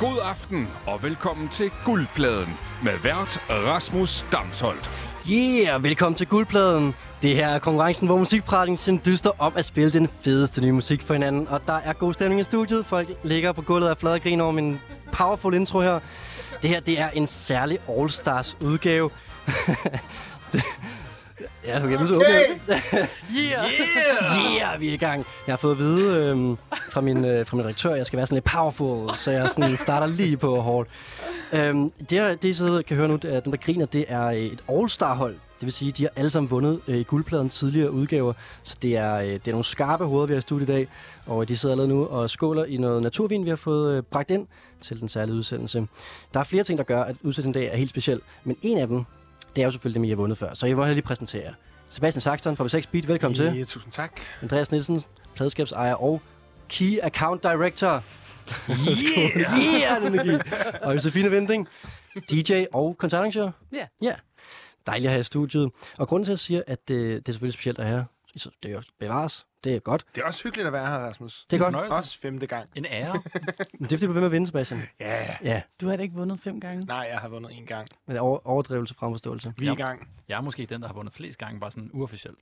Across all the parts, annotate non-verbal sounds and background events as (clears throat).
God aften og velkommen til Guldpladen med vært Rasmus Damsholdt. Yeah, velkommen til Guldpladen. Det her er konkurrencen, hvor musikpratingen dyster om at spille den fedeste nye musik for hinanden. Og der er god stemning i studiet. Folk ligger på gulvet og er flade og griner over min powerful intro her. Det her, det er en særlig All-Stars udgave. (laughs) Det- ja, okay, men så okay. (laughs) Yeah. Yeah, vi er i gang. Jeg har fået at vide øhm, fra, min, øh, fra min redaktør, at jeg skal være sådan lidt powerful, så jeg sådan starter lige på hårdt. Øhm, det, her, det, I sidder, kan høre nu, at dem, der griner, det er øh, et All-Star-hold. Det vil sige, at de har alle sammen vundet øh, i guldpladen tidligere udgaver, så det er, øh, det er nogle skarpe hoveder, vi har i studiet i dag. Og de sidder allerede nu og skåler i noget naturvin, vi har fået øh, bragt ind til den særlige udsendelse. Der er flere ting, der gør, at udsendelsen i dag er helt speciel, men en af dem, det er jo selvfølgelig dem, I har vundet før. Så jeg vil lige præsentere jer. Sebastian Saxton fra B6 Beat, velkommen til. Ja, tusind tak. Andreas Nielsen, pladskabsejer og Key (laughs) Account Director. Yeah! (laughs) yeah, energi. Og Josefine Vending, DJ og koncertarrangør. Ja. Ja. Dejligt at have i studiet. Og grunden til, at jeg siger, at øh, det, det er selvfølgelig specielt at have, så det er jo bevares. Det er godt. Det er også hyggeligt at være her, Rasmus. Det er godt. fornøjelse. Også femte gang. En ære. Men det er fordi, du bliver ved med at vinde, Sebastian. (laughs) Ja, yeah. Ja, Du har da ikke vundet fem gange. nej, jeg har vundet en gang. men over, overdrivelse frem forståelse. Vi er i gang. Jeg er måske den, der har vundet flest gange, bare sådan uofficielt.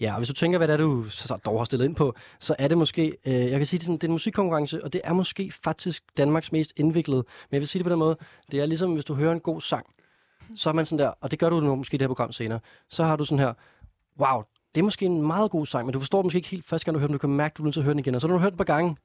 Ja, og hvis du tænker, hvad det er, du så, så dog har stillet ind på, så er det måske, øh, jeg kan sige det sådan, det er en musikkonkurrence, og det er måske faktisk Danmarks mest indviklede. Men jeg vil sige det på den måde, det er ligesom, hvis du hører en god sang, så er man sådan der, og det gør du nu måske i det her program senere, så har du sådan her, wow, det er måske en meget god sang, men du forstår den måske ikke helt første gang, du hører den, du kan mærke, at du er nødt til at høre den igen, og så når du har hørt den et par gange,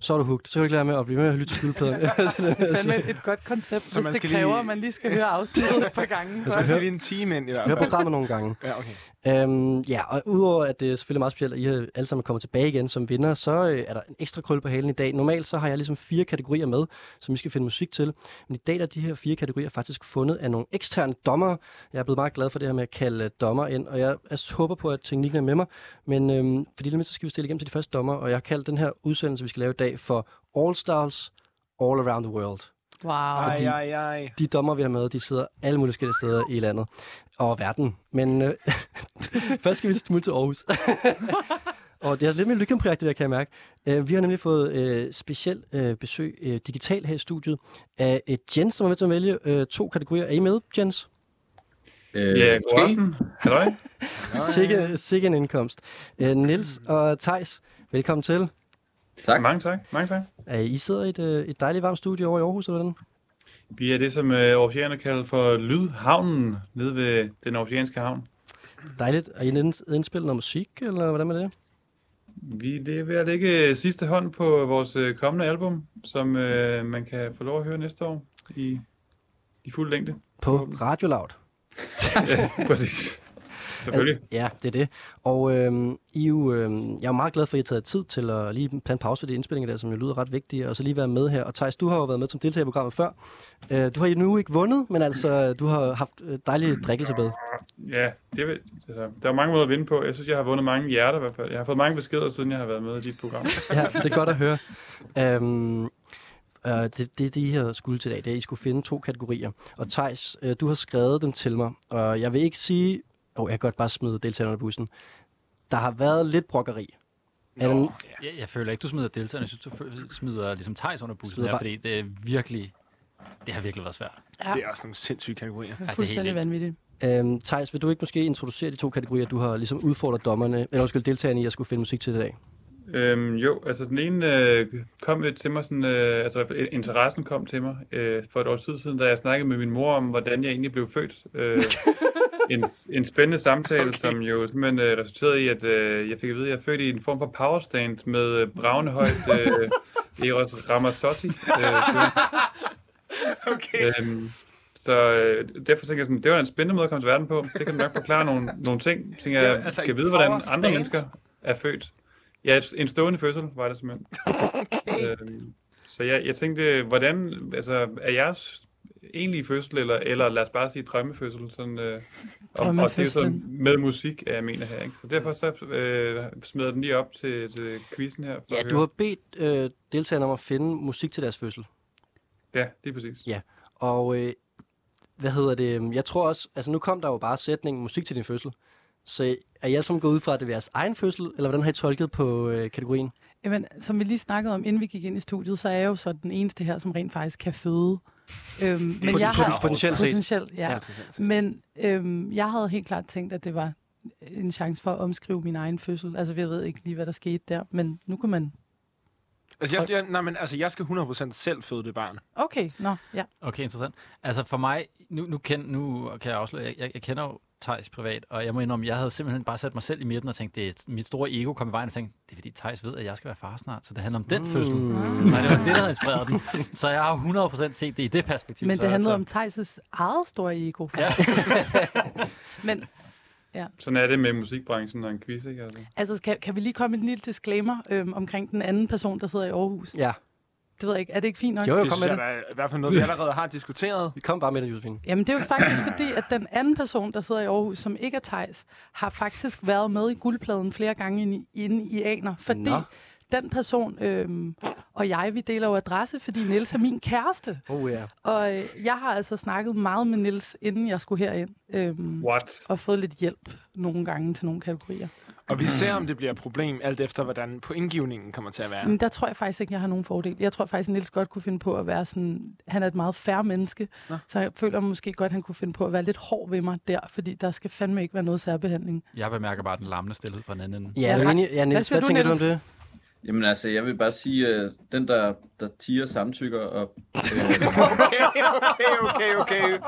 så er du hooked. Så kan du ikke lade være med at blive med at lytte til (laughs) (laughs) guldpladen. Altså, Det er fandme et godt koncept, Så hvis man det skal kræver, lige- at man lige skal høre afsnittet et par gange. Så før. skal vi lige en time ind i hvert Hør fald. programmet nogle gange. Ja, okay. Øhm, ja, og udover at det er selvfølgelig meget specielt, at I øh, alle sammen kommer tilbage igen som vinder, så øh, er der en ekstra krølle på halen i dag. Normalt så har jeg ligesom fire kategorier med, som I skal finde musik til. Men i dag der er de her fire kategorier faktisk fundet af nogle eksterne dommer. Jeg er blevet meget glad for det her med at kalde øh, dommer ind, og jeg, jeg håber på, at teknikken er med mig. Men øhm, for det mindste skal vi stille igennem til de første dommer, og jeg har kaldt den her udsendelse, vi skal lave i dag, for All Stars All Around the World. Wow. Ej, ej, ej. De dommer, vi har med, de sidder alle mulige forskellige steder i landet og verden. Men øh, (laughs) først skal vi lige smutte til (laughs) Aarhus. og det er lidt mere lykkepriak, det der, kan jeg mærke. Øh, vi har nemlig fået øh, specielt øh, besøg øh, digitalt her i studiet af øh, Jens, som er med til at vælge øh, to kategorier. Er I med, Jens? Øh, Ja, god måske. aften. (laughs) Halløj. Sikke, sikke en indkomst. Øh, Nils og Tejs, velkommen til. Tak. Mange tak. Mange tak. Øh, I sidder i et, øh, et dejligt varmt studie over i Aarhus, eller hvordan? Vi er det, som øh, aarhusianerne kalder for Lydhavnen, nede ved den aarhusianske havn. Dejligt. Er I ind- indspillet noget musik, eller hvordan er det? Vi det er ved at lægge øh, sidste hånd på vores øh, kommende album, som øh, man kan få lov at høre næste år i, i fuld længde. På Radio Loud. Ja, (laughs) Præcis. Selvfølgelig. Ja, det er det. Og øhm, I er jo, øhm, jeg er jo meget glad for, at I har taget tid til at lige tage en pause for de indspillinger der, som jo lyder ret vigtige, og så lige være med her. Og Thijs, du har jo været med som deltager i programmet før. Øh, du har jo nu ikke vundet, men altså, du har haft øh, dejlige drikkelse med. Ja, det er, altså, der er mange måder at vinde på. Jeg synes, jeg har vundet mange hjerter i hvert fald. Jeg har fået mange beskeder, siden jeg har været med i dit program. (laughs) Ja, det er godt at høre. Øhm, øh, det, det, det, I har skulle til i dag, det er, at I skulle finde to kategorier. Og Thijs, øh, du har skrevet dem til mig, og jeg vil ikke sige... Åh, oh, jeg kan godt bare smide deltagerne under bussen. Der har været lidt brokkeri. Øhm, Er der, Jeg, jeg føler ikke, du smider deltagerne. Jeg synes, du f- smider ligesom Thijs under bussen Smider her, bare- fordi det er virkelig... Det har virkelig været svært. Ja, Det er også nogle sindssyge kategorier. helt fuldstændig vildt. vanvittigt. Øhm, Thijs, vil du ikke måske introducere de to kategorier, du har ligesom udfordret dommerne, eller undskyld, deltagerne i at skulle finde musik til i dag? Øhm, jo, altså den ene øh, kom øh, til mig, sådan, øh, altså i hvert fald interessen kom til mig øh, for et års tid siden, da jeg snakkede med min mor om, hvordan jeg egentlig blev født. Øh, en, en spændende samtale, okay. som jo simpelthen øh, resulterede i, at øh, jeg fik at vide, at jeg er født i en form for powerstand med øh, bravende højt øh, Eros Ramazzotti. Øh, (laughs) okay. Øhm, så øh, derfor tænker jeg sådan, det var da en spændende måde at komme til verden på. Det kan nok forklare (laughs) nogle, nogle ting. Tænker jeg, Ja, altså, altså, en kan vide, hvordan andre powerstand? mennesker er født. Ja, en stående fødsel var det (laughs) simpelthen. Okay. Øhm, så jeg, jeg tænkte, hvordan, altså, er jeres egentlige fødsel, eller, eller lad os bare sige drømmefødsel, sådan, øh, og, og det er jo sådan Drømmefødslen. med musik, er jeg mener her, ikke? Så derfor så øh, smider jeg den lige op til, til quizzen her. for Ja, at du høre. har bedt øh, deltagerne om at finde musik til deres fødsel. Ja, det er præcis. Øhm, Og øh, hvad hedder det? Jeg tror også, altså nu kom der jo bare sætningen musik til din fødsel. Så er I alle sammen gået ud fra, at det er jeres egen fødsel, eller hvordan har I tolket på øh, kategorien? Jamen, som vi lige snakkede om, inden vi gik ind i studiet, så er jeg jo så den eneste her, som rent faktisk kan føde. Øhm, men poten- jeg har potentielt set. potentielt, ja. Men øhm, jeg havde helt klart tænkt, at det var en chance for at omskrive min egen fødsel. Altså, jeg ved ikke lige, hvad der skete der, men nu kan man... Altså, jeg, jeg, nej, men, altså, jeg skal 100% selv føde det barn. Okay, nå, ja. Okay, interessant. Altså for mig, nu, nu, kend, nu kan jeg afsløre, jeg, jeg, jeg kender jo Tejs privat, og jeg må indrømme, jeg havde simpelthen bare sat mig selv i midten og tænkt, det er, mit store ego kom i vejen og tænkte, det er fordi Tejs ved, at jeg skal være far snart, så det handler om den fødsel. Mm. Nej, det var det, der havde inspireret den. Så jeg har 100% set det i det perspektiv. Men så, det handlede om altså, Thijs' eget store ego. Ja. (laughs) men Sådan er det med musikbranchen og en quiz, ikke? Altså. altså, kan, kan vi lige komme med en lille disclaimer øhm, omkring den anden person, der sidder i Aarhus? Ja, Det ved jeg ikke. Er det ikke fint nok? jo, jo, Det kom med synes jeg det. da er i hvert fald noget, vi allerede har diskuteret. (laughs) Kom bare med det, Josefine. Jamen, det er jo faktisk fordi, at den anden person, der sidder i Aarhus, som ikke er Tejs, har faktisk været med i guldpladen flere gange inde i, inde i Aner. Fordi Nå. Nå. den person øhm, og jeg, vi deler jo adresse, fordi Nils er min kæreste. Oh ja. Og øh, jeg har altså snakket meget med Nils, inden jeg skulle herind. Øhm, What? og fået lidt hjælp nogle gange til nogle kategorier. Og vi ser, om det bliver et problem, alt efter, hvordan pointgivningen kommer til at være. Men Mm, der tror jeg faktisk ikke, jeg har nogen fordel. Jeg tror faktisk, at Niels godt kunne finde på at være sådan... Han er et meget færre menneske, Nå. så jeg føler måske godt, at han kunne finde på at være lidt hård ved mig der, fordi der skal fandme ikke være noget særbehandling. Jeg bemærker bare den lammende stillhed fra den anden ende. Ja, er du Ja. enig? Ja, Niels, siger hvad, hvad du, tænker du om Niels? det? Jamen altså, jeg vil bare sige, øh, den der, der tiger samtykker og... (laughs) Øh, Okay, okay, okay.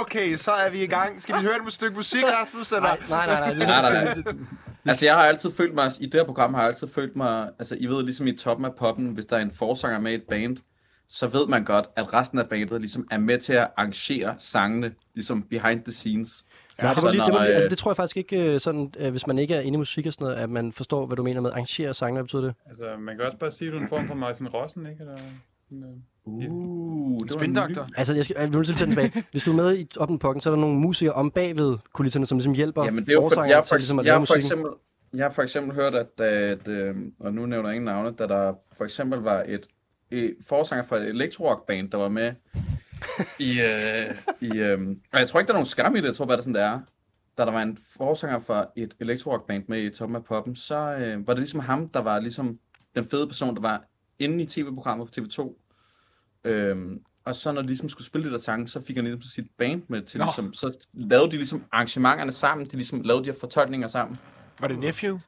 Okay, så er vi i gang. Skal vi høre et stykke musik, Rasmus? Eller? Nej, nej, nej. nej, nej, nej, nej. Altså, jeg har altid følt mig, i det her program har jeg altid følt mig, altså, I ved, ligesom i toppen af poppen, hvis der er en forsanger med i et band, så ved man godt, at resten af bandet ligesom er med til at arrangere sangene, ligesom behind the scenes. Nej, det, Så var lige, det, når, var, lige- altså, øh, det tror jeg faktisk ikke, øh, sådan, øh, hvis man ikke er inde i musik og sådan noget, at man forstår, hvad du mener med arrangere sange, hvad betyder det? Altså, man kan også bare sige, at du er en form for Martin Rossen, ikke? Eller, sådan, øh. Uh, det var en ny- Spindoktor. Altså, jeg skal, jeg vil nødt til at tage den tilbage. Hvis du er med i Op den Pokken, så er der nogle musikere om bagved kulisserne, som ligesom hjælper Jamen, det er jo for, forsangeren jeg, har for, til ligesom at jeg, lave har for musikken. eksempel, jeg har for eksempel hørt, at, at øh, og nu nævner jeg ingen navne, da der for eksempel var et, et forsanger fra et elektrorockband, der var med i... Øh, i øh, og jeg tror ikke, der er nogen skam i det, jeg tror bare, det er sådan, det er. Da der var en forsanger fra et elektrorockband med i Toppen af Poppen, så øh, var det ligesom ham, der var ligesom den fede person, der var inde i tv-programmet på TV2. Øhm, og så når de ligesom skulle spille det der sang, så fik han ligesom sit band med til Nå. ligesom, så lavede de ligesom arrangementerne sammen, de ligesom lavede de her fortolkninger sammen. Var det Nephew?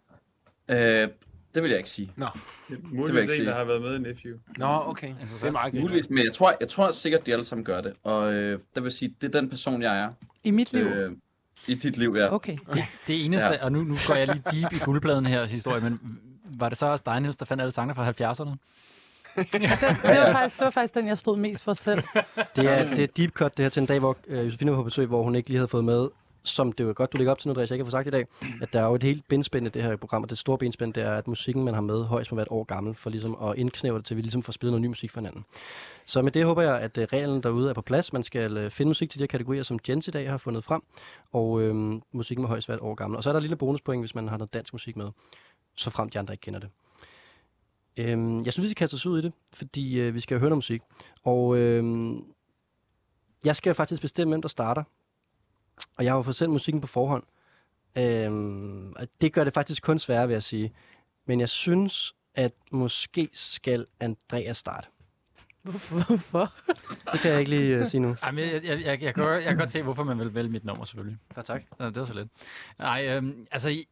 Øh, det vil jeg ikke sige. Det er Det vil jeg muligvis ikke en, sige. der har været med i Nephew. Nå, okay. Altså, Det er meget Muligvis, men jeg tror, jeg tror sikkert, de alle sammen gør det. Og øh, der vil sige, det er den person, jeg er. I mit liv? Øh, I dit liv, ja. Okay. Det, det eneste, ja. Ja. og nu, nu går jeg lige deep i guldpladen her historie, men var det så også dig, Niels, der fandt alle sangene fra 70'erne? Det var, faktisk, det var faktisk den, jeg stod mest for selv. (laughs) Det er, det er deep cut, det her til en dag, hvor øh, Josefine var på besøg, hvor hun ikke lige havde fået med, som det var godt, du lægger op til nu, Andreas, jeg ikke har fået sagt i dag, at der er jo et helt benspænd i det her program, og det store benspænd, det er, at musikken, man har med, højst må være et år gammel, for ligesom at indknæve det, til vi ligesom får spillet noget ny musik for hinanden. Så med det håber jeg, at øh, reglen derude er på plads. Man skal øh, finde musik til de her kategorier, som Jens i dag har fundet frem, og øh, musikken må højst være et år gammel. Og så er der et lille bonuspoint, hvis man har noget dansk musik med, så frem de andre ikke kender det. Øhm, jeg synes, vi skal kaste os ud i det, fordi øh, vi skal jo høre noget musik. Og øhm, jeg skal jo faktisk bestemme, hvem der starter. Og jeg har jo fået sendt musikken på forhånd. Øhm, og det gør det faktisk kun sværere, vil jeg sige. Men jeg synes, at måske skal Andreas starte. Hvorfor? Det kan jeg ikke lige uh, sige nu. Ej, men jeg, jeg, jeg, jeg, kan, godt- jeg kan godt se, hvorfor man vil vælge mit nummer, selvfølgelig. Ja, tak. Nå, det var så lidt. Nej, øhm, altså, I,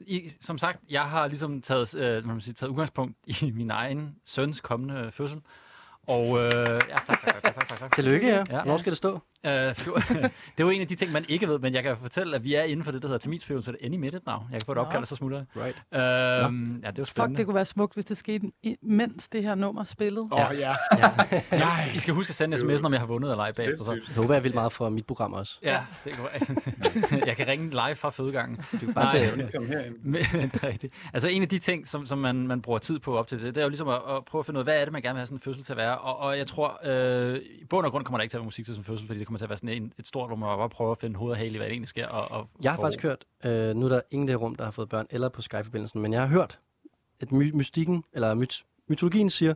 I, som sagt, jeg har ligesom taget, øh, hvad man sige, taget udgangspunkt i min egen søns kommende øh, fødsel. Og øh, ja, tak, tak, tak, tak, tak, tak, tak. Tillykke, ja. Ja. ja. Hvor skal det stå? Øh, fjo- det var (laughs) en af de ting, man ikke ved, men jeg kan fortælle, at vi er inden for det, der hedder terminsperioden, så det er end i midten now. Jeg kan få et Nå. opkald, og så smutter jeg. Ah. Right. Øhm, ja, det var Fuck, spændende. det kunne være smukt, hvis det skete, i- mens det her nummer spillede. Åh, oh, ja. (laughs) Nej, I skal huske at sende sms'en, om jeg har vundet eller ej bagefter. Så. Sindssygt. Jeg håber, jeg vil meget fra mit program også. Ja, det kan (laughs) Jeg kan ringe live fra fødegangen. Du kan bare Nej. tage Kom herind. (laughs) Men, det er rigtigt. Altså en af de ting, som, som man, man bruger tid på op til det, det er jo ligesom at, at prøve at finde ud af, hvad er det, man gerne vil have sådan en fødsel til at være. Og, og jeg tror, øh, i bund og grund kommer der ikke til at være musik til sådan en fødsel, fordi det kommer til at være sådan en, et stort, hvor man bare prøver at finde hoved og hale i, hvad det egentlig sker. Og, og, Jeg har faktisk hørt, øh, nu er der ingen i det her rum, der har fået børn, eller på Skype-forbindelsen, men jeg har hørt, at my- mystikken, eller myt- mytologien siger,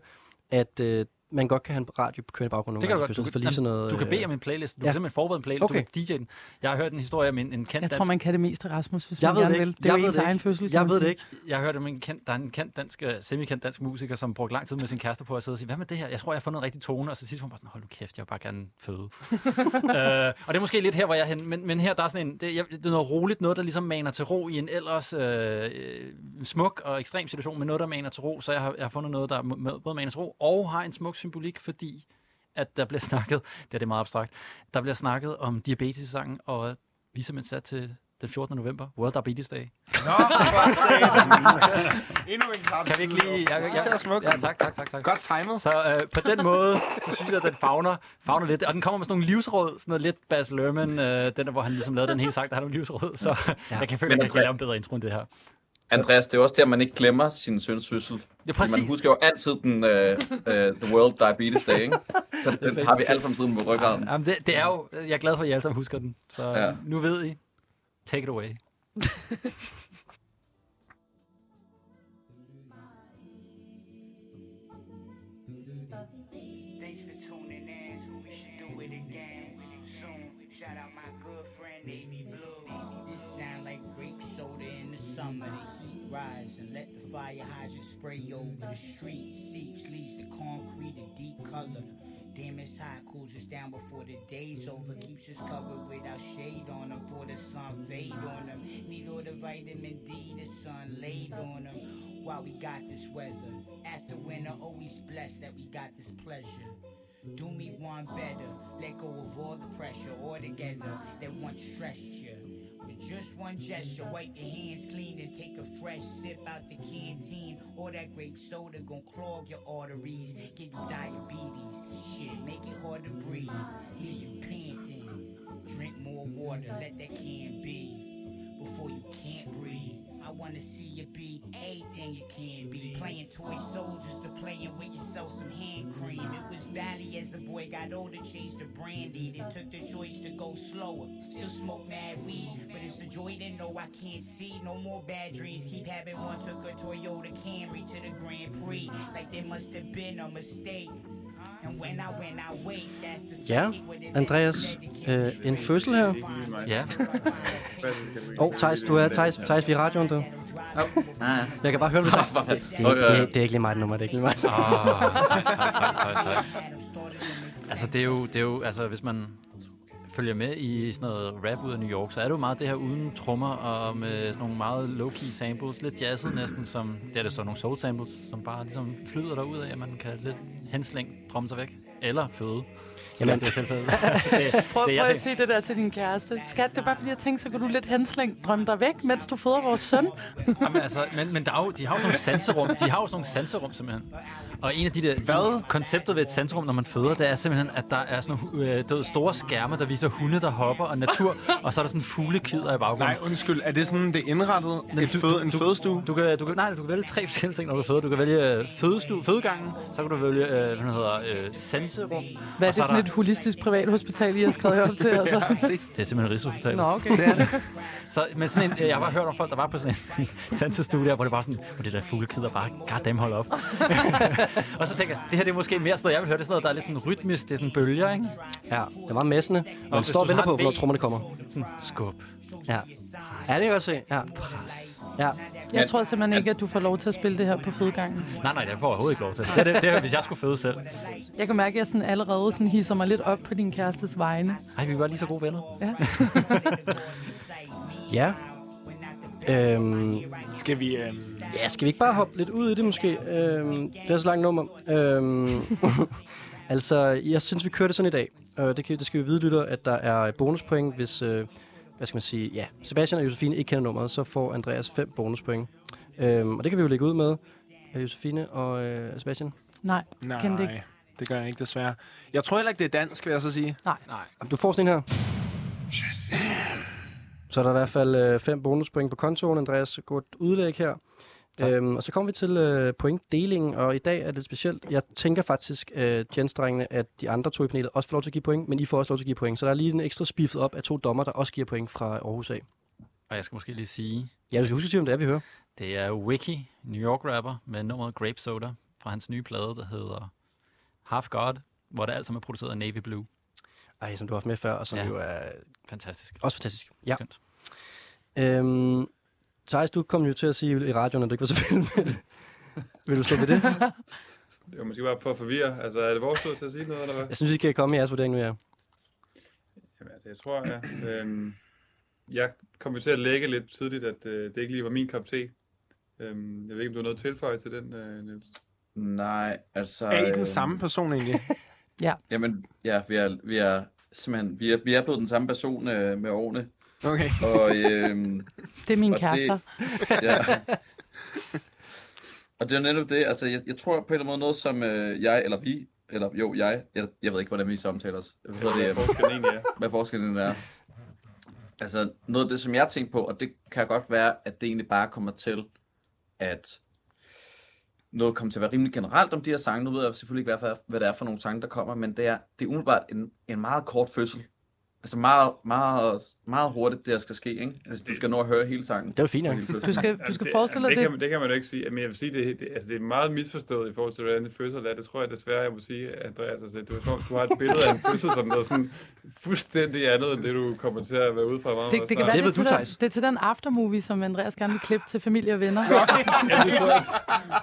at øh, man godt kan have en radio kørende i baggrunden. Det kan du godt. Du kan, for lige sådan noget, øh, du kan bede om en playlist. Du ja. kan simpelthen forberede en playlist. Okay. Okay. Du kan DJ'en. Jeg har hørt en historie om en, en kendt Jeg dansk... tror, man kan det mest af Rasmus, hvis jeg man ved gerne det vil. ikke. Det er jo Jeg ved ens det egen ikke. fødsel. kan Jeg man ved det sige. ikke. Jeg har hørt om en kendt, der er en kendt dansk, øh, semi-kendt dansk musiker, som brugte lang tid med sin kæreste på at sidde og sige, hvad med det her? Jeg tror, jeg har fundet en rigtig tone. Og så sidst var hun bare sådan, hold nu kæft, jeg vil bare gerne føde. øh, og det er måske lidt her, hvor jeg er henne, men, men her der er sådan en, det, jeg, det er noget roligt, noget, der ligesom maner til ro i en ellers øh, øh, smuk og ekstrem situation, men noget, der maner til ro. Så jeg har, jeg har fundet noget, der m- m- både maner til ro og har en smuk symbolik, fordi at der bliver (laughs) snakket, det er det er meget abstrakt, der bliver snakket om diabetes-sangen, og vi er simpelthen sat til den 14. november, World Diabetes Day. Nå, for satan. Endnu en klap. Kan vi ikke lige... Jeg, jeg, synes jeg er smukt. Ja, tak, tak, tak. tak. Godt timet. Så øh, på den måde, så synes jeg, at den fagner, fagner lidt. Og den kommer med sådan nogle livsråd, sådan noget lidt Bas Lerman, øh, den der, hvor han ligesom lavede den hele sang, der har nogle livsråd. Så ja. jeg kan føle, Men at jeg kan Andrea- lave en bedre intro end det her. (laughs) Andreas, det er jo også der, man ikke glemmer sin søns fødsel. Ja, Fordi Man præcis. husker jo altid den øh, øh, The World Diabetes Day, (laughs) ikke? Den, den har vi alle sammen siden på ryggraden. Jamen, det, det er jo... Jeg er glad for, at I alle sammen husker den. Så ja. Ja. nu ved I. Take it away. Thanks for tuning in. We should do it again soon. Shout out my good friend Navy Blue. This sound like grape soda in the summer. The heat rise and let the fire hydrant spray over the street. Seeps leaves the concrete a deep color. Damn, it's hot, cools us down before the day's over. Keeps us covered without shade on them. For the sun fade on them. Need all the vitamin D the sun laid on them. While we got this weather. After winter, always blessed that we got this pleasure. Do me one better. Let go of all the pressure altogether that once stressed you. With just one gesture, wipe your hands clean and take a fresh sip out the canteen. All that grape soda gon' clog your arteries, give you diabetes. Shit, make it hard to breathe, leave you panting. Drink more water, let that can be. Before you can't breathe, I wanna see you be anything you can be. Playing toy soldiers to playing with yourself some hand cream. It was Valley as the boy got older, changed to brandy. Then took the choice to go slower. Still smoke mad weed, but it's a joy to know I can't see. No more bad dreams. Keep having one. Took a Toyota Camry to the Grand Prix, like there must have been a mistake. And when I went, I wait. That's the Ja, second with it. Andreas, øh, en fødsel her. Ja. Åh, oh, Thijs, du er Thijs, Thijs, vi er i radioen, du. Ah, Jeg kan bare høre, hvad du hvor fedt. det, er ikke- det, er- det er ikke lige mig, det nummer, det er ikke lige mig. Ah. Ah, Altså, det er jo, det er jo altså, hvis man følger med i sådan noget rap ud af New York, så er det jo meget det her uden trommer og med sådan nogle meget low-key samples, lidt jazzet næsten, som, det er det så nogle soul samples, som bare ligesom flyder derud af, at man kan lidt henslænge tromme sig væk, eller føde. Jamen, det er tilfældet. det, (laughs) Prøv, det, prøv jeg at tænker. sige det der til din kæreste. Skat, det er bare fordi, jeg tænkte, så kunne du lidt henslængt drømme dig væk, mens du føder vores søn. Jamen, altså, men, men der er jo, de har jo sådan nogle sanserum. De har jo sådan nogle sanserum, simpelthen. Og en af de der... Hvad? Konceptet ved et sanserum, når man føder, det er simpelthen, at der er sådan nogle øh, du ved, store skærme, der viser hunde, der hopper og natur. og så er der sådan fuglekvider i baggrunden. Nej, undskyld. Er det sådan, det er indrettet? Et føde, en fødestue? Du kan, du kan, nej, du kan vælge tre forskellige ting, når du føder. Du kan vælge øh, fødestu, fødegangen, så kan du vælge, øh, hvad den hedder, øh, sanserum. Hvad er og så det for der- et holistisk privathospital, I har skrevet (laughs) op til? Altså? Det er simpelthen Rigshospitalet. Nå, okay. Det er det. (laughs) Så, men sådan en, øh, jeg har bare hørt om folk, der var på sådan en sansestudie, hvor det var sådan, hvor det der fuglekid er bare, goddamn, hold (laughs) op. og så tænker jeg, det her det er måske mere sådan noget, jeg vil høre, det er sådan noget, der er lidt sådan rytmisk, det er sådan bølger, ikke? Ja, det var messende. Og Man hvis står og du venter har på, en hvornår B- trommerne kommer. Sådan skub. Ja. Ja, det kan jeg godt se. Ja. Ja. Jeg tror simpelthen ikke, at du får lov til at spille det her på fødegangen. Nej, nej, det får jeg overhovedet ikke lov til. Det, er det, det er, hvis jeg skulle føde selv. Jeg kan mærke, at jeg sådan allerede sådan hisser mig lidt op på din kærestes vegne. Ej, vi var lige så gode venner. Ja. ja. Øhm, Skal vi... Øhm, ja, skal vi ikke bare hoppe lidt ud i det måske? Øhm, det er så langt nummer. Øhm, (laughs) altså, jeg synes, vi kører det sådan i dag. Øh, det, kan, det skal vi vide, lytter, at der er bonuspoint, hvis... Øh, hvad skal man sige? Ja, Sebastian og Josefine ikke kender nummeret, så får Andreas fem bonuspoint. Øhm, og det kan vi jo lægge ud med. Øh, Josefine og øh, Sebastian. Nej, nej, kendte ikke. det gør jeg ikke, desværre. Jeg tror heller ikke, det er dansk, vil jeg så sige. Du får sådan en her. Så er der i hvert fald øh, fem bonuspoint på kontoen, Andreas. Godt udlæg her. Øhm, og så kommer vi til øh, pointdelingen, og i dag er det lidt specielt. Jeg tænker faktisk, øh, Jens-drengene, at de andre to i panelet også får lov til at give point, men I får også lov til at give point. Så der er lige en ekstra spiffet op af to dommer, der også giver point fra Aarhus A. Og jeg skal måske lige sige, Ja, du skal huske at sige, om det er, vi hører. det er Wiki, New York rapper, med nummeret Grape Soda fra hans nye plade, der hedder Half God, hvor det alt sammen er produceret af Navy Blue. Ej, som du har haft med før, og som Ja. ja. jo er Fantastisk. også fantastisk. Ja. Skønt. Øhm, Thijs, du kom jo til at sige i radioen, at du ikke var så vild med det. Vil du stå ved det? Det var måske bare for at forvirre. Altså, er det vores tur til at sige noget, eller hvad? Jeg synes, I kan komme med jeres vurdering nu, ja. Jamen, altså, jeg tror, jeg... Øhm, jeg kom jo til at lægge lidt tidligt, at øh, det ikke lige var min kop te. Øhm, jeg ved ikke, om du har noget at tilføje til den, øh, Niels. Nej, altså... Er I øhm, den samme (laughs) person egentlig? Jamen, ja, vi er, vi er simpelthen... Vi er, vi er blevet den samme person øh, med årene. Okay. Og, øhm, Det er mine Og det- kærester. (laughs) ja. Og det er jo netop det, altså jeg, jeg tror på en eller anden måde noget, som øh, jeg, eller vi, eller jo, jeg, jeg, jeg ved ikke, hvordan vi samtaler os. Hvad, hedder det, øh, Forskellen egentlig er. hvad forskellen er. Altså noget af det, som jeg tænkte på, og det kan godt være, at det egentlig bare kommer til, at noget kommer til at være rimelig generelt om de her sange. Nu ved jeg selvfølgelig ikke, hvad, for- hvad det er for nogle sange, der kommer, men det er, det er umiddelbart en, en meget kort fødsel. Altså meget, meget, meget hurtigt, det der skal ske, ikke? Altså, du skal nå at høre hele sangen. Det var fint, ja. Du skal, du Jamen, skal det- forestille dig jamen, det. Kan, det. man- det kan man jo ikke sige. Men jeg vil sige, det, det, altså, det er meget misforstået i forhold til, hvordan det fødsel er. Det tror jeg desværre, jeg må sige, Andreas. Altså, du, du har et billede af en fødsel, som noget sådan fuldstændig andet, end det, du kommer til at være ude fra meget, Det, det kan meget være, det, Det ved er til du, den, Thijs. det er til den aftermovie, som Andreas gerne vil klippe til familie og venner. snart. Ja, det, tror jeg,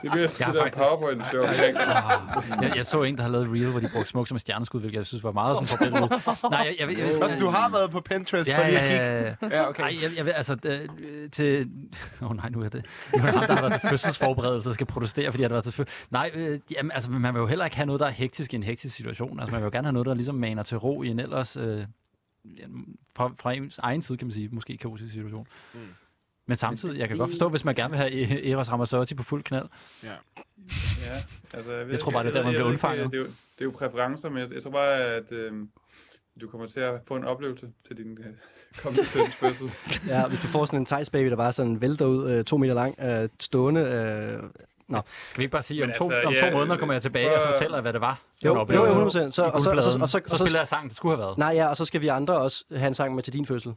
det bliver sådan det der faktisk- PowerPoint-show. omkring. Jeg, jeg, så en, der havde lavet Reel, hvor de brugte smuk som et stjerneskud, hvilket jeg synes var meget sådan forbindet. Nej, jeg, jeg, jeg, jeg, Så Altså, du har været på Pinterest Ja, for lige at kigge? ja, ja. Ja, Okay. Ej, jeg, jeg ved, altså, det, øh, til... (laughs) Åh oh, nej, nu er det... Nu er det ham, der har været til fødselsforberedelse og skal protestere, fordi han har været til fødsel... Nej, øh, jamen, altså, man vil jo heller ikke have noget, der er hektisk i en hektisk situation. Altså, man vil jo gerne have noget, der ligesom maner til ro i en ellers... Øh, ja, fra, fra ens egen side, kan man sige, måske kaotisk situation. Mm. Men samtidig, jeg kan godt forstå, hvis man gerne vil have E- Eros Ramazzotti på fuld knald. Ja, altså, jeg, ved, Jeg tror bare, det er ikke- der, man jeg bliver ved ikke, undfanget. Det, er jo- det er jo præferencer, men jeg, jeg tror bare, at øh, du kommer til at få en oplevelse til din øh, kommende søns fødsel. ja. hvis du får sådan en Thijs baby, der bare sådan vælter ud øh, to meter lang, øh, stående. Øh, Skal vi ikke bare sige, om Men to, altså, om to ja, måneder kommer jeg tilbage, og så for- fortæller jeg, hvad det var. Jo, man jo, oplevede 100%. Så- i og så- og så- Guldpladen. og så- og så så- spiller jeg sangen, der skulle have været. nej, ja, og så skal vi andre også have en sang med til din fødsel.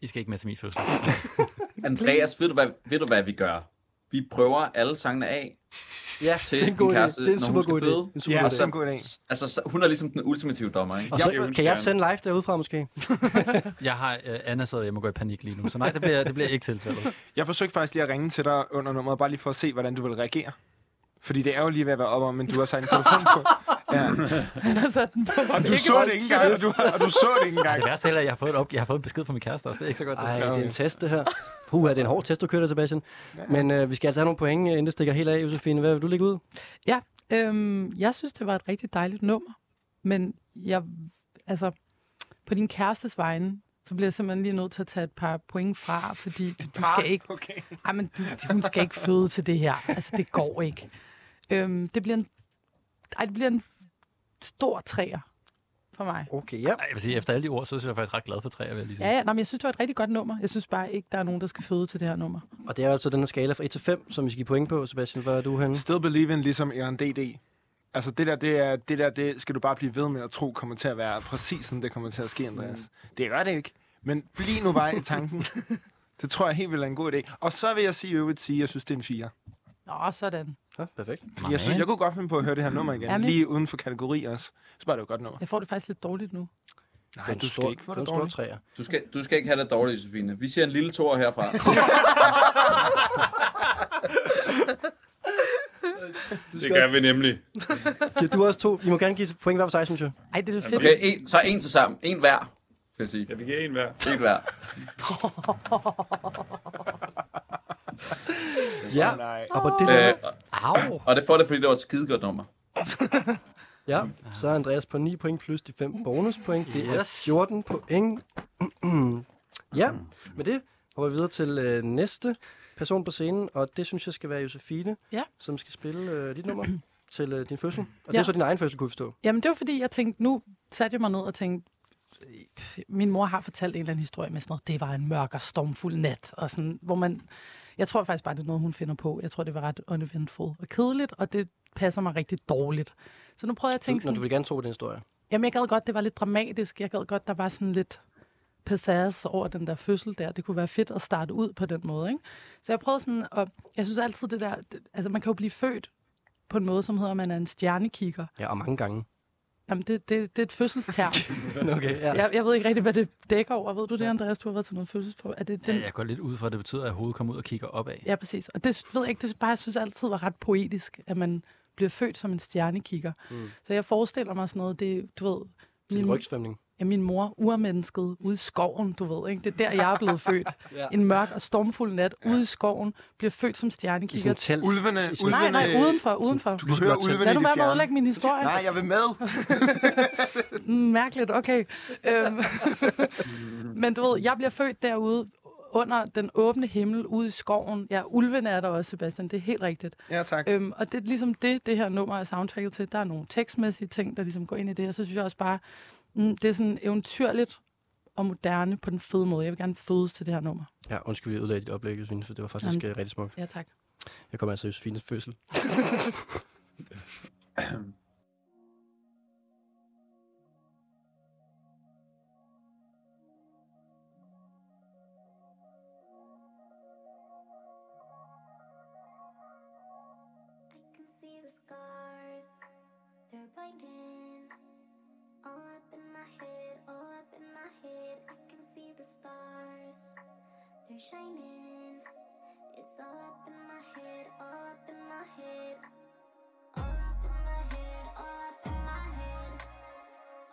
I skal ikke med til min fødsel. (laughs) Andreas, ved du, hvad, ved du hvad vi gør? Vi prøver alle sangene af Ja, til din kæreste, Det er en når super hun skal god idé. Det er føde. en super Ja, god Og det er en idé. så, god idé. altså, så, hun er ligesom den ultimative dommer, ikke? Og Jeg så, vil kan jeg gerne- sende live derudefra måske? Jeg har øh, Anna sidder hjemme og går i panik lige nu, så nej, det bliver, det bliver ikke tilfældet. (laughs) Jeg forsøgte faktisk lige at ringe til dig under nummeret, bare lige for at se, hvordan du ville reagere. Fordi det er jo lige ved at være op om, men du har sat en telefon (laughs) på. Ja. Han har sat den på. Og du så det ikke engang, og du, og du så det ikke engang. Det værste er, at jeg har fået, et op, jeg har fået en besked fra min kæreste også. Det er ikke så godt. Ej, Ej. det er en test, det her. Puh, er det en hård test, du kører, der, Sebastian. Men øh, vi skal altså have nogle point, øh, inden det stikker helt af, Josefine. Hvad vil du lægge ud? Øhm, jeg synes, det var et rigtig dejligt nummer, men jeg, altså, på din kærestes vegne, så bliver jeg simpelthen lige nødt til at tage et par point fra, fordi du, du skal ikke, Okay. ej, men du, hun skal ikke (laughs) føde til det her. Altså, det går ikke. Øhm, det bliver en, ej, det bliver en stor træer for mig. Okay, ja. Jeg vil sige, efter alle de ord, så er jeg faktisk ret glad for træer, vil jeg lige sige. Ja, ja, nej, men jeg synes, det var et rigtig godt nummer. Jeg synes bare ikke, der er nogen, der skal føde til det her nummer. Og det er jo altså den her skala fra 1 til 5, som vi skal give point på, Sebastian. Hvor er du henne? Still believing, ligesom Iran DD. Altså det der, det, er, det der, det skal du bare blive ved med at tro kommer til at være præcis sådan, det kommer til at ske, Andreas. Mm. Det gør det ikke. Men bliv nu bare i (laughs) tanken. det tror jeg helt vildt er en god idé. Og så vil jeg sige i øvrigt sige, at jeg synes, det er en 4. Nå, sådan. Ja, perfekt. Fordi jeg, synes, jeg kunne godt finde på at høre det her nummer igen. Jamen, jeg- lige uden for kategori også. Så var det jo et godt nummer. Jeg får det faktisk lidt dårligt nu. Nej, du skal ikke få det det er en stor dårligt. træer. Du skal, du skal ikke have det dårligt, Josefine. Vi siger en lille (laughs) tor herfra. Det gør vi nemlig. Giver du også to? I må gerne give point hver for sig, synes jeg. Ej, det er da fedt. Okay, en, så en til sammen. En hver, kan jeg sige. Ja, vi giver en hver. En hver. Ja, Nej. og på det Øh, der, og, Au! og det får det, fordi det var et skidegodt nummer. ja, så er Andreas på 9 point plus de 5 bonuspoint. Det er Yes. 14 point. (clears throat) ja, med det hopper vi videre til øh, næste person på scenen, og det synes jeg skal være Josefine, Ja. som skal spille øh, dit nummer (clears throat) til øh, din fødsel. Og ja. det Ja. er så din egen fødsel, kunne jeg forstå. Jamen, det var fordi, jeg tænkte, nu satte jeg mig ned og tænkte, øh, min mor har fortalt en eller anden historie med sådan noget, det var en mørk og stormfuld nat, og sådan, hvor man, jeg tror faktisk bare, det er noget, hun finder på. Jeg tror, det var ret uneventful og kedeligt, og det passer mig rigtig dårligt. Så nu prøvede jeg at tænke Du, når du sådan, vil gerne tro på den historie. jamen jeg gad godt, det var lidt dramatisk, jeg gad godt, der var sådan lidt passage over den der fødsel der. Det kunne være fedt at starte ud på den måde, ikke? Så jeg prøvede sådan, og jeg synes altid det der, det, altså man kan jo blive født på på en måde, som hedder, at man er en stjernekigger. Ja, og mange gange. Jamen, det, det, det er et fødselsterm. Okay, ja. jeg, jeg ved ikke rigtig, hvad det dækker over. Ved du det, Andreas? Du har været til noget fødselsprøve. Er det den? Ja, jeg går lidt ud fra, at det betyder, at hovedet kommer ud og kigger opad. Ja, præcis. Og det ved jeg ikke, det er bare, jeg synes altid var ret poetisk, at man bliver født som en stjernekigger. Mm. Så jeg forestiller mig sådan noget, det, du ved, Min min, rygsvømning. ja, min mor, urmennesket, ude i skoven, du ved, ikke? Det er der, jeg er blevet født. Ja. En mørk og stormfuld nat, ude i skoven, bliver født som I sådan stjernekigger. et telt. Ulvene, sådan- ulvene... Nej, nej, udenfor, udenfor. Du kan høre Lad ulvene Lad nu i det være med at fjerne. ødelægge min historie. Nej, jeg vil med. (laughs) Mm, Mærkeligt, (laughs) okay. Øhm, Men du ved, jeg bliver født derude under den åbne himmel ude i skoven. Ja, ulven er der også, Sebastian. Det er helt rigtigt. Ja, tak. Øhm, og det er ligesom det, det her nummer er soundtracket til. Der er nogle tekstmæssige ting, der ligesom går ind i det. Og så synes jeg også bare, mm, det er sådan eventyrligt og moderne på den fede måde. Jeg vil gerne fødes til det her nummer. Ja, undskyld, vi ødelagde dit oplæg, jeg synes, for det var faktisk Jamen. øh, rigtig smukt. Ja, tak. Jeg kommer altså i Josefines fødsel. I can see the scars, they're blinding. All up in my head, all up in my head. I can see the stars, they're shining. It's all up in my head, all up in my head. All up in my head, all up in my head.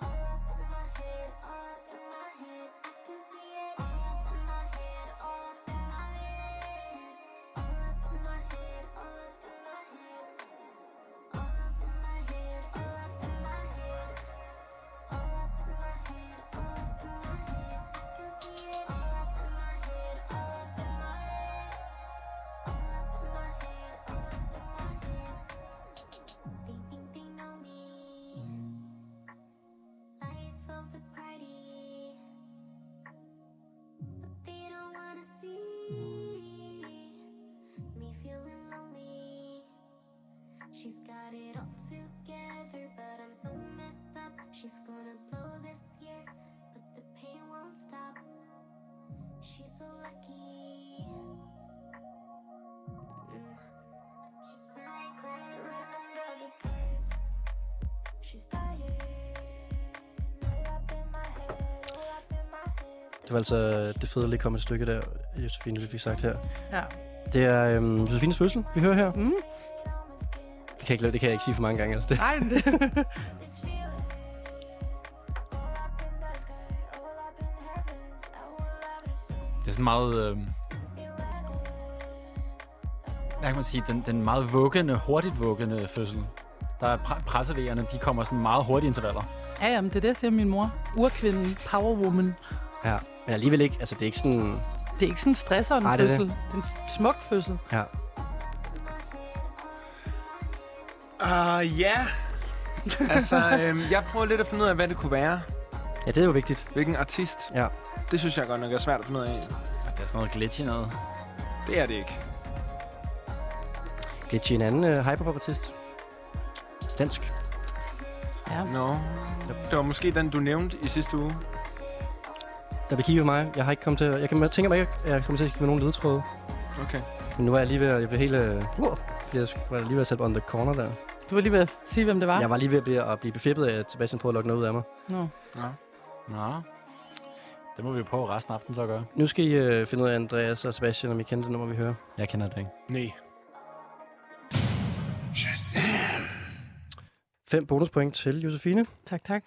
All up in my head, all up in my head. I can see it all up in my head, all up in my head. All up in my head, all up in my head. All up in my head, all up in my head. All up in my head, all up in my head. I can see it all up in my head, all up in my head. All up in my head, all up in my head. They think they know me. Life of the party, but they don't wanna see me feeling lonely. She's got it all together, but I'm so messed up. She's gonna blow this year, but the pain won't stop. She's so lucky. Mm. Remember the birds. She's dying. All up in my head, all up in my head. Det var altså det fede lige kom et stykke der, Josefine, vi fik sagt her. Ja. Det er øhm, Josefines fødsel, vi hører her. Mm. Det kan, jeg ikke, det kan jeg ikke sige for mange gange. Altså det. Ej, men det, This feeling. All up in the sky, all up in heavens. I would love to see Det er sådan meget... Øh, it running. hvad kan man sige? Den, den meget vuggende, hurtigt vuggende fødsel. Der er pre- pressevejerne, de kommer sådan meget hurtige intervaller. ja, jamen, det er det, siger min mor. Urkvinden, powerwoman. Ja. Men alligevel ikke, altså det er ikke sådan... Det er ikke sådan en stresser en Nej, det er det. fødsel. Det er en f- smuk fødsel. Ja. Ah, uh, ja. (laughs) altså, øhm, jeg prøver lidt at finde ud af, hvad det kunne være. ja, det er jo vigtigt. Hvilken artist. Ja. Det synes jeg godt nok er svært at finde ud af. Og Der er sådan noget glitch i noget. Det er det ikke. Glitch i en anden øh, hyperpop-artist. Dansk. Nå. Det var måske den, du nævnte i sidste uge. Der vil kigge på mig. Jeg har ikke kommet til... Jeg, kan, jeg tænker mig ikke, at jeg kommer til at give mig nogle ledetråde. Okay. Men nu er jeg lige ved at... Jeg blev helt... Øh, wow. jeg sk- var lige ved at sætte on the corner der. Du var lige ved at sige, hvem det var. Jeg var lige ved at blive, at blive befippet af, at Sebastian prøvede at lokke noget ud af mig. Nå. Nå. Det må vi jo prøve resten af aftenen så at gøre. Nu skal I øh, finde ud af, Andreas og Sebastian, om I kender det nummer, vi hører. Jeg kender det ikke. Nej. Fem bonuspoint til Josefine. Tak, tak.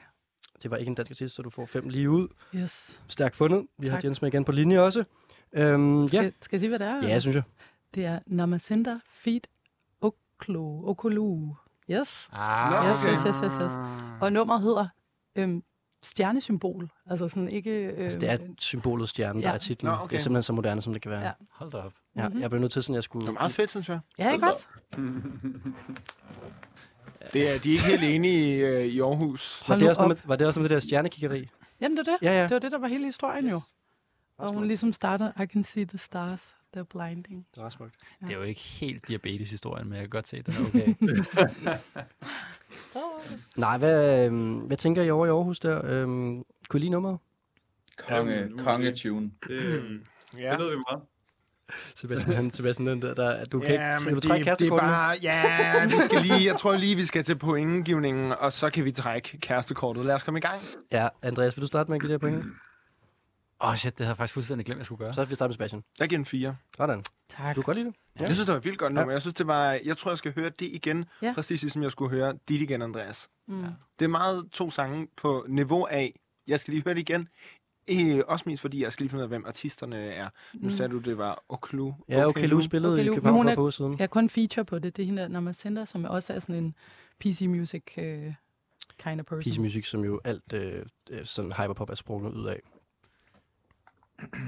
Det var ikke en dansk artist, så du får fem lige ud. Yes. Stærkt fundet. Vi har Tak. Jens med igen på linje også. Øhm, ja. Skal, skal jeg sige, hvad det er? ja, synes jeg. Det er Namasinda Feed Oklo. Okolu. Yes. Ah, Yes, yes, yes, yes, yes. Og nummeret hedder øhm, Stjernesymbol. Altså sådan ikke... Øhm, Altså, det er symbolet stjernen, der Ja. er titlen. Nå, okay. Det er simpelthen så moderne, som det kan være. Ja. Ja. Hold da op. Ja, Mhm. jeg blev nødt til sådan, at jeg Det skulle... var meget fedt, synes jeg. Ja, ikke også? Det er, de er ikke helt enige i, øh, i Aarhus. Var Hold det, nu også noget op. med, var det også noget med det der stjernekiggeri? Jamen, det var det. Ja, ja. Det var det, der var hele historien jo. Og hun ligesom starter, I can see the stars, they're blinding. Det var smukt. Det er jo ikke helt diabetes-historien, men jeg kan godt se, at den er (laughs) okay. Oh. Nej, hvad, øhm, hvad tænker I over i Aarhus der? Øhm, kunne I lide nummeret? Konge, Jamen, nu må vi konge se. tune. Det, øh, Ja. det lød vi meget. Sebastian, (laughs) han, Sebastian den der, der, du kan Ja, ikke, men kan det, du trække det er kærestekortet nu? bare, ja, vi skal (laughs) lige, jeg tror lige, vi skal til pointgivningen, og så kan vi trække kærestekortet. Lad os komme i gang. Ja, Andreas, vil du starte med at give det her point? Åh, oh, shit, det havde jeg faktisk fuldstændig glemt, jeg skulle gøre. Så vil vi starte med Sebastian. Jeg giver en 4. Sådan. Tak. Du kan godt lide det. Jeg synes, det var et vildt godt nummer. Jeg synes, det var, jeg tror, jeg skal høre det igen, Ja. præcis ligesom jeg skulle høre dit igen, Andreas. Mm. (laughs) Ja. Det er meget to sange på niveau af, jeg skal lige høre det igen. Øh, også mest fordi, jeg skal lige finde ud af, hvem artisterne er. Nu sagde du, det var Oklu. Mm. Ja, okay, Lou spillede Okay, i Lou. København Men hun for er- et par uger siden. Jeg har kun feature på det. Det er hende, der- Nama Center, som også er sådan en PC Music uh, kind of person. Peace Music, som jo alt øh, øh, sådan hyperpop er sprunget ud af.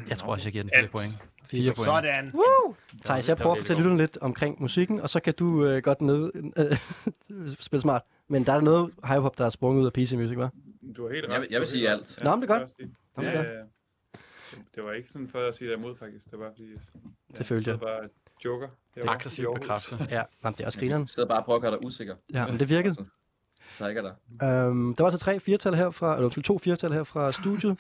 Jeg tror også, jeg giver den 4 point. 4 point. Sådan. Woo! Thijs, jeg prøver at fortælle lytterne lidt omkring musikken, og så kan du øh, godt ned, (laughs) øh, spille smart. Men der er noget hyperpop, der er sprunget ud af PC Music, hva'? Du har helt ret. Jeg vil- jeg vil Du har sige helt alt. ret. Nå, men det er vil godt. jeg Nå, men også det sige. er Ja, ja, ja. Det var ikke sådan for at sige dig imod, faktisk. Det var fordi... Ja, Det følte Det var joker. Det var Aggressiv bekræftelse. (laughs) Ja, Jamen, det er også Jeg grineren. sidder bare og prøver at gøre dig usikker. Ja, men det virkede. Så ikke dig. Øhm, der var så tre firtal her fra, eller undskyld, to firtal her fra studiet.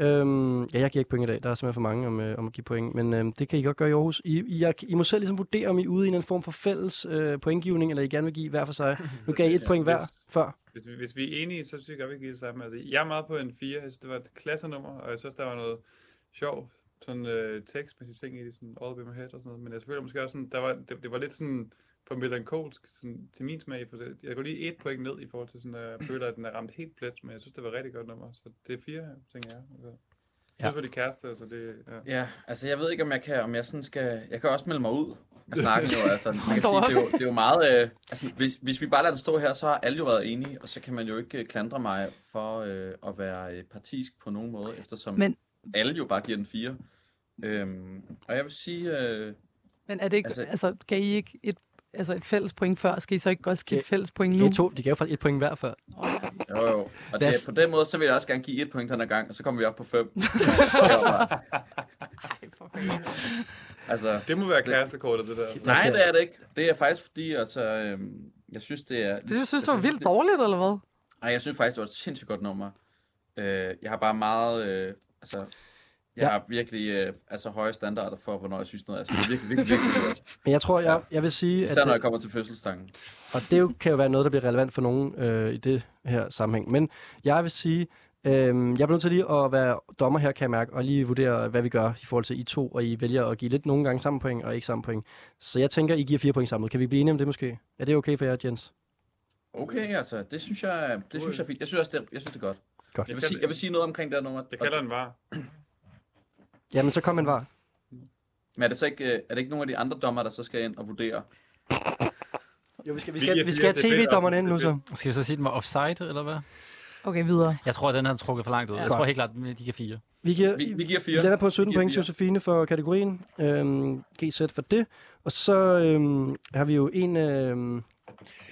øhm, ja, jeg giver ikke point i dag. Der er simpelthen for mange om, øh, om at give point. Men øhm, det kan I godt gøre i Aarhus. I, I, er- I må selv ligesom vurdere, om I er ude i en eller anden form for fælles øh, pointgivning, eller I gerne vil give hver for sig. Nu gav (laughs) I et point hver før. Hvis vi, hvis vi er enige, så synes jeg godt, vi kan give det samme. Altså, jeg er meget på en 4. Jeg synes, det var et klassenummer, og jeg synes, der var noget sjov sådan øh, tekstmæssige ting i det, sådan all by my head og sådan noget. Men jeg føler måske også sådan, der var, det, det var lidt sådan for melankolsk sådan, til min smag. For jeg går lige et point ned i forhold til sådan, at jeg føler, at den er ramt helt plet, men jeg synes, det var et rigtig godt nummer. Så det er fire, tænker jeg. Altså. Ja. Det er for de kæreste, altså det... Ja. Ja, altså jeg ved ikke, om jeg kan, om jeg sådan skal... Jeg kan også melde mig ud af snakken jo, (laughs) altså. Man (laughs) kan sige, det er jo, det er jo meget... Øh, altså, hvis, hvis vi bare lader den stå her, så har alle jo været enige, og så kan man jo ikke øh, klandre mig for øh, at være øh, partisk på nogen måde, eftersom Men... Men- alle jo bare giver den fire. Øhm, og jeg vil sige... Øh, Men er det ikke, Altså- altså, altså, kan I ikke et, altså et fælles point før? Skal I så ikke godt give et Ja. fælles point De nu? gav, to, de gav faktisk et point hver før. jo, jo. Og Lad det, os- på den måde, så vil jeg også gerne give et point den her gang, og så kommer vi op på (laughs) fem. Ej, for fanden. altså, Det må være kærestekortet, det der. Der nej, skal- det er det ikke. Det er faktisk fordi, altså... øhm, jeg synes, det er... Det synes du var altså, vildt dårligt, eller hvad? Nej, jeg synes faktisk, det var et sindssygt godt nummer. Øh, jeg har bare meget, øh, altså, jeg Ja. ja. har virkelig øh, altså, høje standarder for, hvornår jeg synes noget er. Altså, det er virkelig, virkelig, virkelig (laughs) godt. Men jeg tror, jeg, jeg vil sige, at øh, Især når jeg det, kommer til fødselsdangen. og det jo kan jo være noget, der bliver relevant for nogen øh, i det her sammenhæng. Men jeg vil sige, øh, jeg bliver nødt til lige at være dommer her, kan jeg mærke, og lige vurdere, hvad vi gør i forhold til I to, og I vælger at give lidt nogle gange samme point og ikke samme point. Så jeg tænker, I giver fire point samlet. Kan vi blive enige om det måske? Er det okay for jer, Jens? Okay, altså, det synes jeg, det synes jeg er fint. Jeg synes også, det, jeg synes, det er godt. Godt. Jeg vil, sige, jeg vil sige noget omkring det her nummer. Jeg kalder den var. Jamen, så kom en var. Men er det så ikke, øh, er det ikke nogen af de andre dommer, der så skal ind og vurdere? Jo, vi skal, vi skal- skal, giver vi vi skal skal fire, have have det er fedt, tv-dommerne tv-dommerne ind ind det er nu nu, så. så. fedt. Skal vi så sige, den var offside, eller hvad? Okay, videre. Jeg tror, den har trukket for langt ud. Jeg Godt. tror helt klart, at de kan fire. Vi giver, Vi, vi giver Vi fire. lander på 17 Vi giver point til fire. Josefine for kategorien. Øhm, GZ for det. Og så øhm, har vi jo en øhm,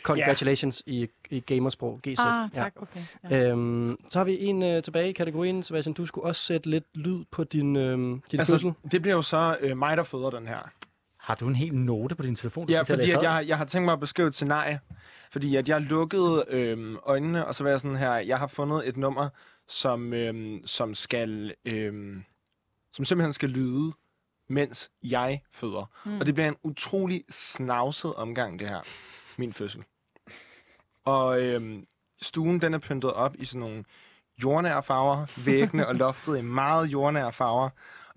congratulations yeah. i, i gamersprog. GZ. Ah, tak, okay. Ja. Ja. Øhm, så har vi en øh, tilbage i kategorien. Sebastian, du skulle også sætte lidt lyd på din, øhm, din altså, fødsel. Altså, det bliver jo så øh, mig, der føder den her. Har du en hel note på din telefon? du Ja, skal til at fordi læse at højt? jeg, jeg har tænkt mig at beskrive et scenarie. Fordi at jeg lukkede øhm, øjnene, og så var jeg sådan her, jeg har fundet et nummer, som, øhm, som skal, øhm, som simpelthen skal lyde, mens jeg føder. Mm. Og det bliver en utrolig snavset omgang, det her. Min fødsel. Og øhm, stuen, den er pyntet op i sådan nogle jordnære farver, væggene og loftet i meget jordnære farver.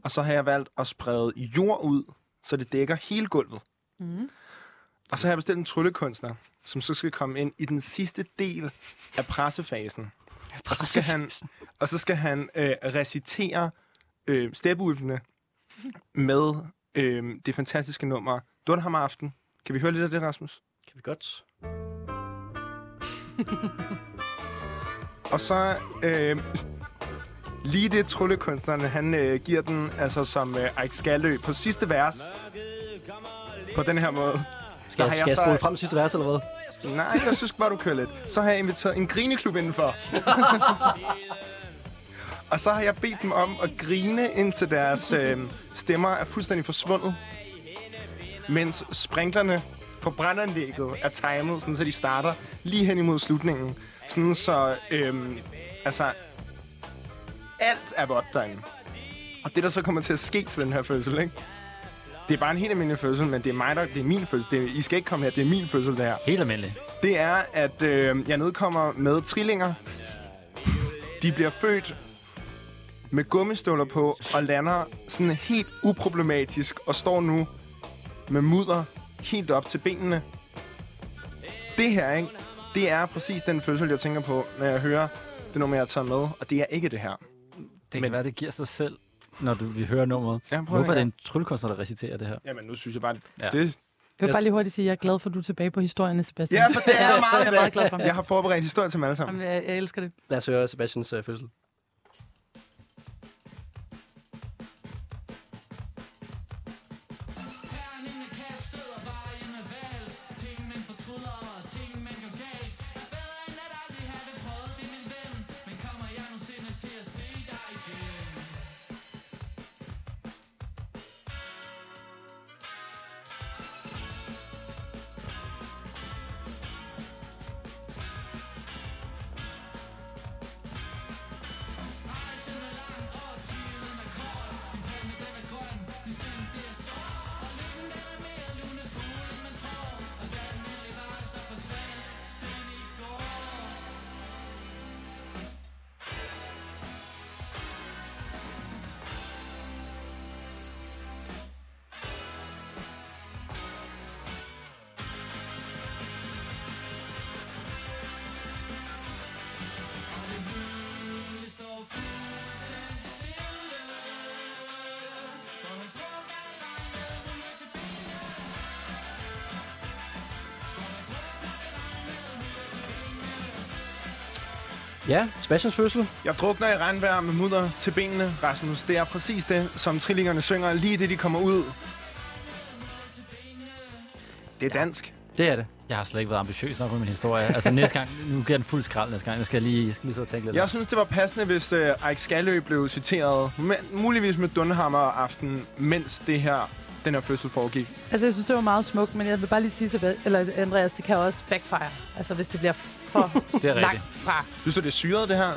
Og så har jeg valgt at sprede jord ud, så det dækker hele gulvet. Mm. Og så har jeg bestilt en tryllekunstner, som så skal komme ind i den sidste del af pressefasen. Og så skal han, og så skal han øh, recitere øh, steppeulvene med øh, det fantastiske nummer Dunhammer Aften. Kan vi høre lidt af det, Rasmus? Kan vi godt? (laughs) Og så øh, lige det tryllekunstneren, han øh, giver den altså som øh, Eik Skalø på sidste vers. På den her måde. Skal, Der har jeg, jeg skal jeg så- spole frem til sidste vers, eller hvad? Nej, jeg synes bare, du kører lidt. Så har jeg inviteret en grineklub (laughs) indenfor. og så har jeg bedt dem om at grine, indtil deres øh, stemmer er fuldstændig forsvundet. Mens sprinklerne på brandanlægget er timet, sådan så de starter lige hen imod slutningen. Sådan så, øh, altså, alt er vådt derinde. Og det, der så kommer til at ske til den her fødsel, ikke? Det er bare en helt almindelig fødsel, men det er mig, der... Det er min fødsel. Det er, I skal ikke komme her. Det er min fødsel, det her. Helt almindeligt. Det er, at øh, jeg nedkommer med trillinger. De bliver født med gummistøvler på og lander sådan helt uproblematisk og står nu med mudder helt op til benene. Det her, ikke? Det er præcis den fødsel, jeg tænker på, når jeg hører det nummer, jeg tager med. Og det er ikke det her. Det Men- kan være, det giver sig selv, når du, vi hører nummeret. Ja, prøv at Hvorfor er det høre. en tryllekunstner, der reciterer det her? Jamen, nu synes jeg bare, Ja. ja. det, Jeg vil bare lige hurtigt sige, at jeg er glad for, at du er tilbage på historierne, Sebastian. Ja, for (laughs) det er jeg meget er i meget dag. glad for Jeg mig. har forberedt historie til dem alle sammen. Jamen, jeg, jeg elsker det. Lad os høre Sebastians øh, fødsel. Ja, Sebastians fødsel. Jeg drukner i regnvejr med mudder til benene, Rasmus. Det er præcis det, som trillingerne synger, lige det de kommer ud. Det er dansk. Det er det. Jeg har slet ikke været ambitiøs nok med min historie. Altså næste gang, nu giver jeg den fuld skrald næste gang. Nu skal jeg lige, jeg skal lige sidde og tænke lidt. Jeg synes, det var passende, hvis øh, Eik Skalø blev citeret, men, muligvis med Dunhammer aften, mens det her, den her fødsel foregik. Altså, jeg synes, det var meget smukt, men jeg vil bare lige sige, Sebast- eller Andreas, det kan også backfire. Altså, hvis det bliver for (laughs) Det er langt rigtigt. fra. Synes du, det er syret, det her?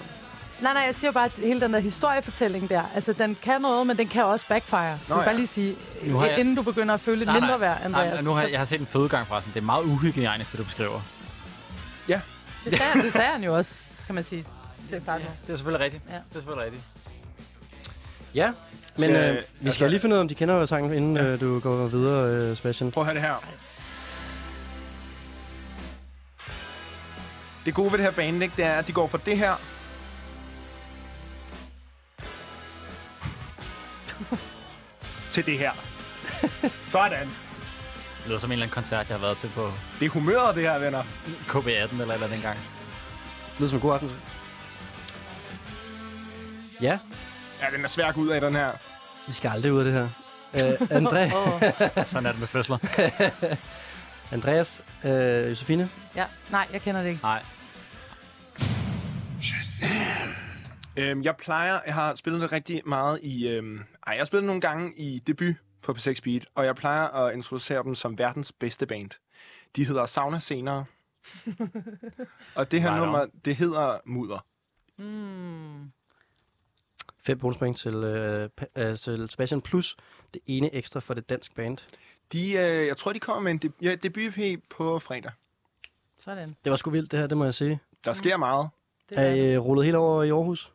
Nej, nej, jeg siger bare, at hele den der historiefortælling der, altså, den kan noget, men den kan også backfire. Nå, jeg vil ja. bare lige sige, Nu har jeg- inden du begynder at føle lidt mindre værd, Andreas. nu har jeg, jeg har set en fødegang fra sådan. Det er meget uhygiejnisk, det du beskriver. Så Det, sagde, det sagde han jo også, kan man sige. Det er bare noget. Det er selvfølgelig rigtigt. Ja. Det er selvfølgelig rigtigt. Ja, men Skal- øh, vi skal altså- lige finde ud af, om de kender sangen, inden øh, du går videre, øh, Sebastian. Prøv at høre det her. Det gode ved det her bane, ikke, det er, at de går fra det her... til det her. (laughs) Sådan. Det lyder som en eller anden koncert, jeg har været til på Det er humøret, det her, venner. KB18 eller eller dengang. Det lyder som en god aften. Ja, Ja, den er svær at gå ud af, den her. vi skal aldrig ud af det (laughs) her. Øh, André, Sådan er det med fødsler. (laughs) Andreas, øh, Josefine, Ja, nej, jeg kender det ikke. Nej. Øhm, jeg plejer... Jeg har spillet det rigtig meget i... Øhm, ej, jeg har spillet nogle gange i debut på P6 Beat, og jeg plejer at introducere dem som verdens bedste band. De hedder Sauna Senere. og det her Right on. nummer, det hedder Mudder. Mm. fem bonuspoint til, øh, pa- øh, til Sebastian, plus det ene ekstra for det danske band. De, øh, jeg tror, de kommer med en deb- ja, debut-EP på fredag. Sådan. Det var sgu vildt, det her, det må jeg sige. Der sker meget. Det Er er I øh, rullet helt over i Aarhus?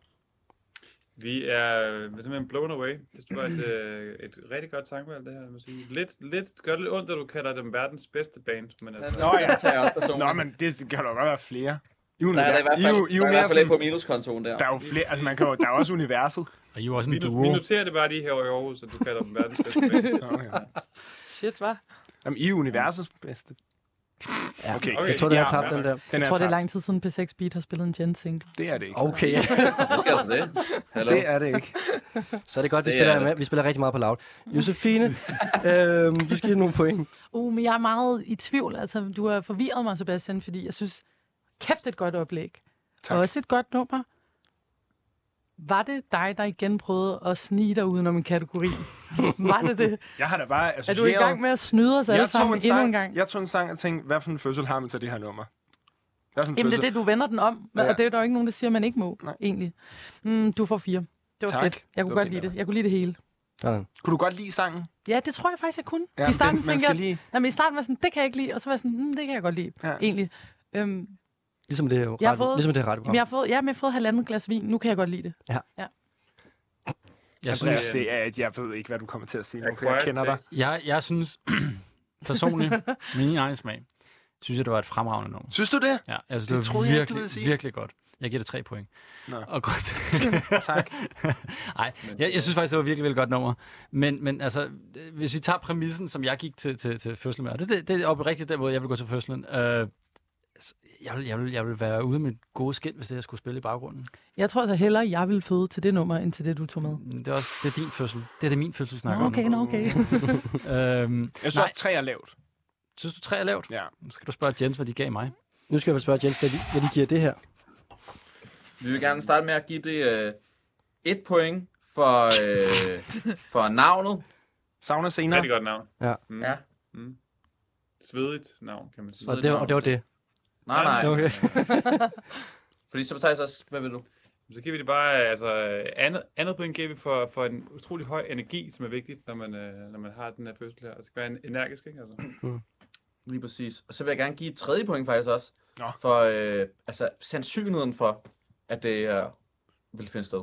Vi er øh, simpelthen blown away. Det tror jeg er et, øh, et rigtig godt tankevalg, det her. jeg Må sige. Lidt, lidt, gør det lidt ondt, at du kalder dem verdens bedste band. Men altså, Nå, ja. Jeg tager op personen. Nå, men det kan der godt være flere. I Der er der i hvert fald, I, jo- I, der jo er i mere hvert fald lidt sådan, på minuskontoen der. der er jo flere, altså man kan jo, der er jo også universet. Og I er jo også vi, en nu, vi duo. noterer det bare lige her i Aarhus, at du kalder dem verdens bedste band. Nå, ja. shit, hva'? Jamen, I er universets bedste. Ja, Okay. Jeg tror, den er Ja, tabt, den der. Den Jeg er tror, det er tabt. lang tid siden P6 Beat har spillet en Jen single. Det er det ikke. (laughs) Okay, ja. Hvad skal der for det? Hallo? Det er det ikke. (laughs) så er det godt, vi Det spiller, er det. med. vi spiller rigtig meget på loud. (laughs) Josefine, øh, du skal give nogle point. Uh, men jeg er meget i tvivl. Altså, du har forvirret mig, Sebastian, fordi jeg synes, kæft et godt oplæg. Tak. Også et godt nummer. Var det dig, der igen prøvede at snige dig udenom en (laughs) kategori? Var det det? Jeg har da bare Er associeret... du i gang med at snyde os alle jeg tog, sammen en endnu en sang, gang? jeg tog en sang og tænkte, hvad for en fødsel har man til det her nummer? Hvad for en Jamen, det er fødsel? det, du vender den om. altså- Ja. Og det er der jo ikke nogen, der siger, man ikke må, Nej. egentlig. Mm, du får fire. Det var Tak. fedt. Jeg kunne Det var godt fint lide af det. Jeg kunne lide det hele. Sådan. Kunne du godt lide sangen? Ja, det tror jeg faktisk, jeg kunne. Ja, I starten den- man tænkte skal jeg, lige... nej, men i starten var jeg sådan, det kan jeg ikke lide, og så var jeg sådan, hmm, det kan jeg godt lide, Ja. ja. egentlig. Øhm, Ligesom det her Jeg har radio, fået- ligesom det her jamen, radioprogram. jeg har fået, ja, men jeg har fået halvandet glas vin, nu kan jeg godt lide det. Jeg Andreas, synes, Altså, det er, at jeg ved ikke, hvad du kommer til at sige nu, for jeg Acquired kender dig. taste. jeg, jeg synes (clears throat) personligt, min egen smag, synes jeg, det var et fremragende nummer. Synes du det? Ja, altså, Det det, det var troede jeg ikke, du virkelig, ville sige. virkelig godt. Jeg giver det tre point. Nå. Og godt. (laughs) (laughs) Tak. Nej, jeg, jeg synes faktisk, det var virkelig, virkelig godt nummer. Men, men altså, øh, hvis vi tager præmissen, som jeg gik til, til, til fødslen med, og det, det, det er oprigtigt den måde, jeg vil gå til fødslen. Øh, s- jeg vil, jeg, vil, jeg vil være ude med et gode skin, hvis det her skulle spille i baggrunden. Jeg tror så hellere, jeg ville føde til det nummer, end til det, du tog med. Mm, Det er også det er din fødsel. Det er det min fødsel, Nå, snakker okay, nå, okay. om. (laughs) Øhm, Jeg synes Nej. også, tre er lavt. synes du, tre er lavt? Ja. Nu skal du spørge Jens, hvad de gav mig. Nu skal jeg vel spørge Jens, hvad de, hvad de giver det her. Vi vil gerne starte med at give det øh, et point for, øh, for navnet. Savner senere. Rigtig godt navn. Ja. Mm. Ja. Mm. Svedigt navn, kan man sige. Og det, og det var det. Nej, nej. Okay. Fordi så tager jeg også... Hvad vil du? Så giver vi det bare, altså, andet, andet point giver vi for, for en utrolig høj energi, som er vigtigt, når man, øh, når man har den her fødsel her. Og skal være en- energisk, ikke? Altså. Lige præcis. Og så vil jeg gerne give et tredje point faktisk også. Nå. (laughs) For øh, altså, sandsynligheden for, at det øh, vil finde sted.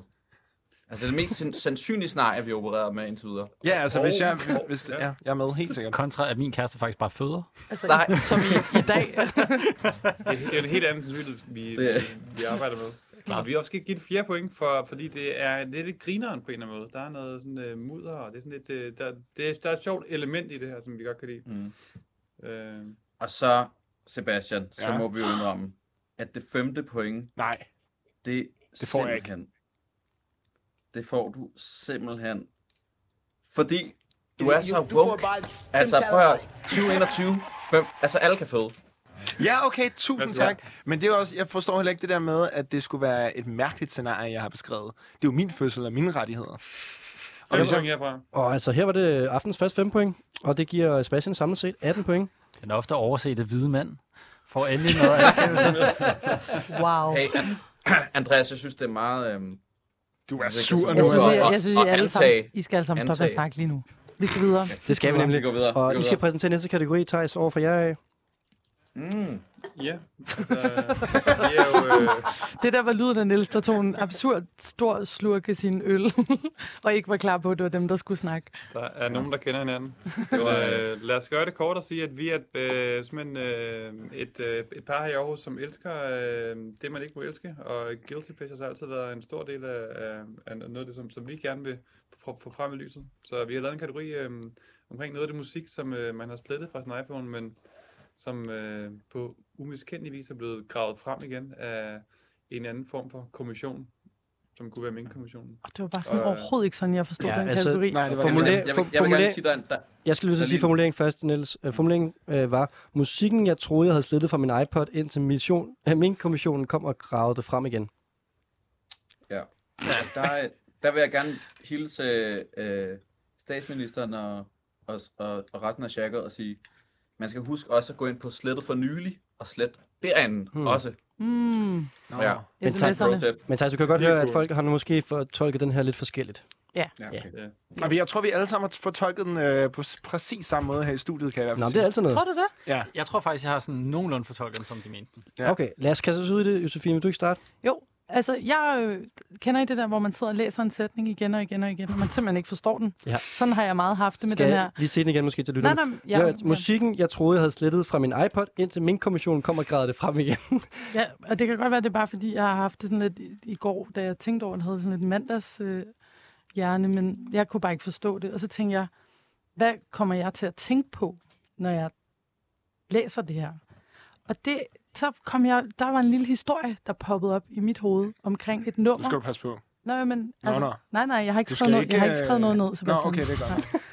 Altså det mest san- sandsynlige scenarie, vi har opereret med indtil videre. Ja, altså, hvis Oh. jeg... Hvis, Og- hvis, Ja. ja, jeg er med, helt sikkert. Kontra, at min kæreste faktisk bare føder. Altså, Nej. i- (laughs) som i, i dag. Det, er- det er en helt anden sandsynlighed, vi, Det- vi, vi arbejder med. Og vi har også givet give det fire point, for, fordi det er lidt et grineren på en eller anden måde. Der er noget sådan uh, mudder, og det er sådan lidt, uh, der, det, er- der er et sjovt element i det her, som vi godt kan lide. Mm. Uh, Og så, Sebastian, så Ja. må vi jo indrømme, at det femte point, Nej. det, Det får jeg ikke. simpelthen... Det får du simpelthen. Fordi du er så får woke. Altså prøv at høre, 2021, hvem- altså alle kan føde. Ja, okay, tusind Værsgo. tak. Men det er også, jeg forstår heller ikke det der med, at det skulle være et mærkeligt scenarie, jeg har beskrevet. Det er jo min fødsel og mine rettigheder. fem hvis jeg- point herfra. Og altså, her var det aftens første 5 point, og det giver Sebastian samlet set 18 point. Den er ofte overset af hvide mand. Får endelig (laughs) noget af det. (laughs) Wow. Hey, An- (clears throat) Andreas, jeg synes, det er meget... Øhm, Du er Jeg synes, sur jeg- nu. Jeg synes, Og- jeg, og- jeg synes, og I alle antage- sammen, I skal alle sammen stoppe med at antage. snakke lige nu. Vi skal videre. Det skal vi vi nemlig. går videre. Og vi går I skal videre. præsentere næste kategori, Thijs, over for jer. af. Mm. Ja, altså, vi er jo... Øh, (laughs) Det der var lyden af Niels, der tog en absurd stor slurk af sin øl, (laughs) og ikke var klar på, at det var dem, der skulle snakke. Der er nogen, der kender hinanden. Det var, øh, Øh, lad os gøre det kort og sige, at vi er et, øh, simpelthen, øh, et, øh, et par her i Aarhus, som elsker øh, det, man ikke må elske. Og guilty pleasures har altid været en stor del af, af, af noget af det, som, som vi gerne vil få, få frem i lyset. Så vi har lavet en kategori øh, omkring noget af det musik, som øh, man har slettet fra sin iPhone, men som øh, på umiskendelig vis er blevet gravet frem igen af en anden form for kommission, som kunne være min kommissionen. Og det var bare sådan Øh. overhovedet ikke sådan, jeg forstod Ja, den altså, kategori. Nej, det var Jeg vil, Formulér- Formuler... jeg vil, jeg vil gerne sige, der, er en- der, Jeg skal lige Der så er sige lige- formuleringen først, Niels. Øh, Formuleringen øh, var, musikken jeg troede, jeg havde slettet fra min iPod, indtil mission, øh, min kommissionen kom og gravede det frem igen. der, er- der vil jeg gerne hilse øh, statsministeren og, og, og, og resten af Shaker og sige, man skal huske også at gå ind på slettet for nylig og slet derinde Hmm. hmm. også. Mm, Nå, ja, Men tak, pro sms'erne. tip. Men Thijs, du kan godt Lige høre, at cool. folk har måske fortolket den her lidt forskelligt. Ja, okay. Og vi- jeg tror, vi alle sammen har fortolket den øh, på s- præcis samme måde her i studiet, kan jeg i hvert Nå, fald men det er sige. altid noget. Tror du det? (laughs) Jeg tror faktisk, jeg har sådan nogenlunde fortolket den, som de mente. Ja. Okay, lad os kaste os ud i det. Josefine, vil du ikke starte? Jo, altså jeg øh, kender I det der, hvor man sidder og læser en sætning igen og igen og igen, og man simpelthen ikke forstår den. Ja. Sådan har jeg meget haft det med Skal den jeg her. lige se den igen måske til Nej, lytterne? nej, Ja, ja, ja, musikken, jeg troede, jeg havde slettet fra min iPod, indtil min kommission kom og gravede det frem igen. (laughs) ja, og det kan godt være, det er bare fordi, jeg har haft det sådan lidt i, i går, da jeg tænkte over, det havde sådan lidt mandags øh, hjerne, men jeg kunne bare ikke forstå det. Og så tænkte jeg, hvad kommer jeg til at tænke på, når jeg læser det her? Og det, så kom jeg, der var en lille historie, der poppede op i mit hoved omkring et nummer. Nu skal du passe på. Nå, men, altså, Nå, nå. Nej, nej, jeg har ikke, Du skrevet, skal noget, jeg har ikke ikke, skrevet noget øh, ned, Nå, Sebastian. okay, det er godt.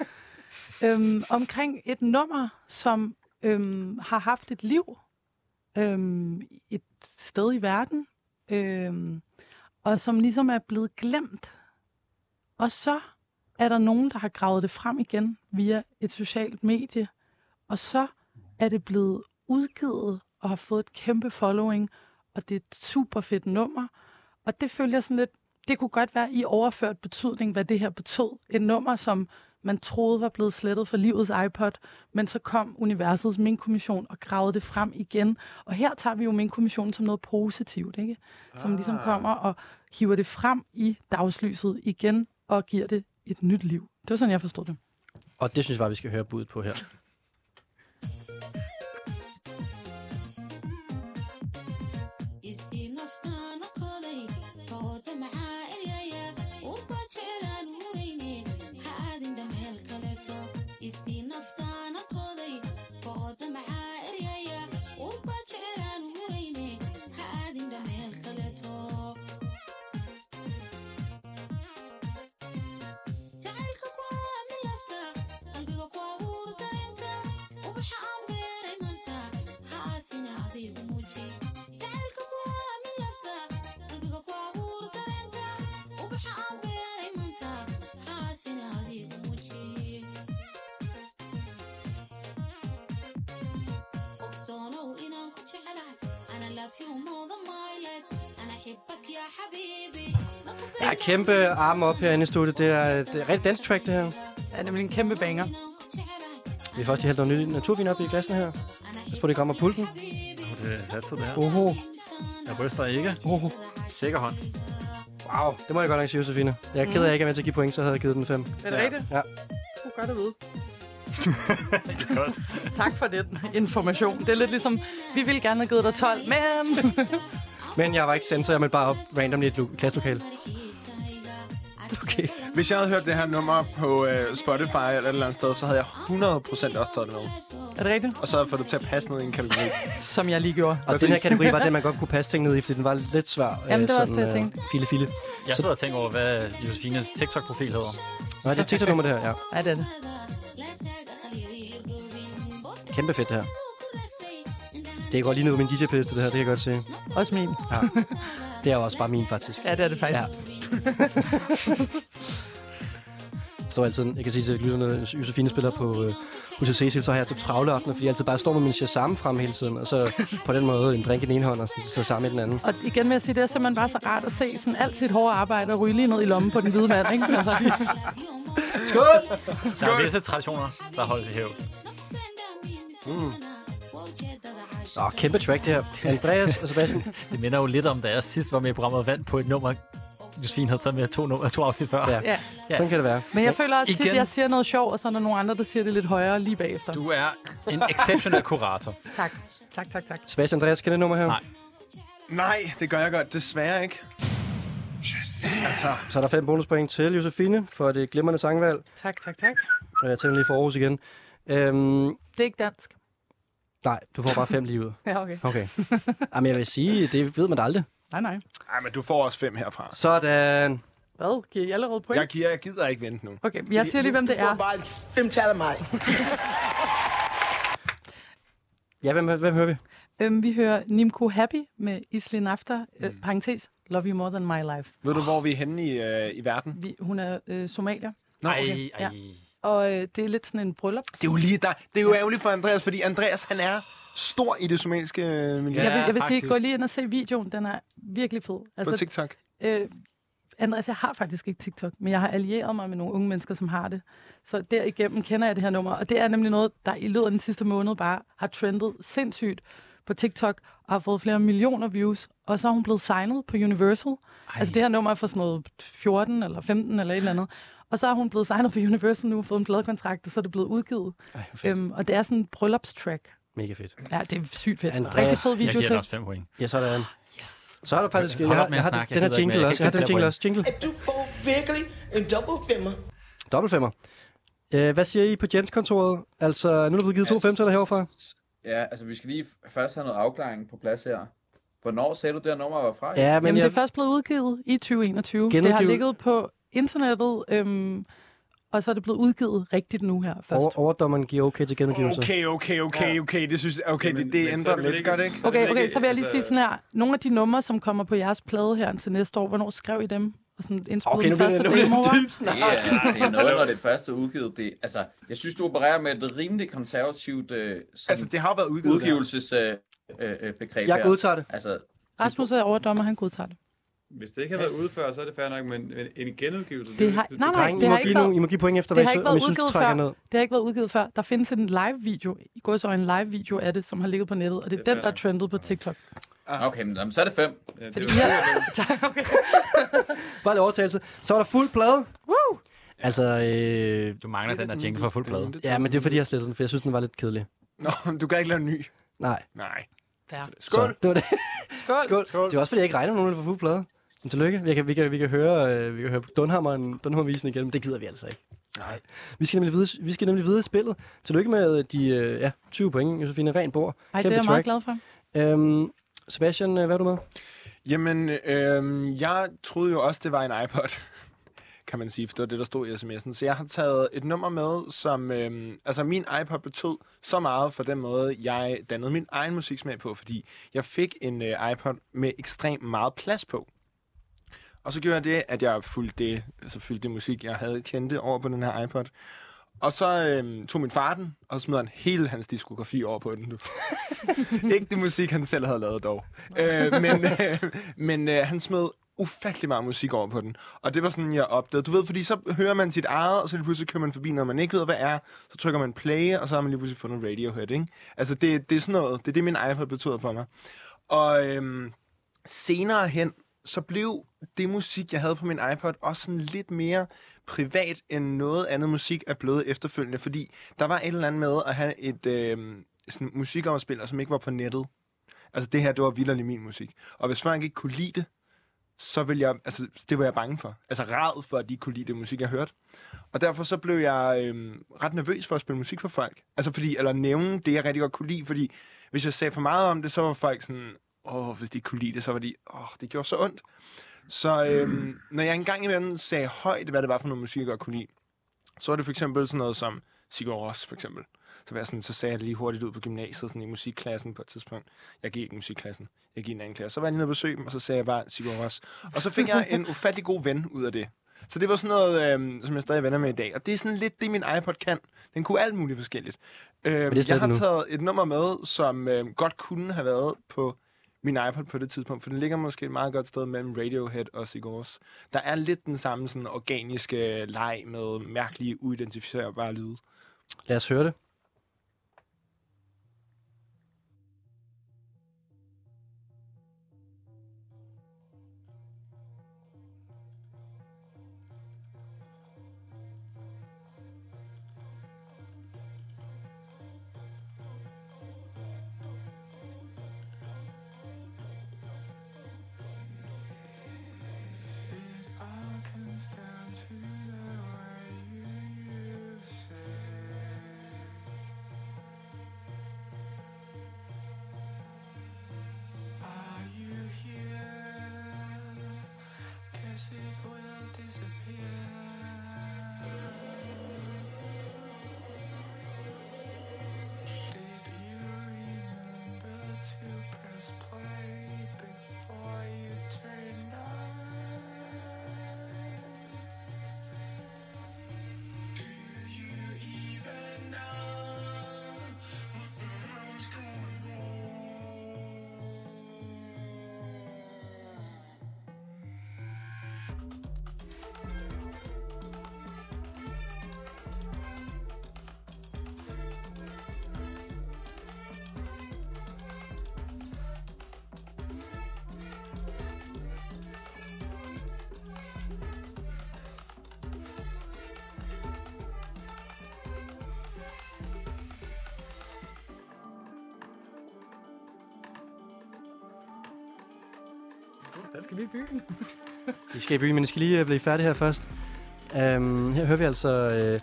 øhm, omkring et nummer, som øhm, har haft et liv øhm, et sted i verden, øhm, og som ligesom er blevet glemt. Og så er der nogen, der har gravet det frem igen via et socialt medie, og så er det blevet udgivet og har fået et kæmpe following, og det er et super fedt nummer. Og det følger sådan lidt, det kunne godt være i overført betydning, hvad det her betød. Et nummer, som man troede var blevet slettet fra livets iPod, men så kom universets Mink-kommission og gravede det frem igen. Og her tager vi jo Mink-kommissionen som noget positivt, ikke? Som ligesom kommer og hiver det frem i dagslyset igen og giver det et nyt liv. Det var sådan, jeg forstod det. Og det synes jeg bare, vi skal høre budet på her. يصير نفسان وقضي فوت مع الجاية وبتشيل المرينين حقاد دمع القلتو يصير نفسان وقضي فوت مع الجاية وبتشيل المرينين حقاد دمع القلتو جعلك قوة من لفتة قلبي وقوة ورطيمته ومش هأمر إيمانته حقاسي نعذيب موجي جعلك قوة من لفتة قلبي وقوة ورطيمته ومش هأمر إيمانته حقاسي نعذيب موجي وبصونه وإنا كنت على أنا love you more than my life أنا أحبك يا حبيبي Ja, kæmpe arme op herinde i studiet. Det er et et rent dance track, det her. Det er nemlig en kæmpe banger. Vi får også lige hældt noget nyt naturvin op i glassene her. Så tror det kommer pulten. Det er satset, det her. Oho. Jeg ryster ikke. Oho. Sikker hånd. Wow, det må jeg godt nok sige, Josefine. Jeg er ked af, at jeg ikke er med til at give point, så havde jeg givet den 5. Er det rigtigt? Ja. Det er godt at vide. tak for den information. Det er lidt ligesom, vi ville gerne have givet dig 12, men... Men jeg var ikke sendt, så jeg meldte bare op randomly i et lo- klasselokale. Okay. Hvis jeg havde hørt det her nummer på øh, Spotify eller et eller andet sted, så havde jeg 100% også taget det med. er det rigtigt? Og så havde jeg fået det til at passe ned i en kategori. Som jeg lige gjorde. Og den her kategori var den, man godt kunne passe ting ned i, fordi den var lidt svær. øh, Jamen, det var også sådan, det, jeg øh, File, file. Jeg sidder og tænker over, hvad Josefines TikTok-profil hedder. Nå, det er TikTok-nummer, det her. Ja. (laughs) Ja, det er det. Kæmpe fedt, det her. Det går lige ned på min DJ-piste, det her. Det kan jeg godt se. Også min. Ja. Det er jo også bare min, faktisk. Ja, det er det faktisk. Ja. Jeg står altid, jeg kan sige til lytterne, at Josefine spiller på øh, UCC, Cecil, så har jeg til travle aftener, fordi jeg altid bare står med min Shazam frem hele tiden, og så på den måde en drink i den ene hånd, og så Shazam i den anden. Og igen vil jeg sige, det er simpelthen bare så rart at se sådan alt sit hårde arbejde og ryge lige ned i lommen på den hvide mand, ikke? Altså, Der er visse traditioner, der holdes i hævd. Mm. Nå, kæmpe track det her. Andreas og (laughs) Sebastian, Det minder jo lidt om, da jeg sidst var med i programmet Vand på et nummer. Josefine havde taget med to, nummer, to afsnit før. Ja. ja. sådan kan det være. Men jeg føler også tit, Igen. at jeg siger noget sjovt, og så er der nogle andre, der siger det lidt højere lige bagefter. Du er en exceptionel kurator. Tak. Tak, tak, tak. Sebastian Andreas, kan det nummer her? Nej. Nej, det gør jeg godt. Desværre ikke. Altså. Så er der fem bonuspoint til Josefine for det glimrende sangvalg. Tak, tak, tak. Og jeg tænker lige for Aarhus igen. Øhm, Det er ikke dansk. nej, du får bare fem lige ud. Ja, okay. Okay. Jamen, jeg vil sige, det ved man da aldrig. Nej, nej. Nej, men du får også fem herfra. Sådan. Hvad? Giver I allerede point? Jeg, giver, jeg gider ikke vente nu. Okay, jeg siger lige, hvem det er. Bare et femtal af mig. Ja, hvem, hvem hører vi? Øhm, vi hører Nimko Happy med Islin After, øh, Mm. parentes, Love You More Than My Life. Ved du, hvor vi er henne i, øh, i verden? Vi, hun er øh, somalier, Nå, okay. Ej, ej. Ja. og øh, det er lidt sådan en bryllup. Det er jo lige der. Det er jo ærgerligt for Andreas, fordi Andreas, han er stor i det somaliske øh, miljø Ja, ja, jeg vil, jeg vil sige, faktisk. gå lige ind og se videoen, den er virkelig fed. på TikTok. øh, Andreas, jeg har faktisk ikke TikTok, men jeg har allieret mig med nogle unge mennesker, som har det. Så derigennem kender jeg det her nummer, og det er nemlig noget, der i løbet af den sidste måned bare har trendet sindssygt på TikTok, og har fået flere millioner views, og så er hun blevet signet på Universal. Ej. Altså det her nummer er fra sådan noget 14 eller 15 eller et eller andet. Og så er hun blevet signet på Universal nu, fået en pladekontrakt, og så er det blevet udgivet. Ej, hvor fedt. Øhm, og det er sådan en bryllupstrack. Mega fedt. Ja, det er sygt fedt. Andreas, Rigtig fed Jeg video giver den til. også fem point. Ja, sådan. Yes. Så er der faktisk... Hold jeg, op har- med at jeg har snakke, den, jeg den her gider ikke jingle mere. Jeg også. kan Jeg har ikke den klare jingle på også. Du Jingle. får virkelig en double femmer. Dobbeltfemmer. Øh, hvad siger I på Jens kontoret? Altså, nu er der blevet givet to Altså- femtaler herovre. Ja, altså vi skal lige f- først have noget afklaring på plads her. Hvornår sagde du, det her nummer var fra? Ja, Men Jamen, jeg... det er jeg, først blevet udgivet i 2021. Det har Genudgivet. ligget på internettet, øhm, og så er det blevet udgivet rigtigt nu her først. over, overdommeren giver okay til gengivelse. Okay, okay, okay, okay. Det synes jeg, okay, Jamen, det, det men så ændrer er det vel lidt, gør det ikke? så er det Okay, vel okay, ikke- så vil jeg lige sige altså- sådan her. Nogle af de numre, som kommer på jeres plade her til næste år, hvornår skrev I dem? Og sådan indspillede Okay, okay, den nu bliver første det, nu bliver demo, det hva'? dybt snak. Det (laughs) er, det er noget, når det første er udgivet. Det, altså, jeg synes, du opererer med et rimelig konservativt øh, Altså, sådan, det har været udgivet. udgivelsesbegreb øh, øh, øh, begreb Jeg her. godtager det. Altså, Rasmus er overdommer, han godtager det. Hvis det ikke har været ude før, så er det fair nok, men, men en genudgivelse... Det har- nej, nej, Drenge, det I, har må ikke give været- nogle, I må give point efter, det hvad har I, ikke sy- om I været synes, udgivet det trækker før. ned. Det har ikke været udgivet før. Der findes en live-video, i går så en live-video af det, som har ligget på nettet, og det er Det er den, der er fair. trendet på TikTok. Ah. Okay, men jamen, så er det fem. Ja, det Fordi var- ja, tak, okay. Bare lidt overtagelse. Så var der fuld plade. Woo! Altså, øh, Du mangler den der jingle fra fuld plade. ja, men det er fordi, jeg slettede den, for jeg synes, den var lidt kedelig. Nå, (laughs) men du kan ikke lave en ny. Nej, Nej. Fair. så det var det. Skål. Skål. Skål. Det var også fordi, jeg ikke regnede med nogen, der var fuld plade. Men tillykke. Vi kan, vi kan, vi kan høre, øh, vi kan høre Dunhammeren, Dunhammervisen igen, men det gider vi altså ikke. Nej. Vi skal nemlig videre, vi skal nemlig videre i spillet. Tillykke med de øh, ja, 20 point, Josefine. Ren bord. Ej, det er jeg meget glad for. Øhm, Sebastian, øh, hvad er du med? Jamen, øhm, jeg troede jo også, det var en iPod, (laughs) kan man sige, for det var det, der stod i sms'en. Så jeg har taget et nummer med, som... Øhm, altså, min iPod betød så meget for den måde, jeg dannede min egen musiksmag på, fordi jeg fik en øh, iPod med ekstremt meget plads på. Og så gjorde jeg det, at jeg fulgte det, altså fyldte det musik, jeg havde kendte over på den her iPod. Og så øhm, tog min far den, og så smed han hele hans diskografi over på den. (laughs) Du. Ikke det musik, han selv havde lavet dog. Øh, men øh, men øh, han smed ufattelig meget musik over på den. Og det var sådan, jeg opdagede. Du ved, fordi så hører man sit eget, og så lige pludselig kører man forbi noget, man ikke ved, hvad er. Så trykker man play, og så har man lige pludselig fundet Radiohead, ikke? Altså, det, det er sådan noget. Det er det, min iPod betød for mig. Og øhm, senere hen, så blev det musik, jeg havde på min iPod, også sådan lidt mere privat, end noget andet musik er blevet efterfølgende. Fordi der var et eller andet med at have et øh, sådan musikafspiller, som ikke var på nettet. Altså det her, det var vildt min musik. Og hvis folk ikke kunne lide det, så ville jeg, altså det var jeg bange for. Altså rad for, at de ikke kunne lide det musik, jeg hørte. Og derfor så blev jeg øh, ret nervøs for at spille musik for folk. Altså fordi, eller nævne det, jeg rigtig godt kunne lide. Fordi hvis jeg sagde for meget om det, så var folk sådan, åh, hvis de ikke kunne lide det, så var de, åh, det gjorde så ondt. Så øhm, når jeg engang imellem sagde højt, hvad det var for noget musik, jeg godt kunne lide, så var det for eksempel sådan noget som Sigur Ros, for eksempel. Så, var jeg sådan, så sagde jeg det lige hurtigt ud på gymnasiet, sådan i musikklassen på et tidspunkt. Jeg gik ikke i musikklassen, jeg gik i en anden klasse. Så var jeg lige nede og besøge dem, og så sagde jeg bare Sigur Ros. Og så fik jeg en ufattelig god ven ud af det. Så det var sådan noget, øhm, som jeg stadig er venner med i dag. Og det er sådan lidt det, min iPod kan. Den kunne alt muligt forskelligt. Øhm, det er slet jeg har nu. taget et nummer med, som øhm, godt kunne have været på min iPod på det tidspunkt, for den ligger måske et meget godt sted mellem Radiohead og Sigur Ros. Der er lidt den samme sådan, organiske leg med mærkelige, uidentificerbare lyde. Lad os høre det. Skal vi i byen? I skal i byen, men I skal lige øh, blive færdige her først. Um, her hører vi altså øh,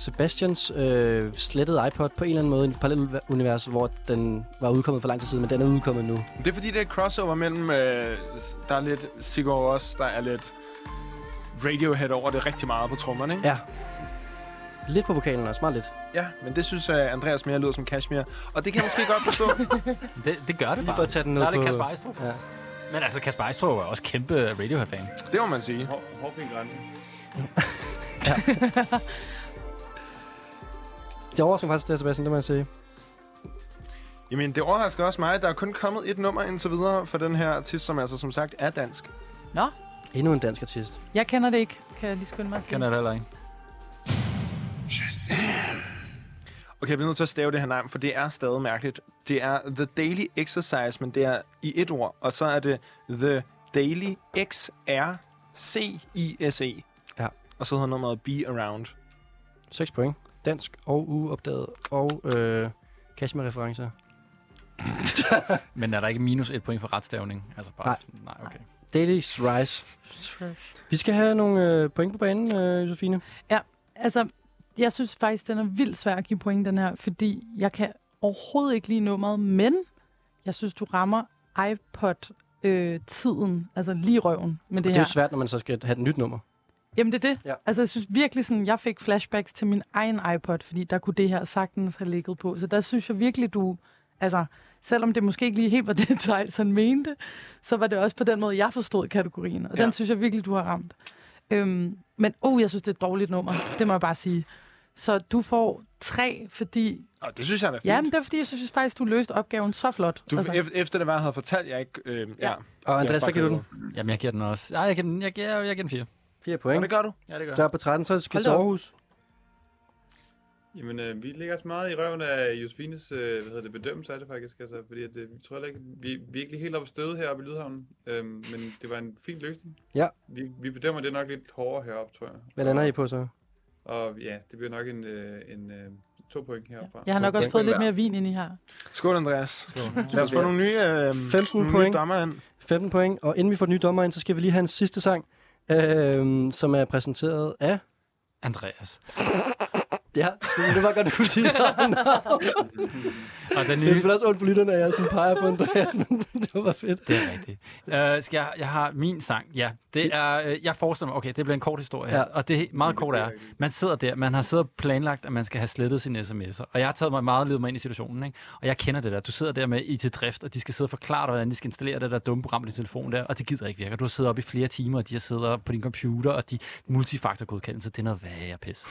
Sebastians øh, slettede iPod på en eller anden måde i et parallelt univers, hvor den var udkommet for lang tid siden, men den er udkommet nu. Det er fordi, det er et crossover mellem, øh, der er lidt Sigur Ros, der er lidt Radiohead over det rigtig meget på trommerne, ikke? Ja. Lidt på vokalen også, meget lidt. Ja, men det synes uh, Andreas mere lyder som Kashmir. Og det kan jeg måske godt forstå. (laughs) Det, det gør det Lige bare. for at tage den ned Der er det på- Kasper Ejstrup. Ja. Ja. Men altså, Kasper Ejstrup er også kæmpe Radiohead-fan. det må man sige. Hår- Hårfin grænse. (laughs) Det overrasker mig faktisk, det her, Sebastian, det må jeg sige. Jamen, det overrasker også mig. Der er kun kommet et nummer indtil videre for den her artist, som altså som sagt er dansk. Nå. Endnu en dansk artist. Jeg kender det ikke, kan jeg lige skynde mig at sige. Kender det heller ikke. Okay, jeg bliver nødt til at stave det her navn, for det er stadig mærkeligt. Det er The Daily Exercise, men det er i et ord. Og så er det The Daily X-R-C-I-S-E. Ja. E. Og så hedder nummeret Be Around. 6 point. Dansk og ugeopdaget og øh, Kashmir-referencer. Men er der ikke minus et point for retstavning? Altså bare, Nej. nej okay. Daily's Rise. Vi skal have nogle øh, point på banen, øh, Josefine. Altså, jeg synes faktisk, den er vildt svær at give point, den her, fordi jeg kan overhovedet ikke lide nummeret, men jeg synes, du rammer iPod-tiden, altså lige i røven med det, Det er her. jo svært, når man så skal have et nyt nummer. Jamen, det er det. Ja. Ja. Altså, jeg synes virkelig sådan, jeg fik flashbacks til min egen iPod, fordi der kunne det her sagtens have ligget på. Så der synes jeg virkelig, du... Altså, selvom det måske ikke lige helt var (laughs) det, Thijs han mente, så var det også på den måde, jeg forstod kategorien. Og ja. den synes jeg virkelig, du har ramt. Øhm, men, oh, jeg synes, det er et dårligt nummer. Det må jeg bare sige. Så du får tre, fordi... Og det synes jeg er fint. Ja, men det er fordi, jeg synes faktisk, du løste opgaven så flot. Du, altså. efter det var, jeg havde fortalt, jeg ikke... Øh, ja. ja. Og Andreas, hvad giver du den? Jamen, jeg giver den også. Nej, jeg giver den, jeg giver, jeg giver den fire. 4 Og point. det gør du. Ja, det gør Der er på 13, så skal Hold vi til da op. Aarhus. Jamen, øh, vi ligger os meget i røven af Josefines øh, hvad hedder det, bedømmelse af det faktisk, altså, fordi at, øh, vi tror heller ikke, vi, vi er ikke lige helt oppe støde heroppe i Lydhavnen, øhm, men det var en fin løsning. Ja. Vi, vi bedømmer det nok lidt hårdere heroppe, tror jeg. Hvad lander I på så? Og ja, det bliver nok en, øh, en øh, to point heroppe. Jeg har nok også fået lidt mere vin ind i her. Skål, Andreas. Lad os få nogle nye, øh, 15 nogle nye point. dommer ind. 15 point. Og inden vi får den nye dommer ind, så skal vi lige have en sidste sang, øh, som er præsenteret af... (laughs) Andreas. Ja, det var godt, du kunne sige navnet. (laughs) Og den Det er nye... selvfølgelig også ondt på lytterne, at jeg sådan peger på Andreas, (laughs) men det var fedt. Det er rigtigt. Uh, skal jeg, jeg har min sang. Ja, det er, øh, jeg forestiller mig, okay, det bliver en kort historie her. Ja. Ja. Og det er meget kort er, man sidder der, man har siddet og planlagt, at man skal have slettet sine sms'er. Og jeg har taget mig meget lidt mig ind i situationen, ikke? Og jeg kender det der. Du sidder der med IT Drift, og de skal sidde og forklare dig, hvordan de skal installere det der dumme program på din telefon der, og det gider ikke virke. Og du har siddet oppe i flere timer, og de har siddet på din computer, og de multifaktorgodkendelse, det er noget værre pis.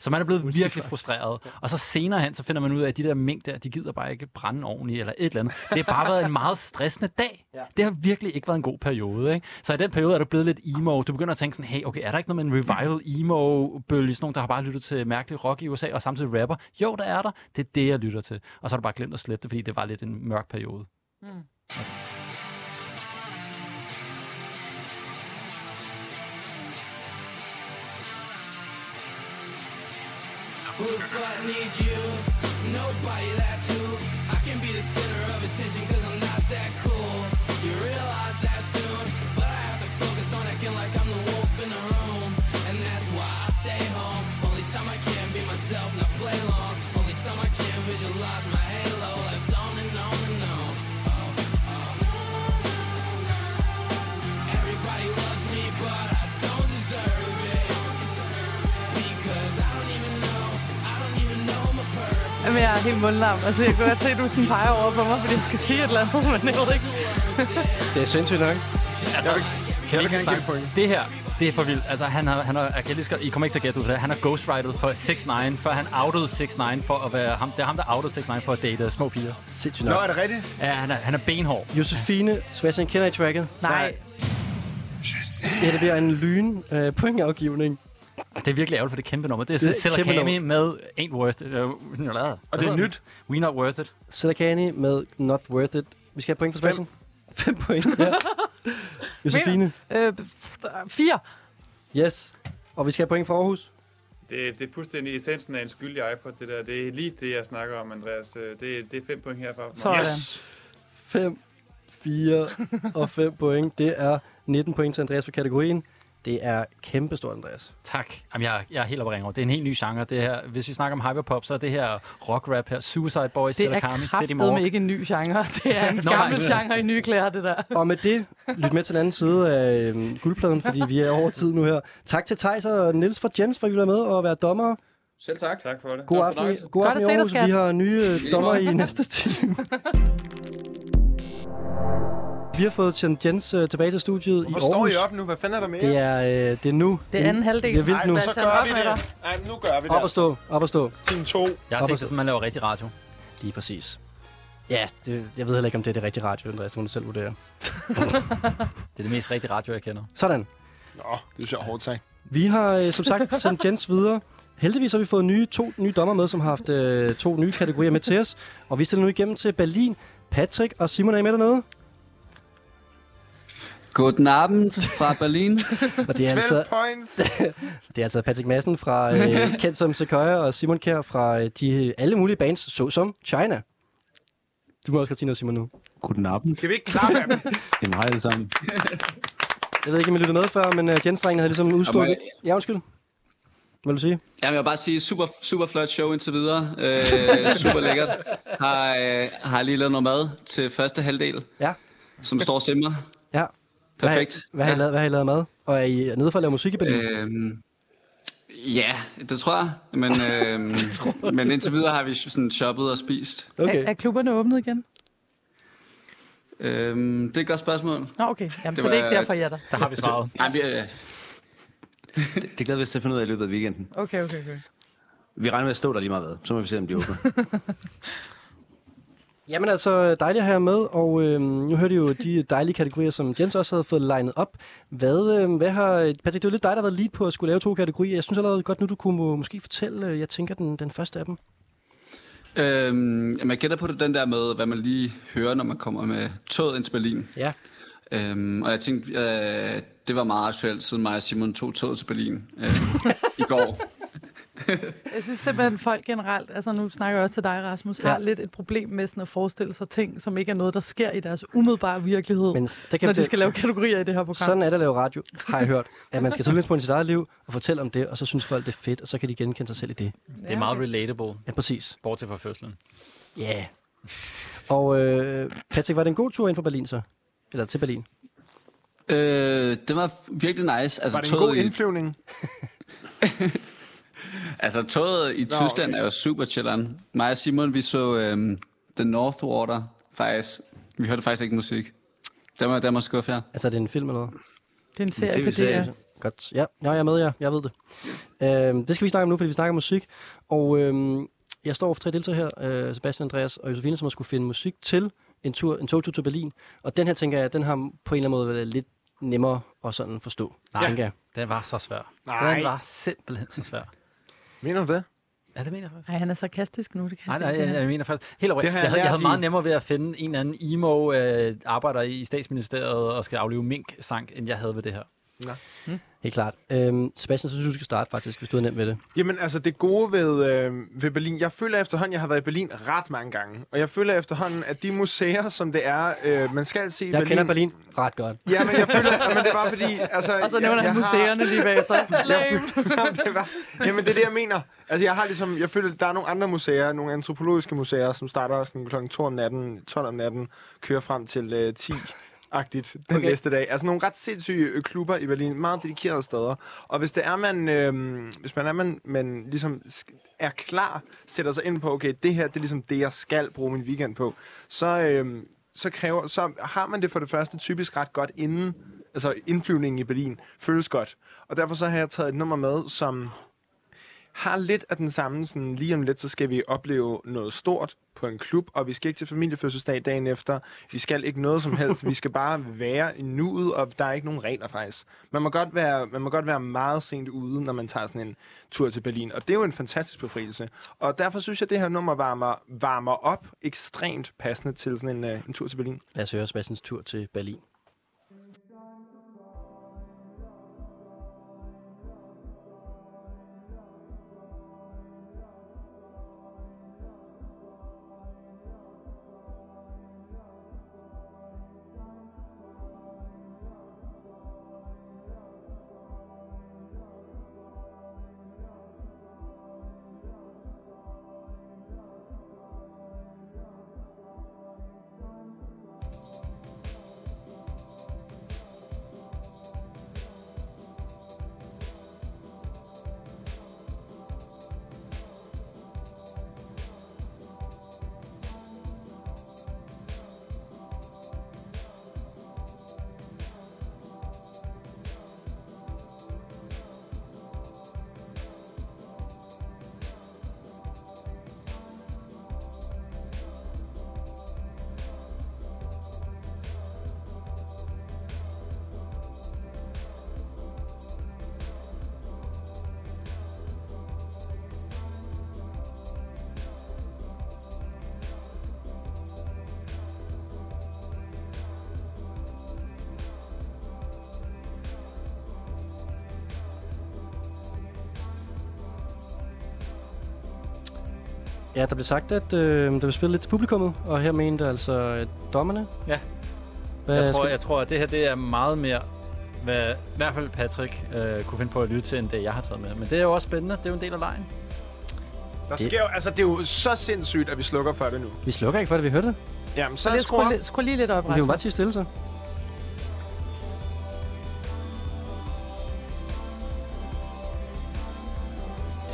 Så man er blevet virkelig frustreret. Og så senere hen, så finder man ud af, at de der mængder, der, de gider bare ikke brænde ordentligt eller et eller andet. Det har bare været en meget stressende dag. Ja. Det har virkelig ikke været en god periode. Ikke? Så i den periode er du blevet lidt emo. Du begynder at tænke sådan, hey, okay, er der ikke noget med en revival emo-bølge? Sådan nogen, der har bare lyttet til mærkelig rock i USA og samtidig rapper. Jo, der er der. Det er det, jeg lytter til. Og så har du bare glemt at slette det, fordi det var lidt en mørk periode. Who the fuck needs you? Nobody, that's who. I can be the center of attention because I'm not that cool. You realize that soon, but I have to focus on acting like I'm the wolf in the room. And that's why I stay home. Only time I can be myself, not play long. Only time I can visualize my halo. Life's on and on and on. Oh, oh. Everybody loves me, but I don't deserve it. Because I don't even know, I don't even know I'm a perfect. Jamen, jeg er helt mundlam. Altså, jeg kunne godt se, at du sådan peger over på mig, fordi jeg skal sige et eller andet, (laughs) men jeg ved ikke. Det er sindssygt nok. Kan jeg gerne point. Det her, det er for vildt. Altså, han har, han har, jeg kan lige skal, I kommer ikke til at gætte ud for det. Han har ghostwritet for 6 9 før han outede 6 9 for at være ham. Det er ham, der outede 6 9 for at date øh, små piger. Sindssygt Nå, nok. er det rigtigt? Ja, han er, han er benhård. Josefine Svendsen, kender I tracket? Nej. Ja, det bliver en lyn øh, pointafgivning. Det er virkelig ærgerligt for det kæmpe nummer. Det er, Det er det et Silla kæmpe Kami med Ain't Worth It. Uh, Og det er nyt. We Not Worth It. Sedakani med Not Worth It. Vi skal have point for Svendsen. 5 point, (laughs) ja. Josefine, Øh, f- fire. yes. Og vi skal have point for Aarhus. Det, det er fuldstændig essensen af en skyldig iPod, det der. Det er lige det, jeg snakker om, Andreas. Øh, Det, det er fem point herfra. for mig. Sådan. 5, 4 og 5 point. Det er 19 point til Andreas for kategorien. Det er kæmpestort, Andreas. Tak. Jamen, jeg, jeg er helt oppe at ringe over. Det er en helt ny genre, det her. Hvis vi snakker om hyperpop, så er det her rock-rap her. Suicide Boys, Det Silla er Kami, City Morg. kraftedeme ikke en ny genre. Det er en (laughs) Nå, gammel nej. genre i nye klæder, det der. Og med det, lyt med til den anden side af øhm, guldpladen, fordi vi er over tid nu her. Tak til Thijs og Niels fra Jens, for at I var med og være dommer. Selv tak. Tak for det. God Det var aften, en fornøjelse. God Godt aften at se dig, Aarhus. skat. Vi har nye øh, lige dommer måde. i næste time. Vi har fået Chen Jens øh, tilbage til studiet Hvor i Aarhus. står I op nu? Hvad fanden er der med Det jer? er, øh, det er nu. Det er anden halvdel. Det er vildt Ej, nu. hvad Så Send gør op vi med dig. det. Nej, nu gør vi Op at det. stå, op at stå. Team 2. Jeg Op har og set stå. det, som man laver rigtig radio. Lige præcis. Ja, det, jeg ved heller ikke, om det er det rigtige radio, Andreas. Det må du selv vurdere. Det er det mest rigtige radio, jeg kender. Sådan. Nå, det er sjovt hårdt sagt. Vi har øh, (laughs) som sagt sendt Jens videre. Heldigvis har vi fået nye, to nye dommer med, som har haft øh, to nye kategorier med til os. Og vi stiller nu igennem til Berlin. Patrick og Simon er I med dernede? Guten Abend fra Berlin. Og det er 12 altså, points. (laughs) det er altså Patrick Madsen (laughs) fra øh, Kendt som Sequoia og Simon Kjær fra øh, de, alle mulige bands, såsom China. Du må også godt sige noget, Simon, nu. Guten Abend. Skal vi ikke klappe af dem? Jamen, hej alle sammen. (laughs) Jeg ved ikke, om I lyttede med før, men øh, jens havde ligesom udstukket... Ja, undskyld. Hvad vil du sige? Jamen, jeg vil bare sige, super, super flot show indtil videre. Øh, super lækkert. Har, øh, har lige lavet noget mad til første halvdel, Ja. som står og simmer. Ja. Hvad, har I- Perfekt. Hvad har, I lavet, hvad har I lavet med? Og er I nede for at lave musik i Berlin? ja. Øhm, ja, det tror jeg. Men, øhm, men indtil videre har vi sådan shoppet og spist. Okay. Er, er klubberne åbnet igen? Øhm, det er et godt spørgsmål. Nå, okay. Jamen, Det så det er var- ikke derfor, jeg er der. Der har vi svaret. Ej, vi, øh, (laughs) Det, det glæder vi os til at finde ud af i løbet af weekenden. Okay, okay, okay. Vi regner med at stå der lige meget hvad. Så må vi se, om de (laughs) åbner. Jamen altså, dejligt at have jer med, og øhm, nu hørte I jo de dejlige kategorier, som Jens også havde fået legnet op. Hvad, øhm, hvad har... Patrick, det var lidt dig, der har været lead på at skulle lave to kategorier. Jeg synes allerede godt nu, du kunne må, måske fortælle, øh, jeg tænker, den, den første af dem. øhm, man gætter på det den der med, hvad man lige hører, når man kommer med toget ind til Berlin. Ja. Øhm, og jeg tænkte, øh, det var meget aktuelt, siden mig og Simon tog toget til Berlin øh, i går. (laughs) Jeg synes simpelthen, folk generelt, altså nu snakker jeg også til dig, Rasmus, har Ja. lidt et problem med sådan at forestille sig ting, som ikke er noget, der sker i deres umiddelbare virkelighed, Men Men, der kan når jeg de fortælle- skal lave kategorier i det her program. Sådan er det at lave radio, har jeg hørt. At man skal tage udgangspunkt i sit eget liv og fortælle om det, og så synes folk, det er fedt, og så kan de genkende sig selv i det. Det er meget relatable, Ja, præcis. bortset fra fødslen. Ja. Yeah. Og øh, Patrick, var det en god tur ind fra Berlin så? Eller til Berlin? Øh, det var virkelig nice. Altså, Var det en toget god i- indflyvning? Altså toget i Tyskland er jo super chilleren. Mig og Simon, vi så øhm, The North Water, faktisk. Vi hørte faktisk ikke musik. Der var, der var skuffet her. Altså, er det en film eller noget? Det er en serie på tv-serie. DR. Godt. Ja, ja jeg er med jer. Jeg ved det. Øhm, det skal vi snakke om nu, fordi vi snakker om musik. Og øhm, jeg står over for tre deltagere her, øh, Sebastian, Andreas og Josefine, som har skulle finde musik til en, tur, en togtur til Berlin. Og den her, tænker jeg, den har på en eller anden måde været lidt nemmere at sådan forstå, Nej. tænker jeg. Den var så svær. Den var simpelthen så svær. Mener du det? Ja, det mener jeg faktisk. Nej, han er sarkastisk nu, det kan Nej, jeg nej, se. jeg, jeg mener faktisk... Helt over, Det jeg, har jeg, jeg havde, jeg lært havde i- meget nemmere ved at finde en eller anden emo øh, arbejder i statsministeriet og skal aflive mink-sang, end jeg havde ved det her. Helt klart. Øhm, Sebastian, så synes jeg, du skal starte faktisk, hvis du er nem ved det. Jamen altså det gode ved, øh, ved Berlin, jeg føler efterhånden, jeg har været i Berlin ret mange gange. Og jeg føler efterhånden, at de museer, som det er, øh, man skal se i Jeg Berlin... kender Berlin ret godt. Ja, men jeg føler, jamen, det er bare fordi... Altså, Og så jeg- nævner jeg han har- museerne lige bagefter. (laughs) Lame. Jamen, det var, (laughs) jamen, det er det, jeg mener. Altså, jeg har ligesom, jeg føler, at der er nogle andre museer, nogle antropologiske museer, som starter sådan kl. 2 om natten, 12 om natten, kører frem til øh, 10 agtigt den okay. næste dag. Altså nogle ret sindssyge øh, klubber i Berlin, meget dedikerede steder. Og hvis det er, man, øh, hvis man er, man, man ligesom sk- er klar, sætter sig ind på, okay, det her, det er ligesom det, jeg skal bruge min weekend på, så, øh, så, kræver, så har man det for det første typisk ret godt inden, altså indflyvningen i Berlin, føles godt. Og derfor så har jeg taget et nummer med, som har lidt af den samme, sådan lige om lidt, så skal vi opleve noget stort på en klub, og vi skal ikke til familiefødselsdag dagen efter. Vi skal ikke noget som helst. Vi skal bare være i nuet, og der er ikke nogen regler faktisk. Man må godt være, man må godt være meget sent ude, når man tager sådan en tur til Berlin, og det er jo en fantastisk befrielse. Og derfor synes jeg, at det her nummer varmer, varmer op ekstremt passende til sådan en, øh, en tur til Berlin. Lad os høre Sebastians tur til Berlin. Ja, der blev sagt, at øh, der blev spillet lidt til publikummet, og her mente altså øh, dommerne. Ja. Hvad jeg, tror, skal- jeg tror, at det her det er meget mere, hvad i hvert fald Patrick øh, kunne finde på at lytte til, end det jeg har taget med. Men det er jo også spændende. Det er jo en del af lejen. Der sker jo, altså, det er jo så sindssygt, at vi slukker for det nu. Vi slukker ikke for det, vi hørte det. Jamen, Så så lige, skru op. skru, skru lige lidt op, Vi kan jo bare Rasmus. tige stille, så.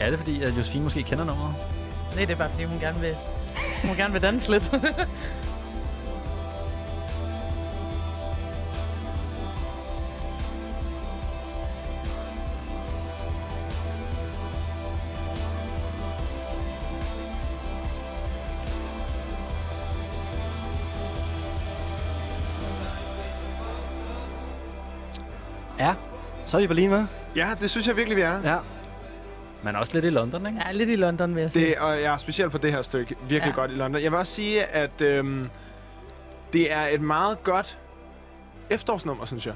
Er det fordi, at Josefine måske kender nummeret? Nej, det er bare fordi, hun gerne vil, hun gerne vil danse lidt. (laughs) Ja, så er vi i Berlin, hva'? Ja, det synes jeg virkelig, vi er. Ja. Men også lidt i London, ikke? Ja, lidt i London, vil jeg sige. Det, og jeg er specielt på det her stykke virkelig Ja. ja. godt i London. Jeg vil også sige, at øhm, det er et meget godt efterårsnummer, synes jeg.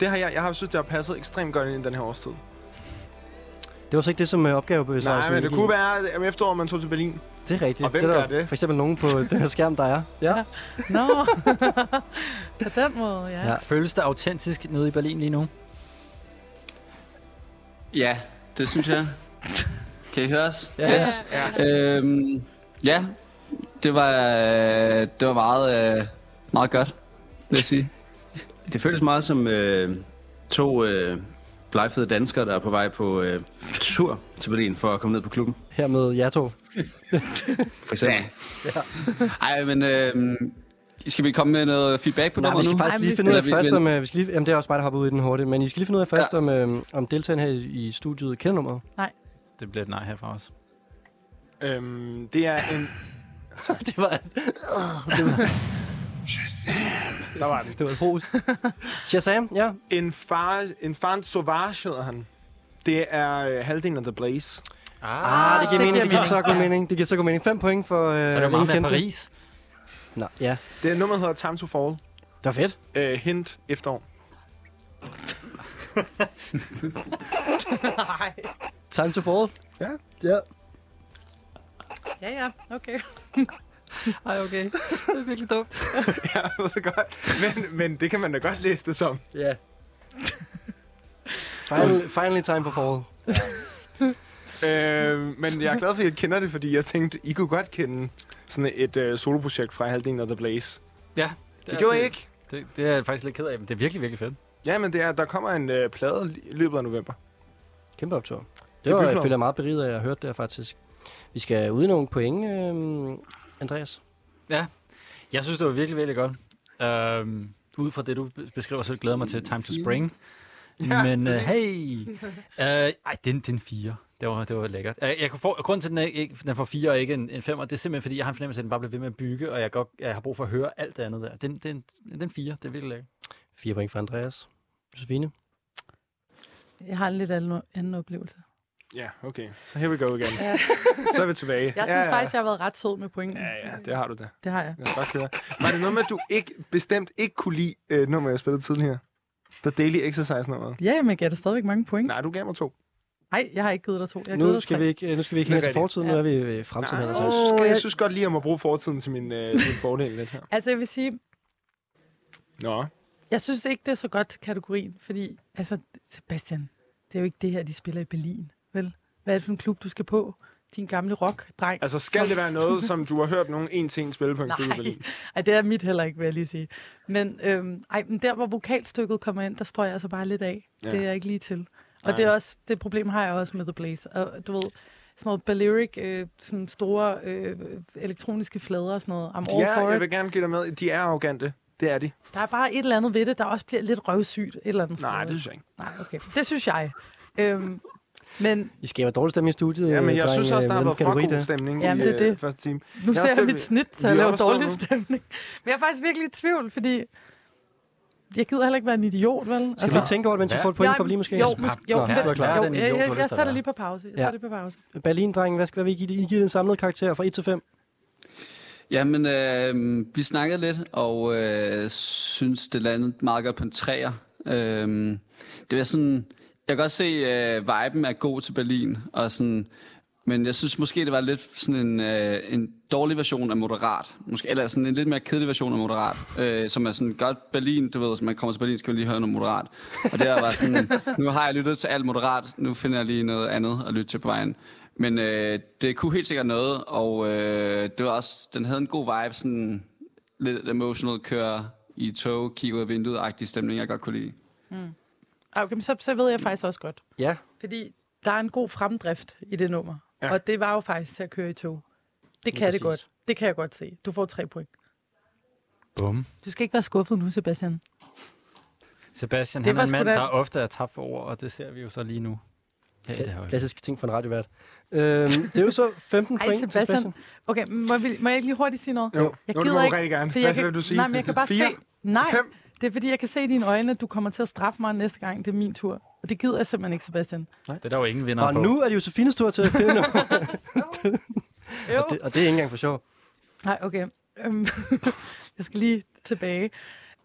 Det har jeg, jeg har synes, det har passet ekstremt godt ind i den her årstid. Det var så ikke det, som øh, opgavebesvarelsen Nej, men det gik i. kunne være, at om efteråret man tog til Berlin. Det er rigtigt. Og hvem det gør det? For eksempel nogen på den her skærm, der er. Ja. Nå, på den måde, ja. Ja. ja. Føles det autentisk nede i Berlin lige nu? Ja, det synes jeg. kan I høre os? Ja, yes. ja, ja. Øhm, ja, det var, øh, det var meget, øh, meget godt, vil jeg sige. Det føles meget som øh, to øh, blegfede danskere, der er på vej på øh, tur til Berlin for at komme ned på klubben, Her med jer to. (laughs) for eksempel. Ja. Ej, men øh, skal vi komme med noget feedback på Nej, vi nummeret nu? skal faktisk lige finde ud af først, om... øh, Vi skal lige, jamen, det er også bare, der hopper ud i den hurtigt. Men I skal lige finde ud af først, om, øh, om deltagerne her i, i studiet kender nummeret. Det bliver et nej her fra os. Øhm, det er en... (laughs) det (laughs) var... det var... Der var det. (laughs) Det var et host. Shazam, ja. En far, en far sauvage hedder han. Det er øh, halvdelen af The Blaze. Ah, det giver mening. Det giver så god mening. Det giver så god mening. 5 point for... Øh, Så er det jo ingen meget med kendte. Paris. Nå, (laughs) ja. Det er nummeret hedder Time to Fall. Det var fedt. Øh, hint efterår. Time to fall. Ja. Ja. Ja, ja, okay. (laughs) Ej, okay. Det er virkelig dumt. ja, jeg ved det godt. Men, men det kan man da godt læse det som. Ja. Final, finally time for fall. (laughs) Øh, men jeg er glad for, at I kender det, fordi jeg tænkte, I kunne godt kende sådan et øh, soloprojekt fra halvdelen af The Blaze. (laughs) Ja. Det gjorde I ikke. Det, det, er jeg faktisk lidt ked af, men det er virkelig, virkelig fedt. Ja, men det er, der kommer en øh, plade i løbet af november. Kæmpe optur. Det, Det var, jeg bygger. føler jeg meget beriget af, at jeg hørte det faktisk. Vi skal ud i nogle point, øh, Andreas. Ja. Jeg synes, det var virkelig, virkelig godt. Øhm, ud fra det, du be- beskriver, så glæder jeg mig til Time to Spring. Ja, (laughs) men uh, hey! Uh, ej, den, den 4. Det var, det var lækkert. Uh, jeg kunne få, grunden til, at den, er ikke, den får 4 og ikke en, en 5, det er simpelthen, fordi jeg har en fornemmelse af, at den bare bliver ved med at bygge, og jeg, godt, jeg har brug for at høre alt det andet der. Den, den, den 4, det er virkelig lækkert. 4 point for Andreas. Josefine. Jeg har en lidt anden, anden oplevelse. Ja, okay. Så here we go igen. Så er vi tilbage. Jeg synes ja, ja. faktisk, jeg har været ret sød med pointen. Ja, ja, det har du da. Det har jeg. Jeg kan godt høre. Var det noget med, at du ikke, bestemt ikke kunne lide øh, nummer, jeg spillede tidligere? The Daily Exercise nummeret. Ja, men jeg gav dig stadigvæk mange point. Nej, du gav mig to. Nej, jeg har ikke givet dig to. Jeg har givet Nu dig skal, tre. vi ikke, øh, nu skal vi ikke Det er hænge os til rigtigt. fortiden, nu er vi ved fremtiden. Nej, Anders. jeg, Åh, synes, jeg jeg- synes godt lige om at bruge fortiden til min, øh, min fordel lidt her. Altså, jeg vil sige, Nå. jeg synes ikke, det er så godt til kategorien, fordi, altså, Sebastian, det er jo ikke det her, de spiller i Berlin, vel? Hvad er det for en klub, du skal på? Din gamle rock-dreng. Altså, skal det være (laughs) noget, som du har hørt nogen en til en spille på en klub i Nej, Berlin? ej, det er mit heller ikke, vil jeg lige sige. Men, øhm, ej, men der, hvor vokalstykket kommer ind, der står jeg altså bare lidt af. Ja. Ja. Det er jeg ikke lige til. Og Nej. det, er også, det problem har jeg også med The Blaze. Og, du ved, sådan noget Balearic, øh, sådan store øh, elektroniske flader og sådan noget. I'm all Ja, for jeg it. vil gerne give dig med. De er arrogante. Det Øh, er de. Der er bare et eller andet ved det, der også bliver lidt røvsygt et eller andet sted. Nej, det synes jeg ikke. Nej, okay. Det synes jeg. Øhm, men I skaber dårlig stemning i studiet. Ja, men øh, jeg drenge, synes også, der har øh, med været den kategori for god der. stemning Jamen, i det er øh, det. første time. nu Jeg er ser jeg stadig- mit snit, så Vi jeg er laver overstået dårlig nu. stemning. Men jeg er faktisk virkelig i tvivl, fordi jeg gider heller ikke være en idiot, vel? Altså, Skal vi ikke tænke over det, mens vi får et point for lige måske? Altså, Jo, måske, jo, Nå, Nå, du er jo, klar. jo, jeg, jeg, jeg sætter lige på pause. Jeg Ja. sætter lige på pause. Berlin, drengen, hvad skal hvad vil I give det? I giver den samlede karakter fra 1 til 5. Jamen, øh, vi snakkede lidt, og øh, synes, det landede meget godt på en træer. Øh, det var sådan, jeg kan godt se, øh, viben er god til Berlin, og sådan, Men jeg synes måske, det var lidt sådan en, øh, en dårlig version af Moderat. Måske, eller sådan en lidt mere kedelig version af Moderat. Øh, som er sådan, godt Berlin, du ved, hvis man kommer til Berlin, skal man lige høre noget Moderat. Og der var sådan, nu har jeg lyttet til alt Moderat, nu finder jeg lige noget andet at lytte til på vejen. Men øh, det kunne helt sikkert noget, og øh, det var også, den havde en god vibe, sådan lidt emotional køre i tog, kigge ud af vinduet-agtig stemning, jeg godt kunne lide. Mm. Okay, men så, så ved jeg faktisk også godt. Ja. Fordi der er en god fremdrift i det nummer. Ja. Ja. Og det var jo faktisk til at køre i tog. Det Lige kan det præcis. godt. Det kan jeg godt se. Du får tre point. Bum. Du skal ikke være skuffet nu, Sebastian. Sebastian, Det det han er var en sgu mand, da- der ofte er tabt for ord, og det ser vi jo så lige nu. Ja, det er Klassiske ting for en radiovært. Øhm, det er jo så 15 (laughs) Ej, point til Sebastian. Okay, må, vi, må jeg ikke lige hurtigt sige noget? Jo. Jo, jeg det må du rigtig gerne. for Hvad jeg vil du sige? Nej, men jeg kan bare Fire? se. Nej, Fem? det er fordi, jeg kan se i dine øjne, at du kommer til at straffe mig næste gang. Det er min tur. Og det gider jeg simpelthen ikke, Sebastian. Nej. Det er der jo ingen vinder Og på. nu er det Josefines tur til at (laughs) finde noget. Jo. (laughs) og, det, og det er ikke engang for sjov. Nej, okay. Øhm, (laughs) jeg skal lige tilbage.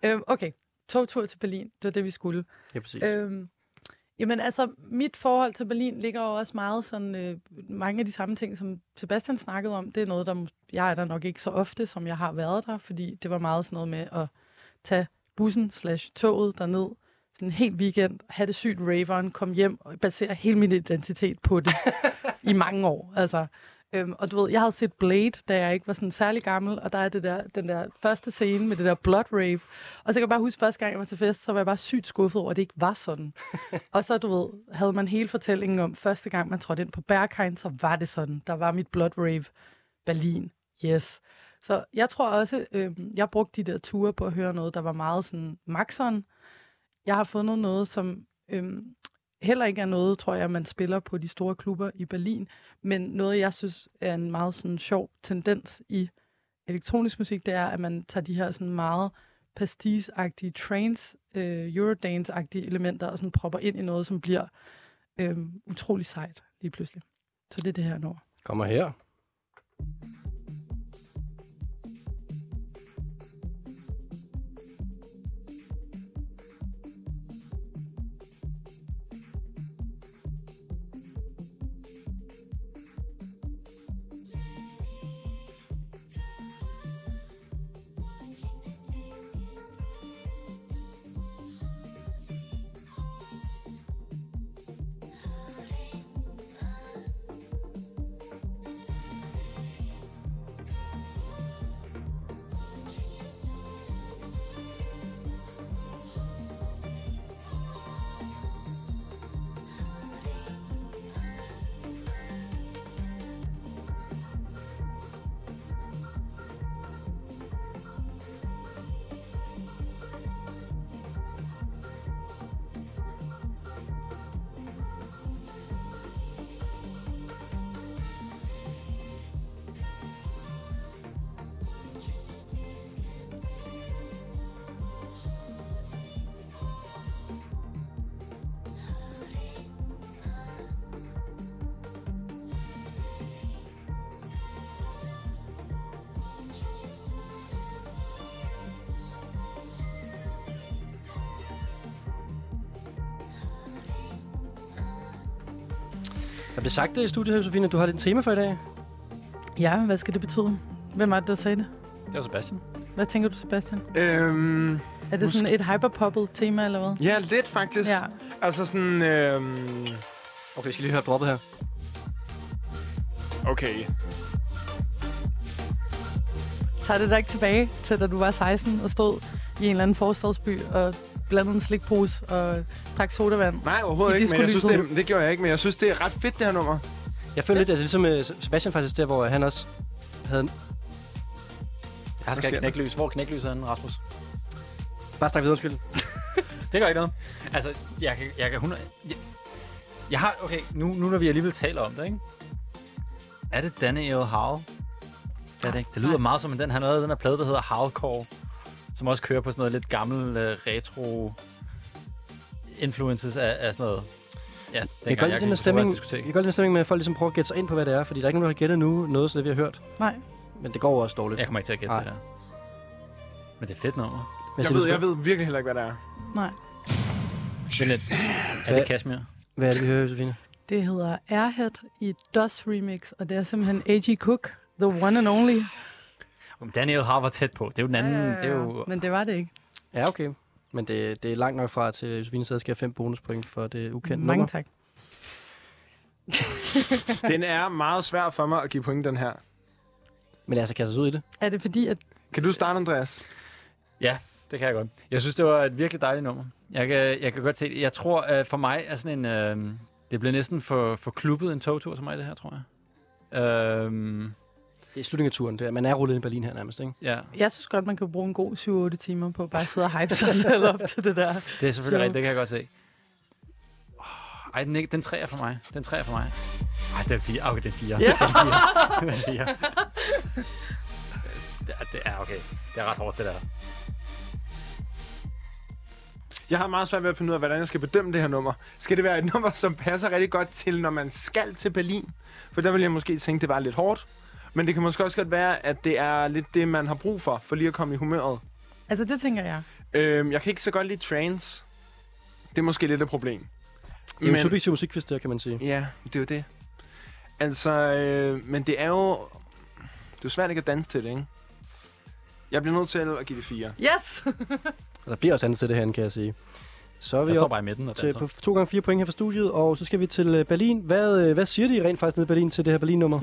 Øhm, okay, togtur til Berlin. Det var det, vi skulle. Ja, præcis. Øhm, jamen altså, mit forhold til Berlin ligger jo også meget sådan, øh, mange af de samme ting, som Sebastian snakkede om. Det er noget, der mås- jeg er der nok ikke så ofte, som jeg har været der, fordi det var meget sådan noget med at tage bussen slash toget derned, sådan en hel weekend, have det sygt raveren, komme hjem og basere hele min identitet på (laughs) det i mange år. Altså, øhm, og du ved, jeg havde set Blade, da jeg ikke var sådan særlig gammel, og der er det der, den der første scene med det der blood rave. Og så kan jeg bare huske, første gang jeg var til fest, så var jeg bare sygt skuffet over, at det ikke var sådan. og så, du ved, havde man hele fortællingen om, første gang man trådte ind på Berghain, så var det sådan. Der var mit blood rave. Berlin. Yes. Så jeg tror også, øh, jeg brugte de der ture på at høre noget, der var meget sådan maxeren. Jeg har fundet noget, som øh, heller ikke er noget, tror jeg, man spiller på de store klubber i Berlin, men noget, jeg synes er en meget sådan sjov tendens i elektronisk musik, det er, at man tager de her sådan meget pastis-agtige trance, øh, eurodance-agtige elementer og sådan propper ind i noget, som bliver øh, utrolig sejt lige pludselig. Så det er det her nummer. Kommer her. Der blev sagt det i studiet, her, Josefine, at du har et tema for i dag. Ja, hvad skal det betyde? Hvem var det, der sagde det? Det var Sebastian. Hvad tænker du, Sebastian? Øhm, Er det sådan et hyperpoppet tema, eller hvad? Ja, lidt faktisk. Ja. Altså sådan... Øhm... Okay, jeg skal lige høre droppet her. Okay. Tager det dig ikke tilbage til, da du var 16 og stod i en eller anden forstadsby og blandede en slikpose og drak sodavand? Nej, Overhovedet i ikke, men jeg synes, diskolyset? det, det gjorde jeg ikke, men jeg synes, det er ret fedt, det her nummer. Jeg føler lidt, at det er ligesom øh, Sebastian faktisk der, hvor han også havde en... Jeg sker skal der? have knæklys. Hvor er knæklys er han, Rasmus? Bare snak videre, (laughs) undskyld. Det gør ikke noget. Altså, jeg kan... Jeg, kan 100, jeg, jeg har... Okay, nu, nu når vi alligevel taler om det, ikke? Er det Daniel Howe? Det er det ikke. Det lyder meget som den. Han havde den her plade, der hedder Hardcore, som også kører på sådan noget lidt gammel uh, retro influences af, af sådan noget. Ja, dengang Jeg kan godt lide den her gik på stemning, Roskilde jeg Diskotek. kan godt lide den stemning med, at folk ligesom prøver at gætte sig ind på, hvad det er, fordi der er ikke nogen, der har gættet nu noget, så det vi har hørt. Nej. Men det går jo også dårligt. Jeg kommer ikke til at gætte det her. Men det er fedt nummer. Hvad Jeg siger ved, du, jeg ved virkelig heller ikke, hvad det er. Nej. Det er lidt- Er det Kashmir? Hvad er det, vi hører, Josefine? Det hedder Airhead i DOS Remix, og det er simpelthen A.G. Cook, the one and only. Øh, Daniel har var tæt på. Det er jo den anden. Det er jo... Men det var det ikke. Ja, okay. Men det, det er langt nok fra til Josefine stadig skal have fem bonuspoint for det ukendte Mange nummer. tak. (laughs) Den er meget svær for mig at give point, den her. Men altså, kaster sig ud i det. Er det fordi, at... Kan du starte, Andreas? Ja, det kan jeg godt. Jeg synes, det var et virkelig dejligt nummer. Jeg kan, jeg kan godt se det. Jeg tror, øh, for mig er sådan en... Øh, det bliver næsten for, for klubbet en togtur til mig, det her, tror jeg. Øhm, Det er slutningen af turen. Det er, man er rullet ind i Berlin her nærmest, ikke? (laughs) ja, Jeg synes godt, man kan bruge en god 7-8 timer på at bare sidde og hype sig selv op til det der. det er selvfølgelig Så- rigtigt. Det kan jeg godt se. Åh, Ej, den, er ikke- den træer for mig. Den træer for mig. Ej, det er fire. Okay, det er fire. Yes. Det er fire. Det er fire. Det er- Det er okay. Det er ret hårdt, det der. Jeg har meget svært ved at finde ud af, hvordan jeg skal bedømme det her nummer. Skal det være et (laughs) nummer, som passer rigtig godt til, når man skal til Berlin? For der vil jeg måske tænke, det var lidt hårdt. Men det kan måske også godt være, at det er lidt det, man har brug for, for lige at komme i humøret. Altså, det tænker jeg. Øhm, jeg kan ikke så godt lide trance. Det er måske lidt et problem. Det er jo en subjektiv musikquiz, der kan man sige. Ja, det er jo det. Altså, øh, men det er jo... Det er jo svært ikke at danse til det, ikke? Jeg bliver nødt til at give det fire. Yes! (laughs) Og der bliver også andet til det her, kan jeg sige. Så er vi Jeg står oppe bare i midten og til danser. på 2 gange 4 point her fra studiet, og så skal vi til øh, Berlin. Hvad, øh, hvad siger de rent faktisk nede i Berlin til det her (laughs) Berlin-nummer?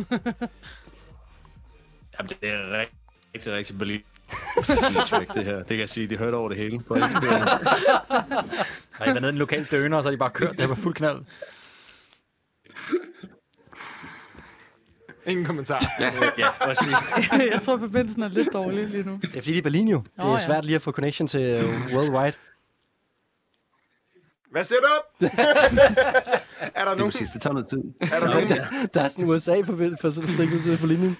Jamen, det er rigtig, rigtig, rigtig Berlin. (laughs) Trick, det her. Det kan jeg sige, de hørte over det hele. På alle- Der er nede i en lokal døner, og så har de bare kørt det på fuld knald. Ingen kommentar. ja, præcis. jeg tror, forbindelsen er lidt dårlig lige nu. det er fordi, de er i Berlin jo. Det Åh, er ja. svært lige at få connection til øh, (laughs) worldwide. Hvad siger du? er der Det er nogen, præcis, det tager noget tid. er der nogen, Der er sådan en USA på for forsinkelse på linjen.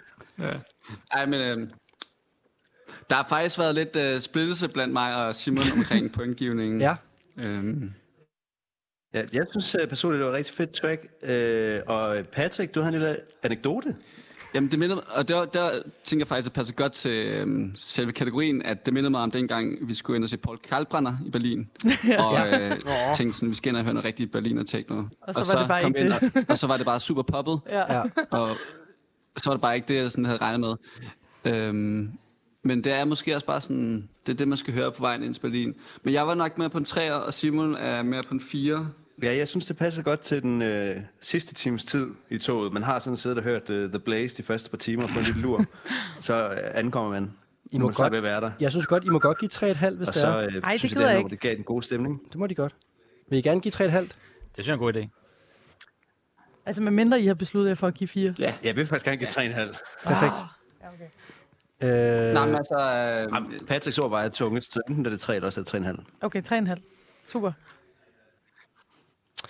Ej, men øh, der har faktisk været lidt øh, splittelse blandt mig og Simon (laughs) omkring pointgivningen. Ja. Øhm, Ja, jeg synes øh, personligt, det var et rigtig fedt track. Øh, og Patrick, du har en lille anekdote. jamen, det mindede, og der, der tænker jeg faktisk, at det passer godt til øhm, selve kategorien, at det mindede mig om dengang, vi skulle ind og se Paul Kalbrenner i (laughs) Berlin. Og øh, tænkte sådan, vi skal ind og høre noget rigtigt Berlin og tekno. Og så var det bare kom ikke vi det. ind, (laughs) Og, og så var det bare super poppet. Ja. Ja. Og så var det bare ikke det, jeg sådan havde regnet med. Øhm, men det er måske også bare sådan, det er det, man skal høre på vejen ind til Berlin. Men jeg var nok med på en 3'er, og Simon er mere på en 4'er. (laughs) Ja, jeg synes, det passer godt til den øh, sidste times tid i toget. Man har sådan siddet og hørt øh, The Blaze de første par timer på en lille (laughs) lur. så øh, ankommer man. I når må man snart godt- vil være der. Jeg synes godt, I må godt give 3,5, hvis Og det er. så øh, Ej, det synes gider jeg, jeg det, her nummer, ikke. det gav en god stemning. Det må de godt. Vil I gerne give 3,5? Det synes jeg er en god idé. Altså, med mindre I har besluttet jer for at give fire. Jeg vil faktisk gerne give 3,5. Perfekt. Øh. Øh, Nej, men altså, øh, Jamen, Patricks ord vejer tungest, så enten er det 3 eller også er det 3,5. Okay, tre og en halv. Super.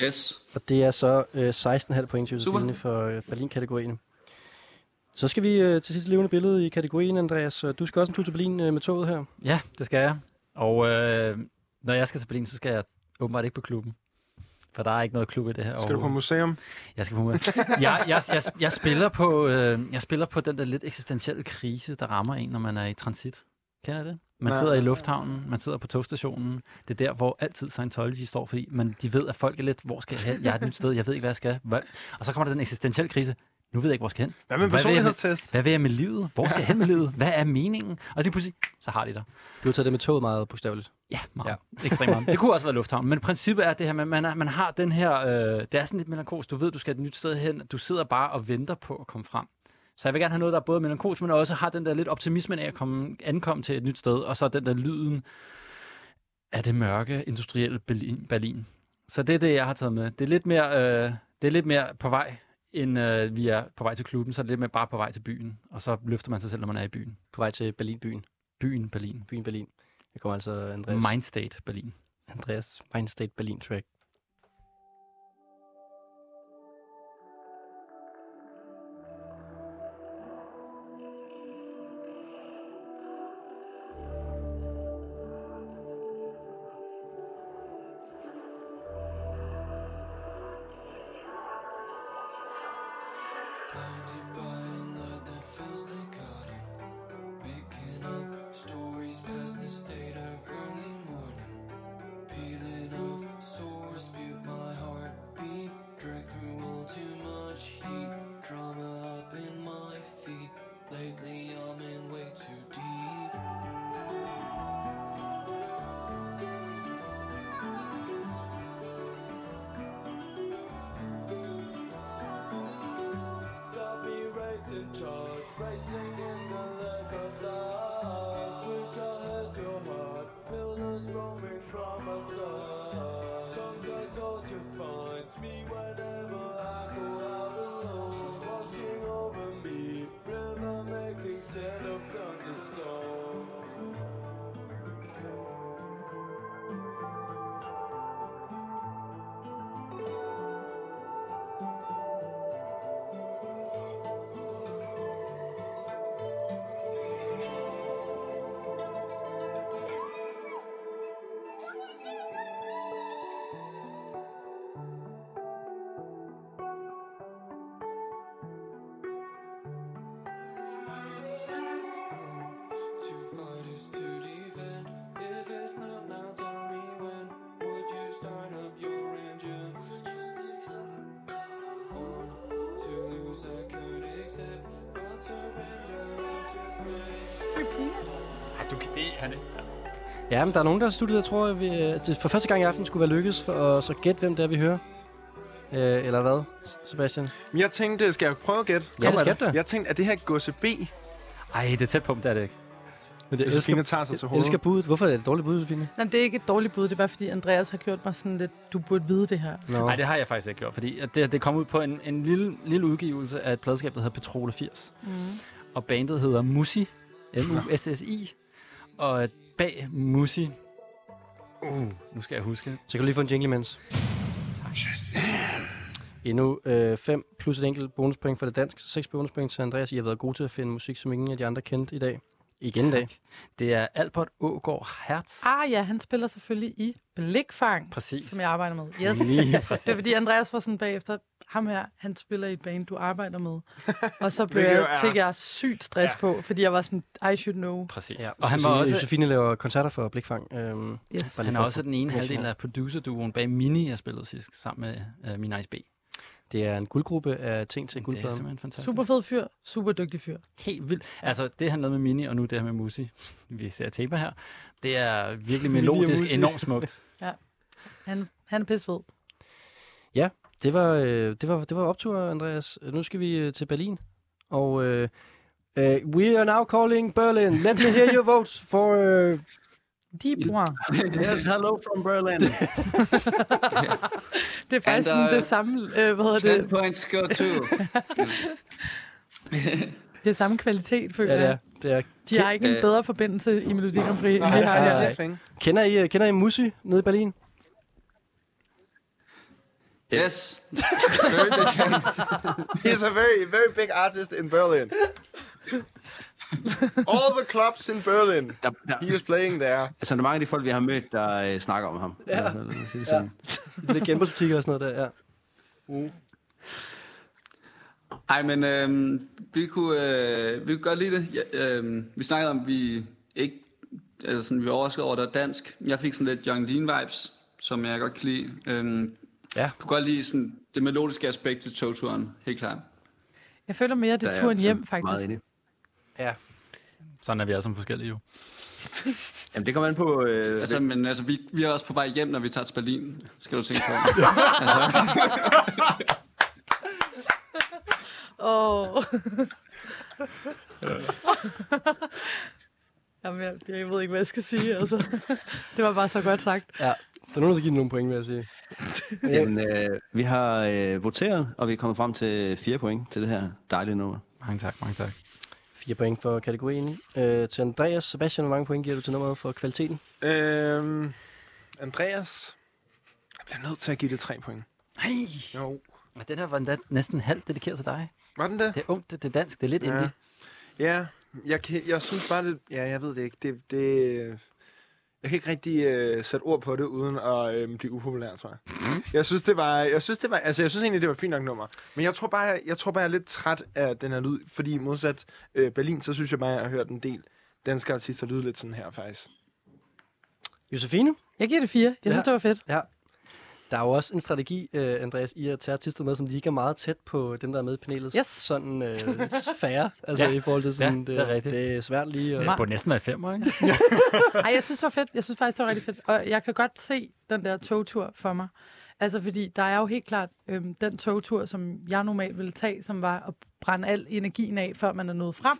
yes. og det er så øh, 16,5 point til Super. Josefine for øh, Berlin-kategorien. Så skal vi øh, til sidst levende billede i kategorien, Andreas. Øh, Du skal også en tur til Berlin øh, med toget her. Ja, det skal jeg. Og øh, når jeg skal til Berlin, så skal jeg åbenbart ikke på klubben. For der er ikke noget klub i det her. Skal du på overhovedet. museum? Jeg skal på humør. jeg, jeg, jeg, jeg, spiller på, øh, jeg spiller på den der lidt eksistentielle krise, der rammer en, når man er i transit. Kender I det? Man Nej. sidder i lufthavnen, man sidder på togstationen. Det er der, hvor altid Scientology står, fordi man, de ved, at folk er lidt, hvor skal jeg hen? Jeg er et nyt sted, jeg ved ikke, hvad jeg skal. Hvad? Og så kommer der den eksistentielle krise. Nu ved jeg ikke, hvor jeg skal hen. Hvad med en Hvad vil jeg med- personlighedstest? Hvad vil jeg med livet? Hvor skal jeg hen med livet? Hvad er meningen? Og lige pludselig, så har de dig. Du har taget det med toget meget bogstaveligt. Ja, meget. Ja. Ekstremt meget. Det kunne også være lufthavn. Men princippet er det her med, at man, er, man har den her... Øh, det er sådan lidt melankolsk. Du ved, du skal et nyt sted hen. Du sidder bare og venter på at komme frem. Så jeg vil gerne have noget, der er både melankolsk, men også har den der lidt optimismen af at komme, ankomme til et nyt sted. Og så den der lyden af det mørke, industrielle Berlin. Berlin. Så det er det, jeg har taget med. Det er lidt mere, øh, det er lidt mere på vej, end øh, vi er på vej til klubben. Så er det lidt mere bare på vej til byen. Og så løfter man sig selv, når man er i byen. På vej til Berlin-byen. Byen Berlin. Byen Berlin. Jeg kommer altså Andreas. Mindstate Berlin. Andreas Weinstate Berlin Track. Stories past the state of early morning. Peeling off sore roaming from my side. Tonka Dolce finds me whenever I go out alone. She's watching over me, river making sound of thunderstorms. Too far is to defend. If it's not now, tell me when. Would you start up your engine? To lose, I could accept, but surrender, I just wish. Ej, du kan det, han ikke. Ja, men der er nogen, der har studiet. Jeg tror, at vi, at det for første gang i aften skulle være lykkes for os at gætte, hvem det er, vi hører. Øh, eller hvad, Sebastian? Men jeg tænkte, skal jeg prøve at gætte? Ja, det skal du. Jeg tænkte, at det her Gåse B, Ej, det er tæt på, men det er det ikke. Men det Josefine tager sig til jeg elsker hovedet. budet. Hvorfor er det et dårligt bud, Josefine? Jamen, det er ikke et dårligt bud, det er bare fordi Andreas har gjort mig sådan lidt, du burde vide det her. Nå. Nej, det har jeg faktisk ikke gjort, fordi at det, det kom ud på en, en lille, lille udgivelse af et pladskab, der hedder Petrole 80. Mm. Og bandet hedder Musi, M-U-S-S-I. Og øh, bag Musi, uh, nu skal jeg huske det. Så kan du lige få en jingle imens. Endnu 5 øh, plus et enkelt bonuspoint for det dansk. 6 bonuspoint til Andreas. I har været gode til at finde musik, som ingen af de andre kendte i dag. Igen i dag. Det er Albert Ågaard Hertz. Ah ja, han spiller selvfølgelig i Blikfang, Præcis. som jeg arbejder med. Yes. Lige (laughs) præcis. Det er fordi Andreas var sådan bagefter, ham her, han spiller i et band, du arbejder med. Og så blev Hvilket jo jeg, er- fik jeg sygt stress ja. på, fordi jeg var sådan, I should know. Præcis. Ja, Ja, og han var også, Josefine laver koncerter for Blikfang. Øhm, Yes. bare lige han er for at også få den ene connection halvdel her. af producerduoen bag Mini, jeg spillede sidst sammen med uh, Min Ice B. Det er en guldgruppe af ting til Det er guldpladen. simpelthen fantastisk. Super fed fyr, super dygtig fyr. Helt vildt. Altså, det han lavede med Mini, og nu det her med Musi, vi ser tema her, det er virkelig melodisk enormt smukt. Han, han er pissefed. Det var, øh, det, var, det var optur, Andreas. Nu skal vi øh, til Berlin. Og øh, øh, we are now calling Berlin. Let me hear your votes for... Øh, De bruger. Yes, hello from (laughs) Berlin. Det er faktisk And, sådan øh, det samme, øh, hvad hedder Ten det, points go to. det er samme kvalitet, føler ja, det jeg. er, det er. De har ikke en bedre forbindelse i Melodi Grand Prix, end vi har nej, her. nej. Kender I, øh, kender I Musi nede i Berlin? (laughs) Yes. He's a very, very big artist in Berlin. All the clubs in Berlin. Der, der, He is playing there. altså, der er mange af de folk, vi har mødt, der øh, snakker om ham. Ja. Lad os sige det sådan. Det er genbrugsbutikker og sådan noget der, ja. Ej, men øh, vi, kunne, øh, vi kunne godt lide det. Ja, øh, vi snakkede om, at vi ikke altså sådan, vi var overrasket over, at det var dansk. Jeg fik sådan lidt Young Lean vibes, som jeg godt kan lide. Øh, ja. kunne godt lide sådan, det melodiske aspekt til togturen, helt klart. Jeg føler mere, det Der er er turen jeg altså hjem, sådan meget faktisk. enig. Sådan er vi alle sammen forskellige jo. Jamen, det kommer an på... Øh, Altså, men altså, vi, vi er også på vej hjem, når vi tager til Berlin, skal du tænke (laughs) på. Åh. Jamen, jeg, jeg ved ikke, hvad jeg skal sige. Altså. Det var bare så godt sagt. ja. Der er nogen, der skal give den nogle point, vil jeg sige. jamen, øh, vi har øh, voteret, og vi er kommet frem til fire point til det her dejlige nummer. Mange tak, mange tak. Fire point for kategorien. Øh, til Andreas, Sebastian, hvor mange point giver du til nummeret for kvaliteten? Øhm, Andreas. Jeg bliver nødt til at give det tre point. Hej! Jo. Og den her var endda næsten halvt dedikeret til dig. Var den det? Det er ungt, det, det er dansk, det er lidt Ja. indie. Ja, jeg, kan, jeg synes bare, det, ja, jeg ved det ikke. Det, det, øh, jeg kan ikke rigtig øh, sætte ord på det, uden at øh, blive upopulær, tror jeg. Mm-hmm. Jeg synes, det var, jeg synes, det var, altså, jeg synes egentlig, det var et fint nok nummer. Men jeg tror bare, jeg, jeg tror bare, jeg er lidt træt af den her lyd, fordi modsat øh, Berlin, så synes jeg bare, jeg har hørt en del danske artister lyde lidt sådan her, faktisk. Josefine? Jeg giver det fire. Jeg synes, Ja. det var fedt. Der er jo også en strategi, øh, Andreas, i at tage artister med, som ligger meget tæt på dem, der er med i panelets Yes. sådan øh, (laughs) sfære. Altså Ja. i forhold til sådan, Ja, det er rigtigt. det er svært lige. Det Og, er på næsten være fem, ikke? (laughs) Ej, jeg synes, det var fedt. Jeg synes faktisk, det var rigtig fedt. Og jeg kan godt se den der togtur for mig. Altså, fordi der er jo helt klart øhm, den togtur, som jeg normalt ville tage, som var at brænde al energien af, før man er nået frem.